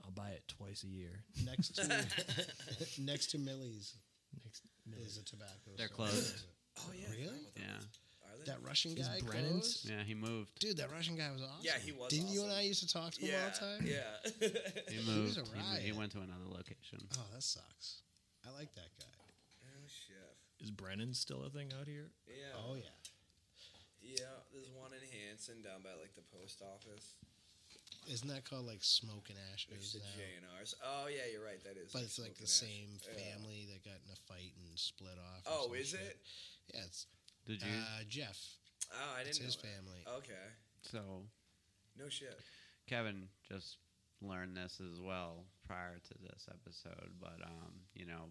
I'll buy it twice a year. next to next to Millie's Next is a tobacco. They're store. closed. Oh yeah. I Really? forgot about yeah, Are they? That Russian Is guy. Brennan's- closed? yeah. He moved. Dude, that Russian guy was awesome. Yeah, he was Didn't you and awesome. I used to talk to him yeah. all the time? Yeah. He was moved. a He, mo- he riot. went to another location. Oh, that sucks. I like that guy. oh chef. Is Brennan still a thing out here? Yeah. Oh yeah. Yeah. There's one in Hanson down by like the post office. Isn't that called like Smoke and There's Ashes the now? J and R's. Oh yeah, you're right. That is. But it's like the smoking same ash. Yeah. family that got in a fight and split off. or Oh, some is shit. it? Yeah, it's Did you? uh, Jeff. Oh, I didn't It's know his that. family. Okay. so No shit. Kevin just learned this as well prior to this episode, but um, you know,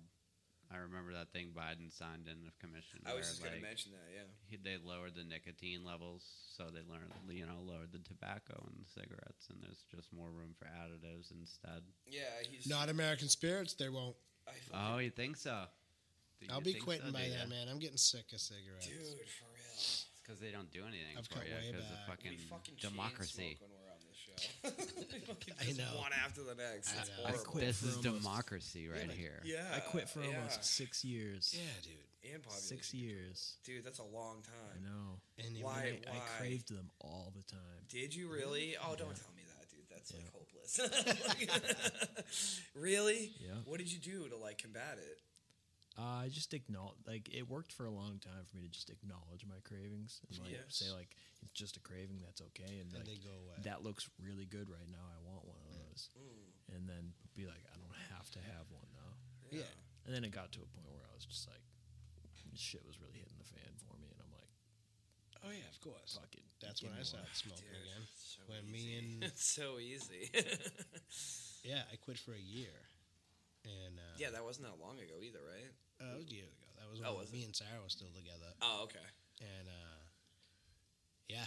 I remember that thing Biden signed into commission. I where, was just like, gonna mention that. Yeah. he- They lowered the nicotine levels, so they learned, you know, lowered the tobacco and the cigarettes, and there's just more room for additives instead. Yeah. He's. Not American Spirits. They won't. I fucking- Oh, you think so? Do I'll you be think quitting so? by Do ya? then, man. I'm getting sick of cigarettes. Dude, for real. It's because they don't do anything I've for cut you way because of back. fucking, We fucking chain democracy. smoke when we're on this show. we fucking I just know. One after the next. I It's know. I horrible. quit This for is almost- democracy right here. Yeah. I quit for Uh, yeah. almost six years. Yeah, dude. And population. Six years. Dude, that's a long I time. know. And you Why- I, wouldn't- I why? craved them all the time. Did you really? Oh, don't tell me that, dude. That's like hopeless. really? Yeah. What did you do to like combat it? Uh, I just acknowledge, like, it worked for a long time for me to just acknowledge my cravings and, like, Yes. say, like, it's just a craving, that's okay. And, And like, they go away. Mm. that looks really good right now. I want one of those. Hmm, And then be like, I don't have to have one, though. yeah. And then it got to a point where I was just like, shit was really hitting the fan for me. And I'm like, Oh yeah, of course. fuck it. That's give when I me one. started smoking Dude, again. it's so When easy. me and It's so easy. yeah, I quit for a year. And uh, yeah, that wasn't that long ago either, right? uh, that was years ago. That was when Oh, was me and Sarah were still together. Oh, okay. And uh, yeah,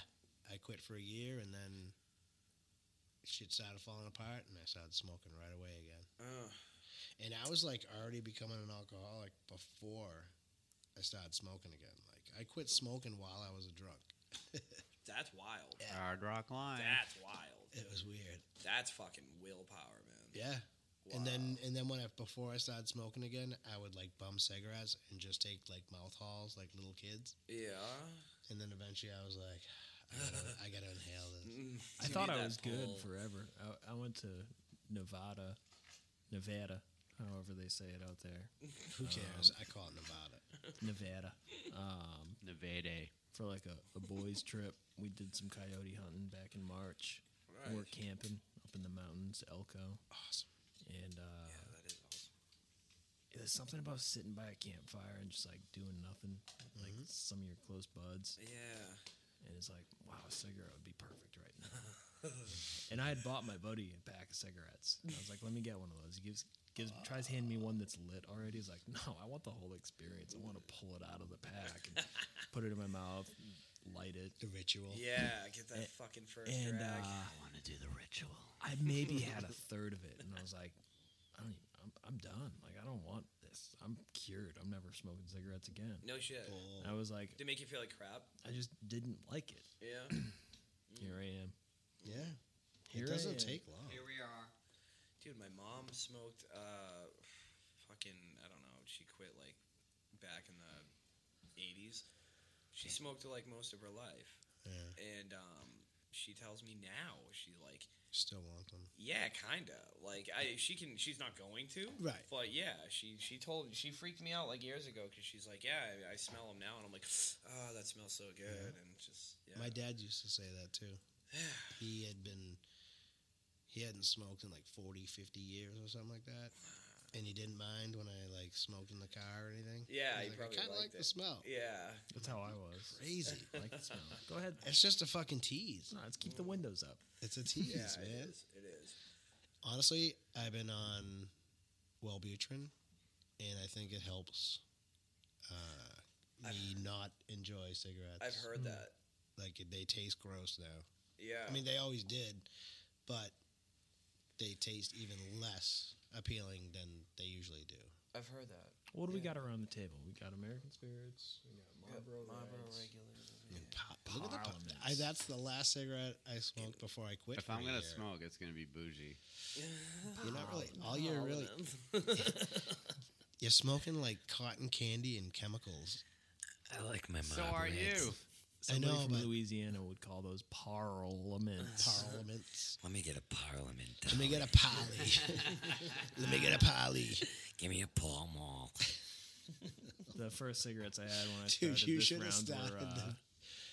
I quit for a year, and then shit started falling apart, and I started smoking right away again. Oh, And I was like already becoming an alcoholic before I started smoking again. Like I quit smoking while I was a drunk. that's wild. Hard rock line. That's wild. It was weird. That's fucking willpower, man. Yeah. And then and then when I before I started smoking again, I would like bum cigarettes and just take like mouth hauls like little kids. Yeah. And then eventually I was like, I gotta, I gotta inhale this. Mm. I thought I was good forever. I, I went to Nevada, Nevada, however they say it out there, Um, Who cares? I call it Nevada. Nevada, um, Nevada. for like a, a boys' trip. We did some coyote hunting back in March. We were Right. camping up in the mountains, Elko, Awesome. and uh, Yeah, that is awesome. there's something about sitting by a campfire and just like doing nothing, with, like Mm-hmm. some of your close buds, Yeah. and it's like, wow, a cigarette would be perfect right now. and I had bought my buddy a pack of cigarettes. And I was like, let me get one of those. He gives gives tries to hand me one that's lit already. He's like, no, I want the whole experience. I want to pull it out of the pack and put it in my mouth, light it. The ritual. Yeah, get that fucking first And drag. uh, I want to do the ritual. I maybe had a third of it, and I was like, I don't even, I'm, I'm done. Like, I don't want this. I'm cured. I'm never smoking cigarettes again. no shit. And I was like, Did it make you feel like crap? I just didn't like it. Yeah. Here I am. Yeah. Here it I doesn't am. take long. Here we are. Dude, my mom smoked uh fucking I don't know, she quit like back in the 80s. She smoked it like most of her life. Yeah. And um, she tells me now, she's like, Still want them. yeah, kinda. Like I, she can. She's not going to. Right. But yeah, she she told she freaked me out like years ago because she's like, yeah, I, I smell them now, and I'm like, oh, that smells so good, and just yeah. My dad used to say that too. He had been, he hadn't smoked in like 40, 50 years or something like that. And he didn't mind when I like smoked in the car or anything. Yeah, he He's like, probably I kind of liked like the it." smell. yeah. That's how I was. Crazy. I like the smell. Go ahead. It's just a fucking tease. No, let's keep the windows up. It's a tease, Yeah, man. it is. It is. Honestly, I've been on Wellbutrin, and I think it helps uh, me not enjoy cigarettes. I've heard that. like they taste gross now. Yeah. Mm. I mean, they always did, but they taste even less appealing than they usually do. I've heard that. What do we got around the table? We got American spirits. We got Marlboro, I regulars. mean, pop, look at the pop. Parliament. I, that's the last cigarette I smoked before I quit. If for I'm a gonna year. smoke, it's gonna be bougie. you're not really. All you're really you're smoking like cotton candy and chemicals. I like my mom. So are you? Somebody I know, from but Louisiana would call those parliaments. parliaments. Let me get a parliament. Let me get a poly. Let me get a poly. Give me a Pall Mall. the first cigarettes I had when I started Dude, you this should have round started were, uh,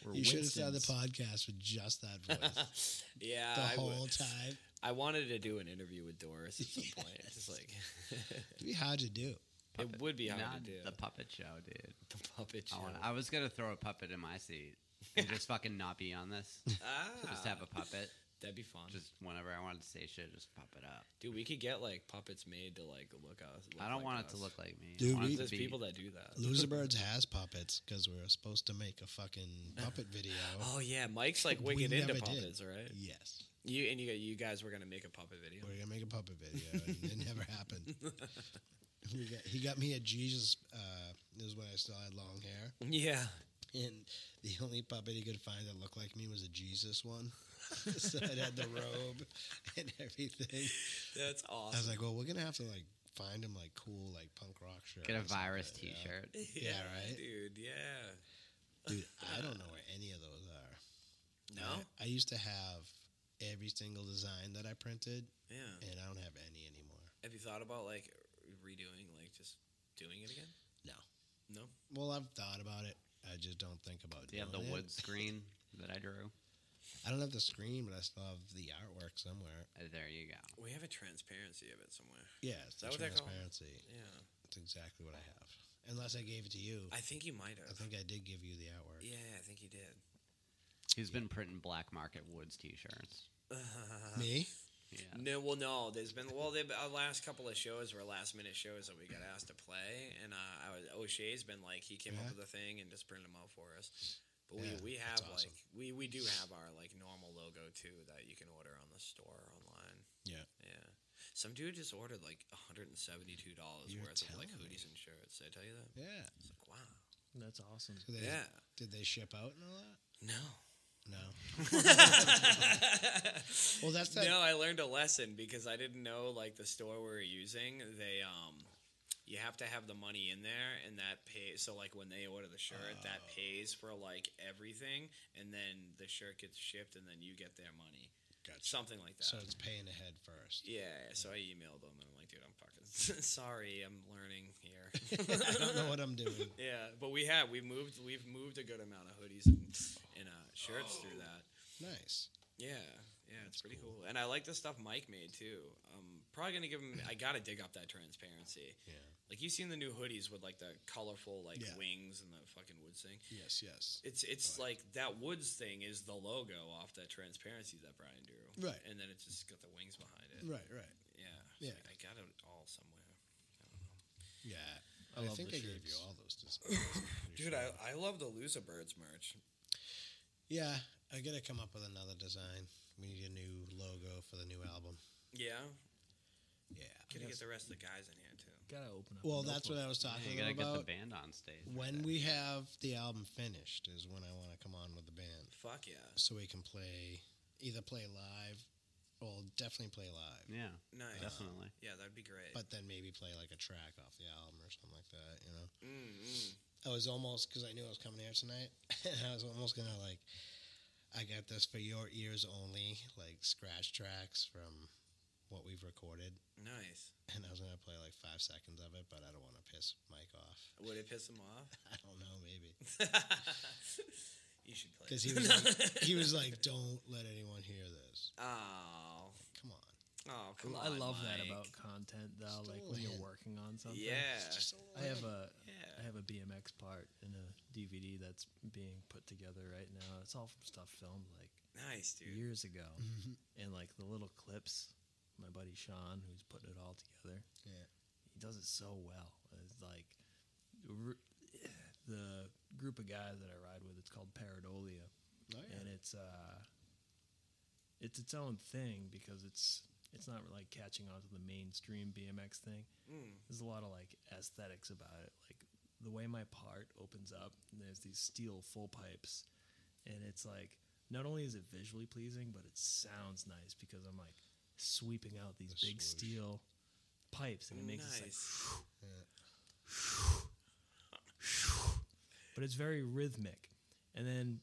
the- were You should have started the Winston's. podcast with just that voice yeah. the I, whole would, time. I wanted to do an interview with Doris at some point. It's just like It'd be hard to do. it would be hard Not to do the puppet show, dude. the puppet show. I, wanna, I was gonna throw a puppet in my seat and just fucking not be on this. Just ah, have a puppet. that'd be fun. Just whenever I wanted to say shit, just pop it up. Dude, we could get like puppets made to like look us. I don't like want us. it to look like uh, me. Dude, I want we- it to There's be- people that do that. Loserbirds has puppets because we were supposed to make a fucking puppet video. Oh yeah, Mike's like wicked into never did. puppets, right? Yes, You and you you guys were gonna make a puppet video. we are gonna make a puppet video, and it never happened. We got, he got me a Jesus. Uh, this is when I still had long hair, Yeah, and the only puppet he could find that looked like me was a Jesus one. so it had the robe and everything. that's I was awesome. like, well, we're gonna have to like find him like cool like punk rock shirt. Get a or something, virus yeah. T-shirt. Yeah, right? dude. Yeah. Dude, I don't know where any of those are. No. I, I used to have every single design that I printed, Yeah. and I don't have any anymore. Have you thought about like redoing, like just doing it again? No. No. Well, I've thought about it. I just don't think about Do you have the doing it. wood screen that I drew? I don't have the screen, but I still have the artwork somewhere. Uh, There you go. We have a transparency of it somewhere. Yeah, it's the that what they're called? transparency. Yeah. That's exactly what I have. Unless I gave it to you. I, I think you might have. think I did give you the artwork. Yeah, I think you did. He's been printing black market woods T-shirts. Me? Yeah. No, well, no. There's been well, there our last couple of shows were last minute shows that we got asked to play, and uh, I was, O'Shea's been like he came Yeah. up with a thing and just printed them out for us. But Yeah, we we have that's awesome. like we we do have our like normal logo too that you can order on the store online. Yeah. Yeah, some dude just ordered like 172 dollars You're worth of like telling me. hoodies and shirts. Did I tell you that? Yeah. It's like wow. That's awesome. So they- Yeah. Did they ship out and all that? No. No. well, that's that. No, I learned a lesson because I didn't know like the store we were using. They um, you have to have the money in there, and that pays. So like when they order the shirt, Oh. that pays for like everything, and then the shirt gets shipped, and then you get their money, Gotcha. something like that. So it's paying ahead first. yeah, so I emailed them and I'm like, dude, I'm fucking sorry. I'm learning here. I don't know what I'm doing. yeah, but we have we moved we've moved a good amount of hoodies and, and uh, shirts through that. Nice. Yeah, yeah, it's pretty cool. And I like the stuff Mike made too. I'm probably gonna give him. I gotta dig up that transparency. Yeah. Like you've seen the new hoodies with like the colorful like Yeah. wings and the fucking woods thing. Yes, yes. It's it's like that woods thing is the logo off that transparency that Brian drew. Right. And then it's just got the wings behind it. Right, right. Yeah. Yeah. It's like, I got it all somewhere. Yeah. I, I love think I the gave you shirts. all those designs. I'm pretty Dude, sure. I, I love the Loser Birds merch. Yeah, I gotta come up with another design. We need a new logo for the new album. Yeah. Yeah. Gonna get the rest of the guys in here too. Gotta open up. Well, a that's what I notebook. was talking you gotta get the about. band on stage. when we have the album finished, is when I want to come on with the band, Fuck yeah. so we can play either play live, well, definitely play live, Yeah, Nice. definitely. Yeah, that'd be great. but then maybe play like a track off the album or something like that. You know, mm mm. I I was almost because I knew I was coming here tonight, and I was almost gonna like, I got this for your ears only, like scratch tracks from what we've recorded, Nice. and I was gonna play like five seconds of it, but I don't want to piss Mike off. Would it piss him off? I don't know, maybe you should play. because it. he was like, he was like, don't let anyone hear this. oh, Come on, oh, come I on, love that Mike. about content though, Just a like little when you're hint. working on something. Yeah, just a I have a I yeah. have a BMX part in a DVD that's being put together right now. It's all from stuff filmed like Nice, dude. years ago, and like the little clips. My buddy Sean, who's putting it all together, Yeah. he does it so well. It's like r- the group of guys that I ride with. It's called Paradolia, oh, yeah. and it's uh, it's its own thing because it's it's not like catching on to the mainstream BMX thing Mm. there's a lot of like aesthetics about it like the way my part opens up and there's these steel full pipes and it's like not only is it visually pleasing but it sounds nice because i'm like sweeping out these The big swoosh. steel pipes and it makes this like Nice. but it's very rhythmic and then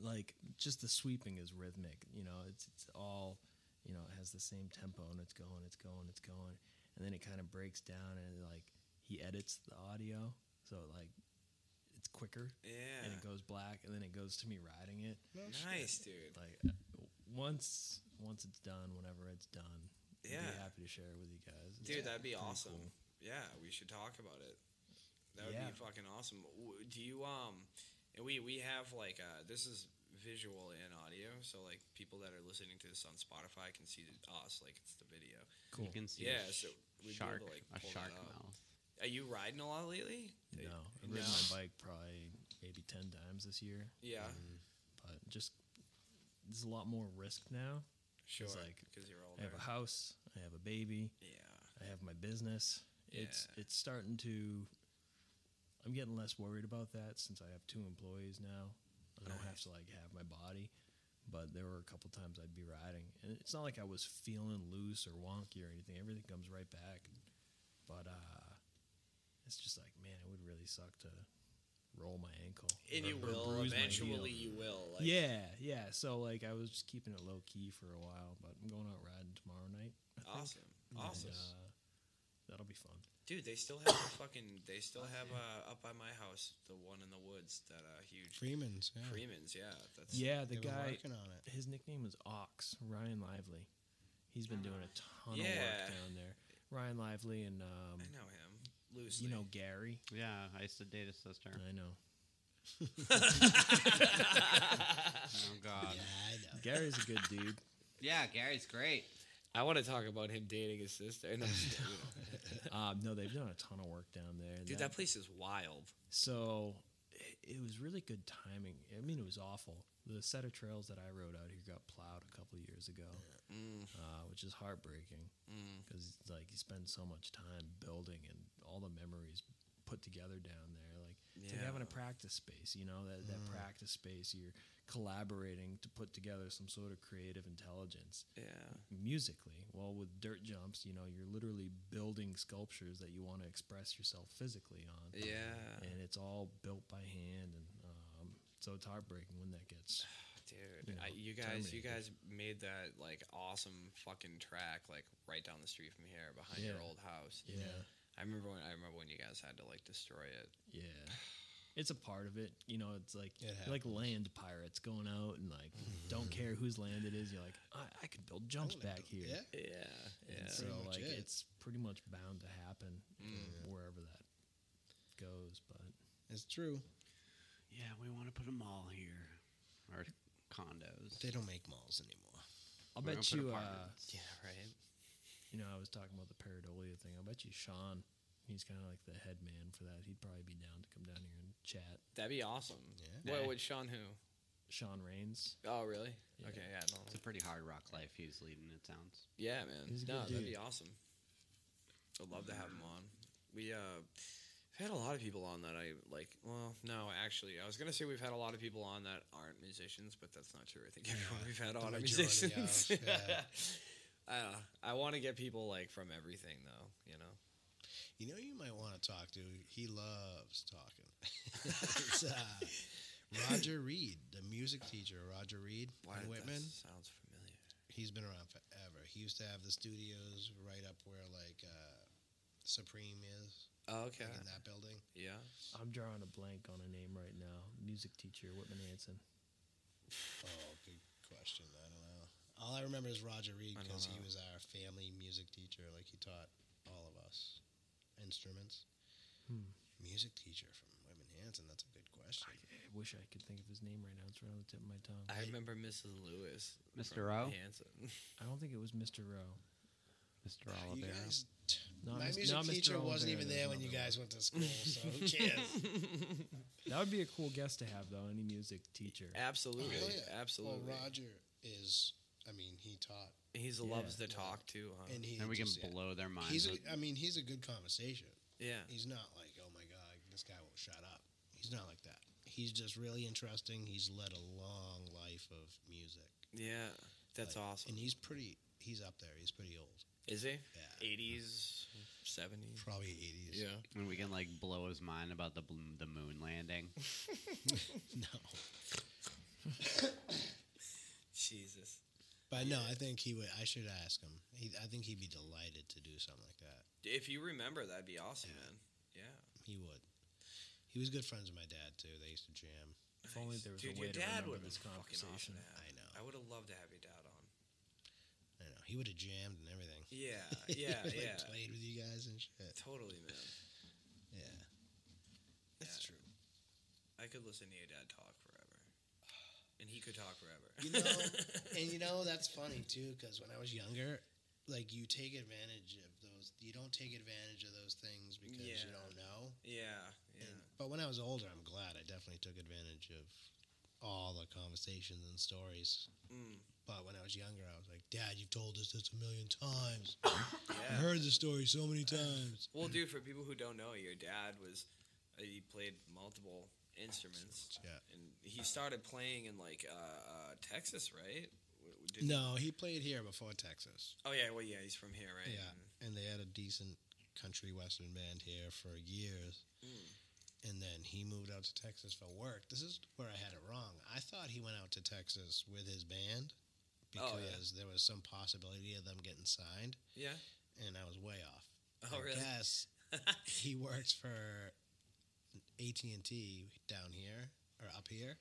like just the sweeping is rhythmic you know it's it's all you know it has the same tempo and it's going it's going it's going and then it kind of breaks down and it, like he edits the audio so it, like it's quicker Yeah. and it goes black and then it goes to me riding it nice, dude. like uh, once once it's done whenever it's done I'd Yeah. be happy to share it with you guys It's Dude, that'd be pretty awesome. cool. Yeah, we should talk about it. That would Yeah. be fucking awesome. W- Do you um and we we have like uh this is visual and audio, so like people that are listening to this on Spotify can see the- us like it's the video. cool You can see Yeah, a so sh- we'd be able shark, to, like, a pull that shark up. mouth. Are you riding a lot lately? no i've No. ridden my bike probably maybe 10 times this year Yeah, Mm-hmm. but Uh, just there's a lot more risk now. sure. like, because you're I older. have a house, I have a baby, yeah. I have my business. It's Yeah. it's starting to. I'm getting less worried about that since I have two employees now. I don't have to like have my body, but there were a couple times I'd be riding, and it's not like I was feeling loose or wonky or anything. Everything comes right back, but uh, it's just like man, it would really suck to roll my ankle. And or- you or will bruise my heel. eventually. You will. Like, yeah, yeah. So like I was just keeping it low key for a while, but I'm going out riding tomorrow night. I think. Awesome. Awesome. And, uh, that'll be fun. Dude, they still have the fucking. They still have uh, up by my house the one in the woods that uh, huge Freeman's. Yeah. Freeman's. Yeah, that's Yeah, the They've been guy. working on it. His nickname is Ox Ryan Lively. He's been doing a ton of Yeah. work down there. Ryan Lively and um, I know him loosely. you know Gary. Yeah, I used to date his sister. I know Oh Yeah, God. I know. Gary's a good dude. Yeah, Gary's great. I want to talk about him dating his sister. No, I'm just kidding. Um, no, they've done a ton of work down there. and Dude, that place is wild. So it, it was really good timing. I mean, it was awful. The set of trails that I rode out here got plowed a couple years ago, Mm, uh, which is heartbreaking because like you spend so much time building and all the memories put together down there. Like it's like having a Yeah. Mm. practice space, you know, that, that practice space you're collaborating to put together some sort of creative intelligence Yeah. musically. Well, with dirt jumps, you know, you're literally building sculptures that you want to express yourself physically on Yeah. and it's all built by hand and um, so it's heartbreaking when that gets Dude, You know, I, you guys, you Terminator. guys made that like awesome fucking track like right down the street from here behind your Yeah. old house. yeah I remember when I remember when you guys had to like destroy it. yeah it's a part of it you know it's like It you're like land pirates going out and like don't care whose land it is you're like I, I could build jumps wanna back build- here yeah. Yeah. Yeah. and so Pretty much like it. Mm. it's pretty much bound to happen wherever that goes but It's true. Yeah, we want to put a mall here. Our condos. They don't make malls anymore. I'll We're gonna bet put you uh, apartments. Yeah. Right. you know I was talking about the pareidolia thing I bet you Sean he's kind of like the head man for that he'd probably be down to come down here and chat That'd be awesome. Yeah. What Yeah. would Sean who? Sean Rains Oh, really? Yeah. Okay. Yeah. No. It's a pretty hard rock life he's leading, it sounds. Yeah, man. He's a no, good that'd dude. be awesome. I'd love to have him on. We uh we've had a lot of people on that I like well, no, actually I was gonna say we've had a lot of people on that aren't musicians, but that's not true. I think everyone we've had on are majority of musicians. uh, us, yeah. I don't know. I wanna get people like from everything though, you know? you know who you might want to talk to. He loves talking. it's, uh, Roger Reed, the music teacher, Roger Reed in Whitman. sounds familiar. He's been around forever. He used to have the studios right up where like uh, Supreme is Oh, okay. like in that building. Yeah. I'm drawing a blank on a name right now. Music teacher Whitman Hanson. Oh, good question. I don't know. All I remember is Roger Reed I don't because he know. was our family music teacher. Like he taught all of us instruments. Hmm. Music teacher from Whitman Hanson. That's a good question. I, I wish I could think of his name right now. It's right on the tip of my tongue. I remember Mrs. Lewis. Mr. from Rowe? Hanson. I don't think it was Mr. Rowe. Mr. Oliver. You guys, t- Not my Mis- music not Mr. teacher wasn't Olivera, even there's there when you another guys went to school, so who cares? That would be a cool guest to have, though. Any music teacher. Absolutely. Oh, yeah. Absolutely. well, Roger is. I mean, he taught, He Yeah. loves to talk too, huh? and he. and we can just- blow their minds. He's. with- A, I mean, he's a good conversation. yeah. He's not like, oh my god, this guy won't shut up. He's not like that. He's just really interesting. He's led a long life of music. Yeah. That's Like, awesome. And he's pretty. He's up there. He's pretty old. Is he? Yeah, 80s, 70s. probably eighties. and we can like blow his mind about the bl- the moon landing. No, Jesus. but no, I think he would. I should ask him. He, I think he'd be delighted to do something like that. If you remember, that'd be awesome, Yeah. man. Yeah. He would. He was good friends with my dad too. They used to jam. If only there was Dude, a way your to dad would remember have this conversation. I know. I would have loved to have your dad on. I know. He would have jammed and everything. Yeah, yeah, He would've yeah. Played with you guys and shit. Totally, man. Yeah. That's true. I could listen to your dad talk forever, and he could talk forever. You know, and you know that's funny too because when I was younger, like you take advantage of those. You don't take advantage of those things because Yeah. you don't know. yeah, yeah. And, but when I was older, I'm glad I definitely took advantage of all the conversations and stories. Mm, But when I was younger, I was like, Dad, you've told us this a million times. I've yeah. heard the story so many times. Well, dude, for people who don't know, your dad was uh, he played multiple instruments, Yeah. and he started playing in like uh, uh, Texas, right? W- w- did- No, he played here before Texas. Oh yeah, well yeah, he's from here, right? Yeah, And- and they had a decent country western band here for years. Mm. And then he moved out to Texas for work. This is where I had it wrong. I thought he went out to Texas with his band because Oh, yeah. there was some possibility of them getting signed, yeah. and I was way off. Oh I really? guess he works for AT and T down here or up here,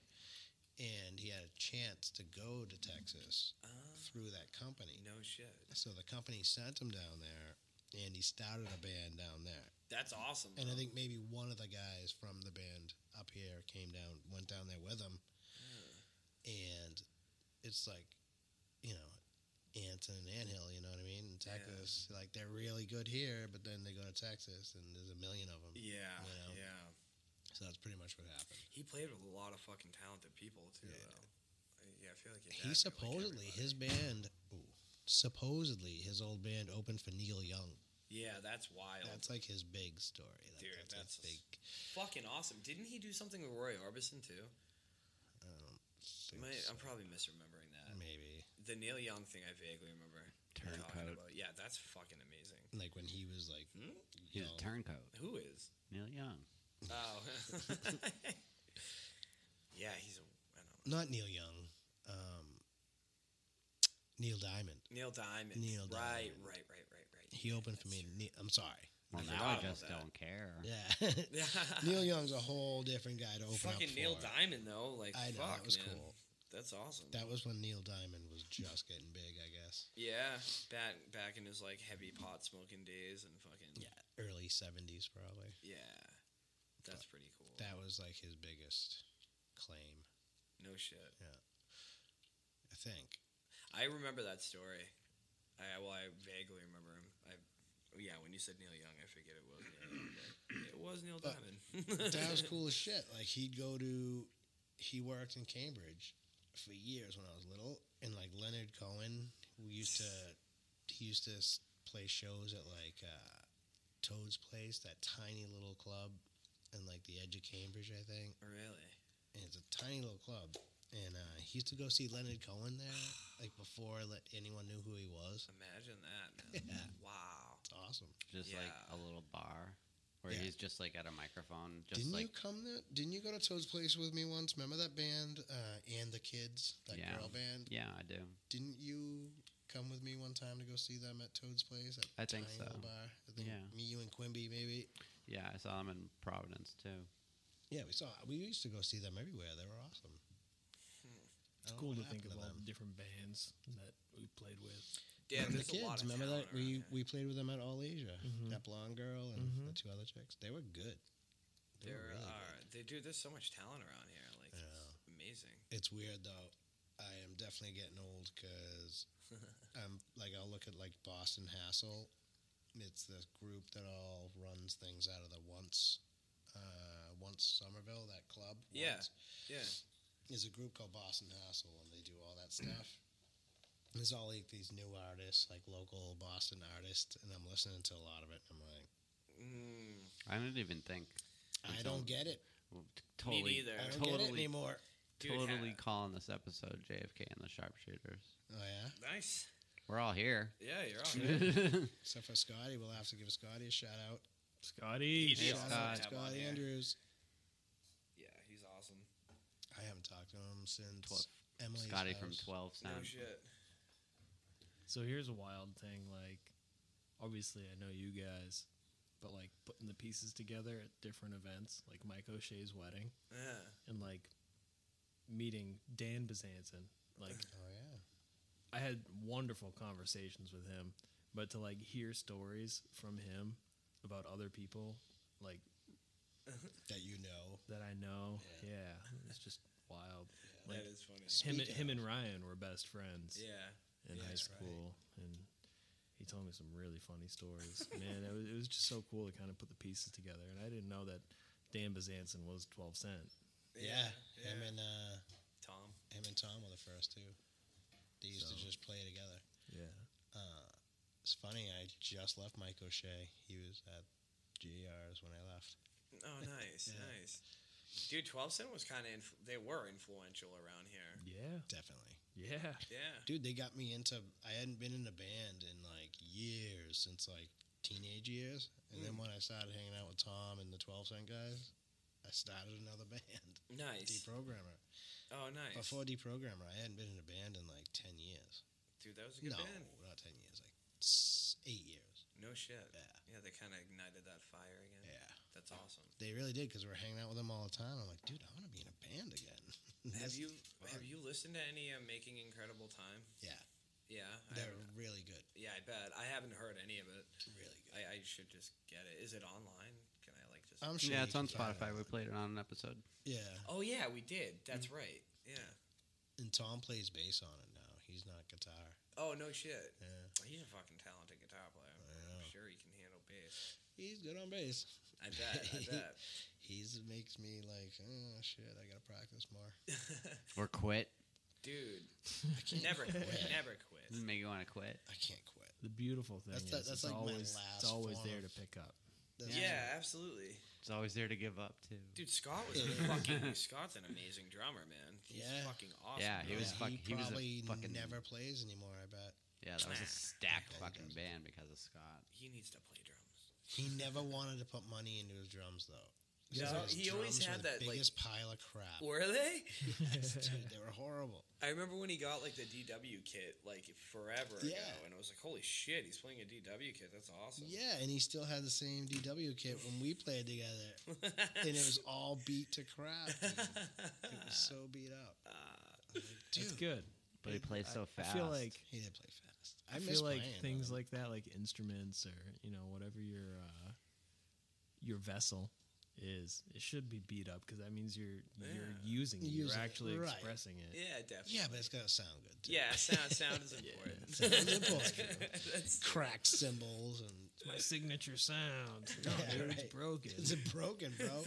and he had a chance to go to Texas Uh, through that company. no shit. So the company sent him down there, and he started a band down there. That's awesome. And I bro. think maybe one of the guys from the band up here came down, went down there with him, Hmm. and it's like, you know, ants in an anthill. You know what I mean? In Texas, like they're really good here, but then they go to Texas, and there's a million of them. Yeah, you know? yeah. So that's pretty much what happened. He played with a lot of fucking talented people too. Yeah, he though. I- Yeah, I feel like your dad he knew, like, supposedly everybody. his band, ooh, supposedly his old band opened for Neil Young. Yeah, that's wild. That's like his big story. Like, Dude, that's, that's his big. fucking awesome. Didn't he do something with Roy Orbison too? I don't think Am I, so. I'm probably misremembering that. um, Maybe The Neil Young thing, I vaguely remember. you talking Turncoat. about. Yeah, that's fucking amazing. like when he was like, Hmm? He's young. a turncoat. Who is? Neil Young. Oh. yeah, he's a. I don't know. not Neil Young, um, Neil Diamond. Neil Diamond. Neil right, Diamond. right, right, right, right. He opened for That's me. Ne- I'm sorry. Well, forgot now I about just that. don't care. Yeah, true. Neil Young's a whole different guy to open up fucking for. Neil Diamond though. Like, I know fuck, that was man. cool. That's awesome. That was when Neil Diamond was just getting big, I guess. Yeah, back back in his like heavy pot smoking days and fucking yeah, early '70s probably. that's pretty cool. That was like his biggest claim, no shit. I think. I remember that story. I well, I vaguely remember him. I yeah, when you said Neil Young, I figured it was Neil Young. But it was Neil But Diamond. that was cool as shit. Like he'd go to, he worked in Cambridge for years when I was little, and like Leonard Cohen, we used to, he used to s- play shows at like uh, Toad's Place, that tiny little club, in like the edge of Cambridge, I think. really? And it's a tiny little club, and uh, he used to go see Leonard Cohen there, like before let anyone knew who he was. Imagine that, man. Yeah. Wow. It's awesome. awesome. just like a little bar where Yeah. he's just like at a microphone, just didn't you like come there? Didn't you go to Toad's place with me once? Remember that band uh, and the kids, that Yeah. girl band? yeah, I do. Didn't you come with me one time to go see them at Toad's place? That I think tiny so. little Bar? I think Yeah. me, you, and Quimby maybe. Yeah, I saw him in Providence too. Yeah, we saw. We used to go see them everywhere. They were Hmm. awesome. It's cool to think of all the different bands that we played with. Yeah, the there's a lot kids. of Remember that talent we around here. we played with them at All Asia. Mhm. That blonde girl and Mm-hmm. the two other chicks. They were good. They There were really good. are they do. There's so much talent around here. Like Yeah. it's amazing. It's weird though. I am definitely getting old because I'm like I'll look at like Boston Hassle. It's this group that all runs things out of the once, uh, once Somerville that club. Yeah. Once, Yeah, is a group called Boston Hassle, and they do all that stuff. There's all like these new artists, like local Boston artists, and I'm listening to a lot of it. and I'm like, mm, I didn't even think. I until- don't get it. well, t- Totally, neither. I don't get it Totally, anymore. Dude, totally ha- calling this episode JFK and the Sharpshooters. Oh yeah. nice. We're all here. Yeah, you're yeah, on. Except for Scotty, we'll have to give Scotty a shout out. He Scotty. Hey, is Scott. awesome to have on Scotty here. Andrews. Yeah, he's awesome. I haven't talked to him since Twelve. Emily's Scotty from house. Twelve No Sound. shit. So here's a wild thing. Like, obviously, I know you guys, but like putting the pieces together at different events, like Mike O'Shea's wedding, Yeah. and like meeting Dan Bazanson. Like, Oh yeah. I had wonderful conversations with him, but to like hear stories from him about other people, like That you know. that I know, yeah, it's just wild. Like, that is funny. him, and, Speaking him of- and Ryan were best friends. Yeah. in Yeah, high that's right. school, and he told me some really funny stories. Man, it was, it was just so cool to kind of put the pieces together, and I didn't know that Dan Bazanson was Twelve Cent. Yeah. yeah. Him and uh, Tom. him and Tom were the first two. They used to So- just play together. Yeah, Uh, it's funny. I just left Mike O'Shea. He was at GRs when I left. Oh, nice, Yeah. nice. Dude, Twelve Cent was kind of inf- they were influential around here. yeah, Definitely, yeah. Yeah. dude. They got me into. I hadn't been in a band in like years since like teenage years, and then when I started hanging out with Tom and the Twelve Cent guys, I started another band, Nice. Deprogrammer. Oh, nice. Before Deprogrammer, I hadn't been in a band in like ten years. Dude, that was a No, good band. not ten years. Like s- eight years. No shit. Yeah, Yeah, they kind of ignited that fire again. yeah. That's awesome. They really did because we were hanging out with them all the time. I'm like, dude, I want to be in a band again. Have That's- you have fun. you listened to any of Making Incredible Time? Yeah, Yeah. I they're haven't- really good. yeah, I bet. I haven't heard any of it. Really good. I, I should just get it. Is it online? Can I like just? I'm sure. Yeah, you it's on can find Spotify. it. We played it on an episode. Yeah, oh yeah, we did. That's Mm. right. Yeah. and Tom plays bass on it now. He's not guitar. Oh no shit. Yeah, He's a fucking talented guitar player. I'm I know. sure he can handle bass. he's good on bass. I bet. I bet. He's makes me like, oh shit, I gotta practice more. Or quit. Dude, I can't never quit. quit. Mm. Never quit. Doesn't make you want to quit. I can't quit. The beautiful thing That's is the- that's it's like my always last it's always form there to of- pick up. That's- Yeah, absolutely. It's always there to give up too. Dude, Scott was a fucking Scott's an amazing drummer, man. He's Yeah. fucking awesome. Yeah, he bro. was fuck- he, he was a probably fucking- never plays anymore. I bet Yeah, that was a Yeah, he stacked fucking does. band because of Scott. He needs to play drums. he never wanted to put money into his drums though. Yeah, So his he always drums had were the that, like- biggest pile of crap. Were they? Dude, they were horrible. I remember when he got like the DW kit like forever ago, Yeah. and I was like, "Holy shit, he's playing a DW kit. That's awesome." Yeah, and he still had the same DW kit when we played together, and it was all beat to crap. dude. It was so beat up. Ah. Like, It's dude, good. But he plays so I fast. feel like he did play fast. I, I, miss feel like playing things with him. like that, like instruments or you know whatever your uh, your vessel is, it should be beat up because that means you're you're Yeah. using it, you're Using it, actually right. expressing it. yeah, definitely. yeah, but it's gotta sound good. Too. yeah, sound sound is important. It's important. That's- cracked cymbals and my signature sound. No, Yeah, dude, it's right. broken. is it broken, bro?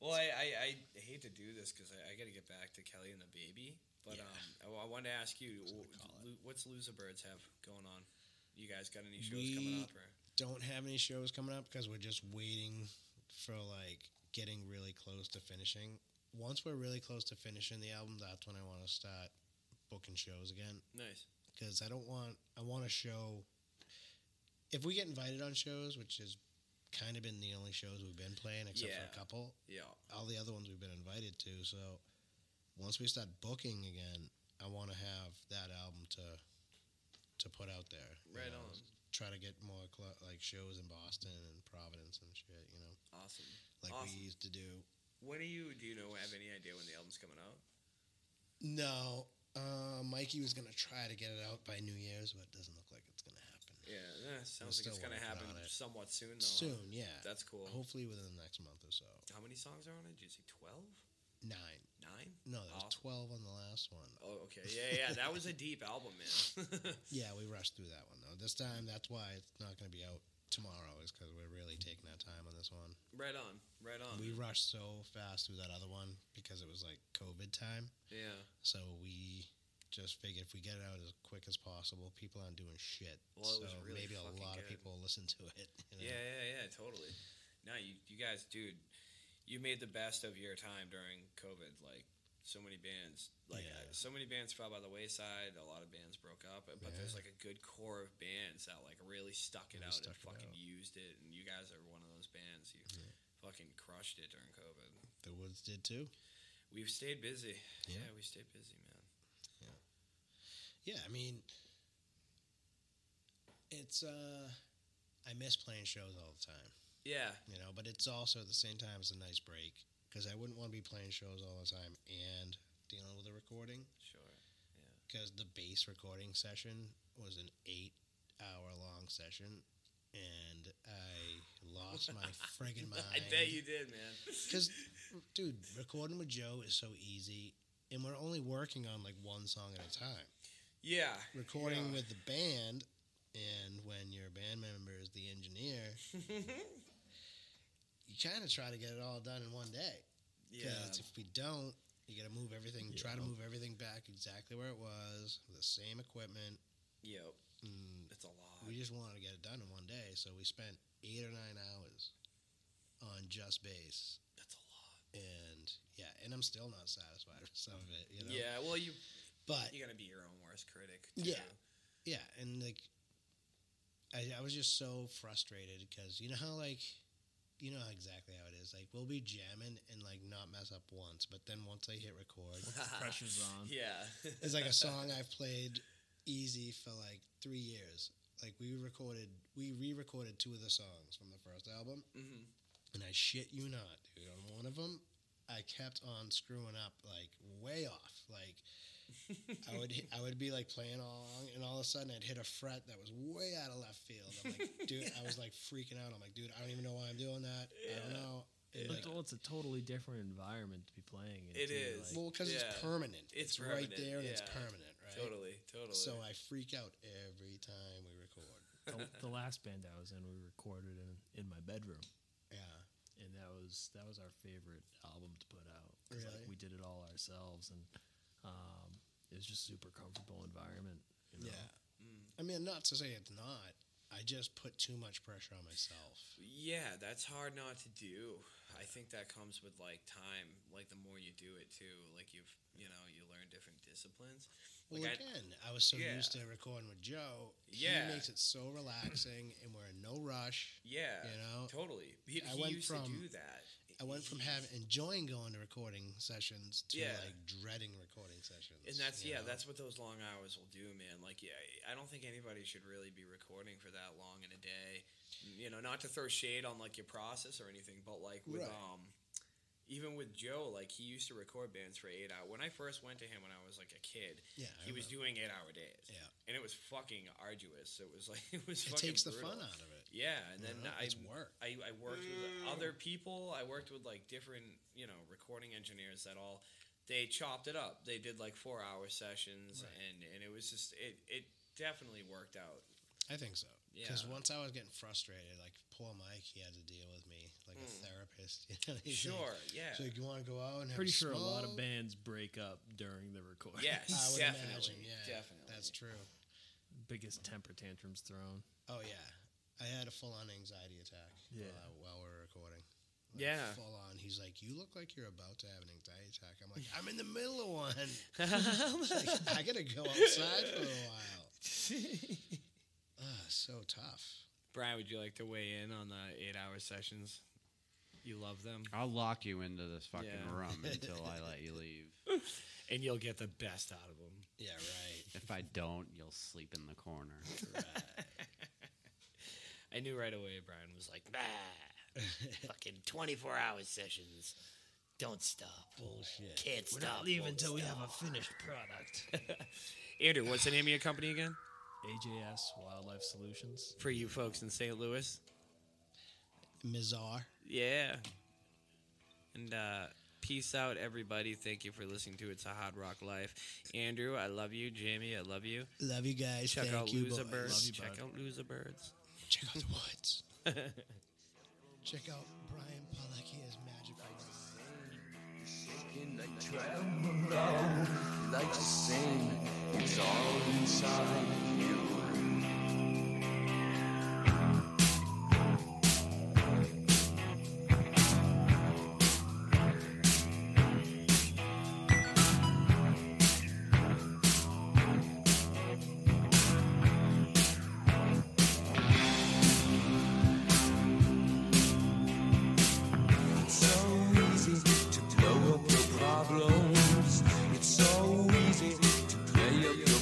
well, I, I, I hate to do this because I, I got to get back to Kelly and the baby, but Yeah. um, I, I wanted to ask you, what wh- we call it. lo- what's Loser Birds have going on? You guys got any shows We- coming up? Or? Don't have any shows coming up because we're just waiting for like getting really close to finishing. Once we're really close to finishing the album, that's when I want to start booking shows again. Nice. because I don't want I want a show if we get invited on shows, which has kind of been the only shows we've been playing, except Yeah. for a couple, Yeah. all the other ones we've been invited to. So once we start booking again, I want to have that album to to put out there. you Right know, on. Try to get more cl- like shows in Boston and Providence and shit. You know, Awesome. like Awesome. we used to do. When are you? Do you know? Have any idea when the album's coming out? No, uh, Mikey was gonna try to get it out by New Year's, but it doesn't look like it's gonna happen Yeah. eh, sounds like still it's gonna working happen on it. somewhat soon, though. huh? soon. Yeah, That's cool. hopefully within the next month or so. How many songs are on it? Did you say 12? Nine. Nine? No, there was Oh. twelve on the last one. Oh, okay. Yeah, yeah. That was a deep album, man. Yeah, we rushed through that one though. This time, that's why it's not going to be out tomorrow, is because we're really taking our time on this one. right on. Right on. We rushed so fast through that other one because it was like COVID time. yeah. So we just figured if we get it out as quick as possible, people aren't doing shit. Well, it so was really maybe a fucking lot of good. people listen to it. You know? Yeah, yeah, yeah. Totally. No, you, you guys, dude, you made the best of your time during COVID. Like, so many bands, like Yeah. uh, so many bands fell by the wayside. A lot of bands broke up, but there's Yeah. like a good core of bands that like really stuck it Really out stuck and it fucking out. used it. And you guys are one of those bands. You Yeah. fucking crushed it during COVID. The Woods did too. We've stayed busy. Yeah. yeah we stayed busy, man. Yeah, I mean, it's, uh, I miss playing shows all the time. Yeah, you know. But it's also at the same time it's a nice break because I wouldn't want to be playing shows all the time and dealing with the recording sure. because the bass recording session was an eight-hour-long session, and I lost my friggin' mind. I bet you did, man. Because, dude, recording with Joe is so easy, and we're only working on like one song at a time Yeah. recording Yeah. with the band and when your band member is the engineer you kind of try to get it all done in one day Yeah. because if we don't you gotta move everything try to move everything back exactly where it was with the same equipment mm, Yep. and It's a lot. we just wanted to get it done in one day so we spent eight or nine hours on just bass That's a lot. and yeah and i'm still not satisfied with some of it you know Yeah. Well, you but you gotta be your own worst critic. Yeah. Yeah, and like, I, I was just so frustrated because you know how like, you know how exactly how it is. Like, we'll be jamming and like not mess up once, but then once I hit record, Pressure's on. Yeah. it's like a song I've played easy for like three years. Like we recorded, we re-recorded two of the songs from the first album, hmm and I shit you not, dude. On one of them, I kept on screwing up like way off. Like I would I would be like playing along, and all of a sudden I'd hit a fret that was way out of left field. I'm like, dude, I was like freaking out. I'm like, dude, I don't even know why I'm doing that. I Yeah. don't know. And, like, But well, it's a totally different environment to be playing. in, It too, is. Like, well, because Yeah. it's permanent. It's It's, permanent, right there, and it's yeah. permanent, right? Totally. Totally. So uh, I freak out every time we record. the, the last band I was in, we recorded in, in my bedroom, Yeah. and that was that was our favorite album to put out. 'cause, Really? Like, we did it all ourselves, and um, it was just super comfortable environment. You know? Yeah. Mm. I mean, not to say it's not. I just put too much pressure on myself. yeah, that's hard not to do. I think that comes with like time. Like the more you do it, too. Like you've you know you learn different disciplines. Well, Like, I- again, I, was so Yeah. used to recording with Joe. Yeah. He makes it so relaxing, and we're in no rush. Yeah. You know? Totally. He, I he went used to from- do that. I went from He- having enjoying going to recording sessions to Yeah. like dreading recording sessions. And that's you yeah, know? that's what those long hours will do, man. Like yeah, I don't think anybody should really be recording for that long in a day. You know, not to throw shade on like your process or anything, but like with Right. um even with Joe, like he used to record bands for eight hours. When I first went to him when I was like a kid, yeah. he I was remember. doing eight hour days. Yeah. And it was fucking arduous. It was like it was It fucking takes the brutal. fun out of it. Yeah, and you then know? I it's work. I, I worked with other people. I worked with like different, you know, recording engineers that all they chopped it up. They did like four hour sessions Right. and, and it was just it it definitely worked out. I think so. Because Yeah. once I was getting frustrated, like poor Mike, he had to deal with me like a Mm. therapist. You know? He's Sure, Like, yeah. So you want to go out and have Pretty a sure a lot of smoke? bands break up during the recording. yes, I would definitely. imagine. Yeah, Definitely. That's true. Biggest temper tantrums thrown. Oh yeah, I had a full on anxiety attack. Yeah. While, I- while we were recording. Like, Yeah. Full on. He's like, you look like you're about to have an anxiety attack. I'm like, I'm in the middle of one. I gotta go outside for a while. Ah, so tough. Brian, would you like to weigh in on the eight-hour sessions? You love them, I'll lock you into this fucking Yeah. room until I let you leave. and you'll get the best out of them. Yeah, right. If I don't, you'll sleep in the corner. I knew right away. Brian was like, Bah. Fucking 24 hour sessions. Don't stop. Bullshit. Can't We're stop. not leaving won't until we have stop. a finished product. Andrew, what's the name of your company again? AJS Wildlife Solutions. For you folks in St. Louis, Mizar. yeah. And uh, peace out, everybody. Thank you for listening to It's a Hard Rock Life. Andrew, I love you. Jamie, I love you. Love you guys. Check Thank out you, Loser boys. Birds. you, Check bud. out Loser Birds. Check out the woods. Check out Brian Palackia's magic. Shaking, I tremble low, like to sing. It's all inside you. It's so easy to blow up your problems. It's so easy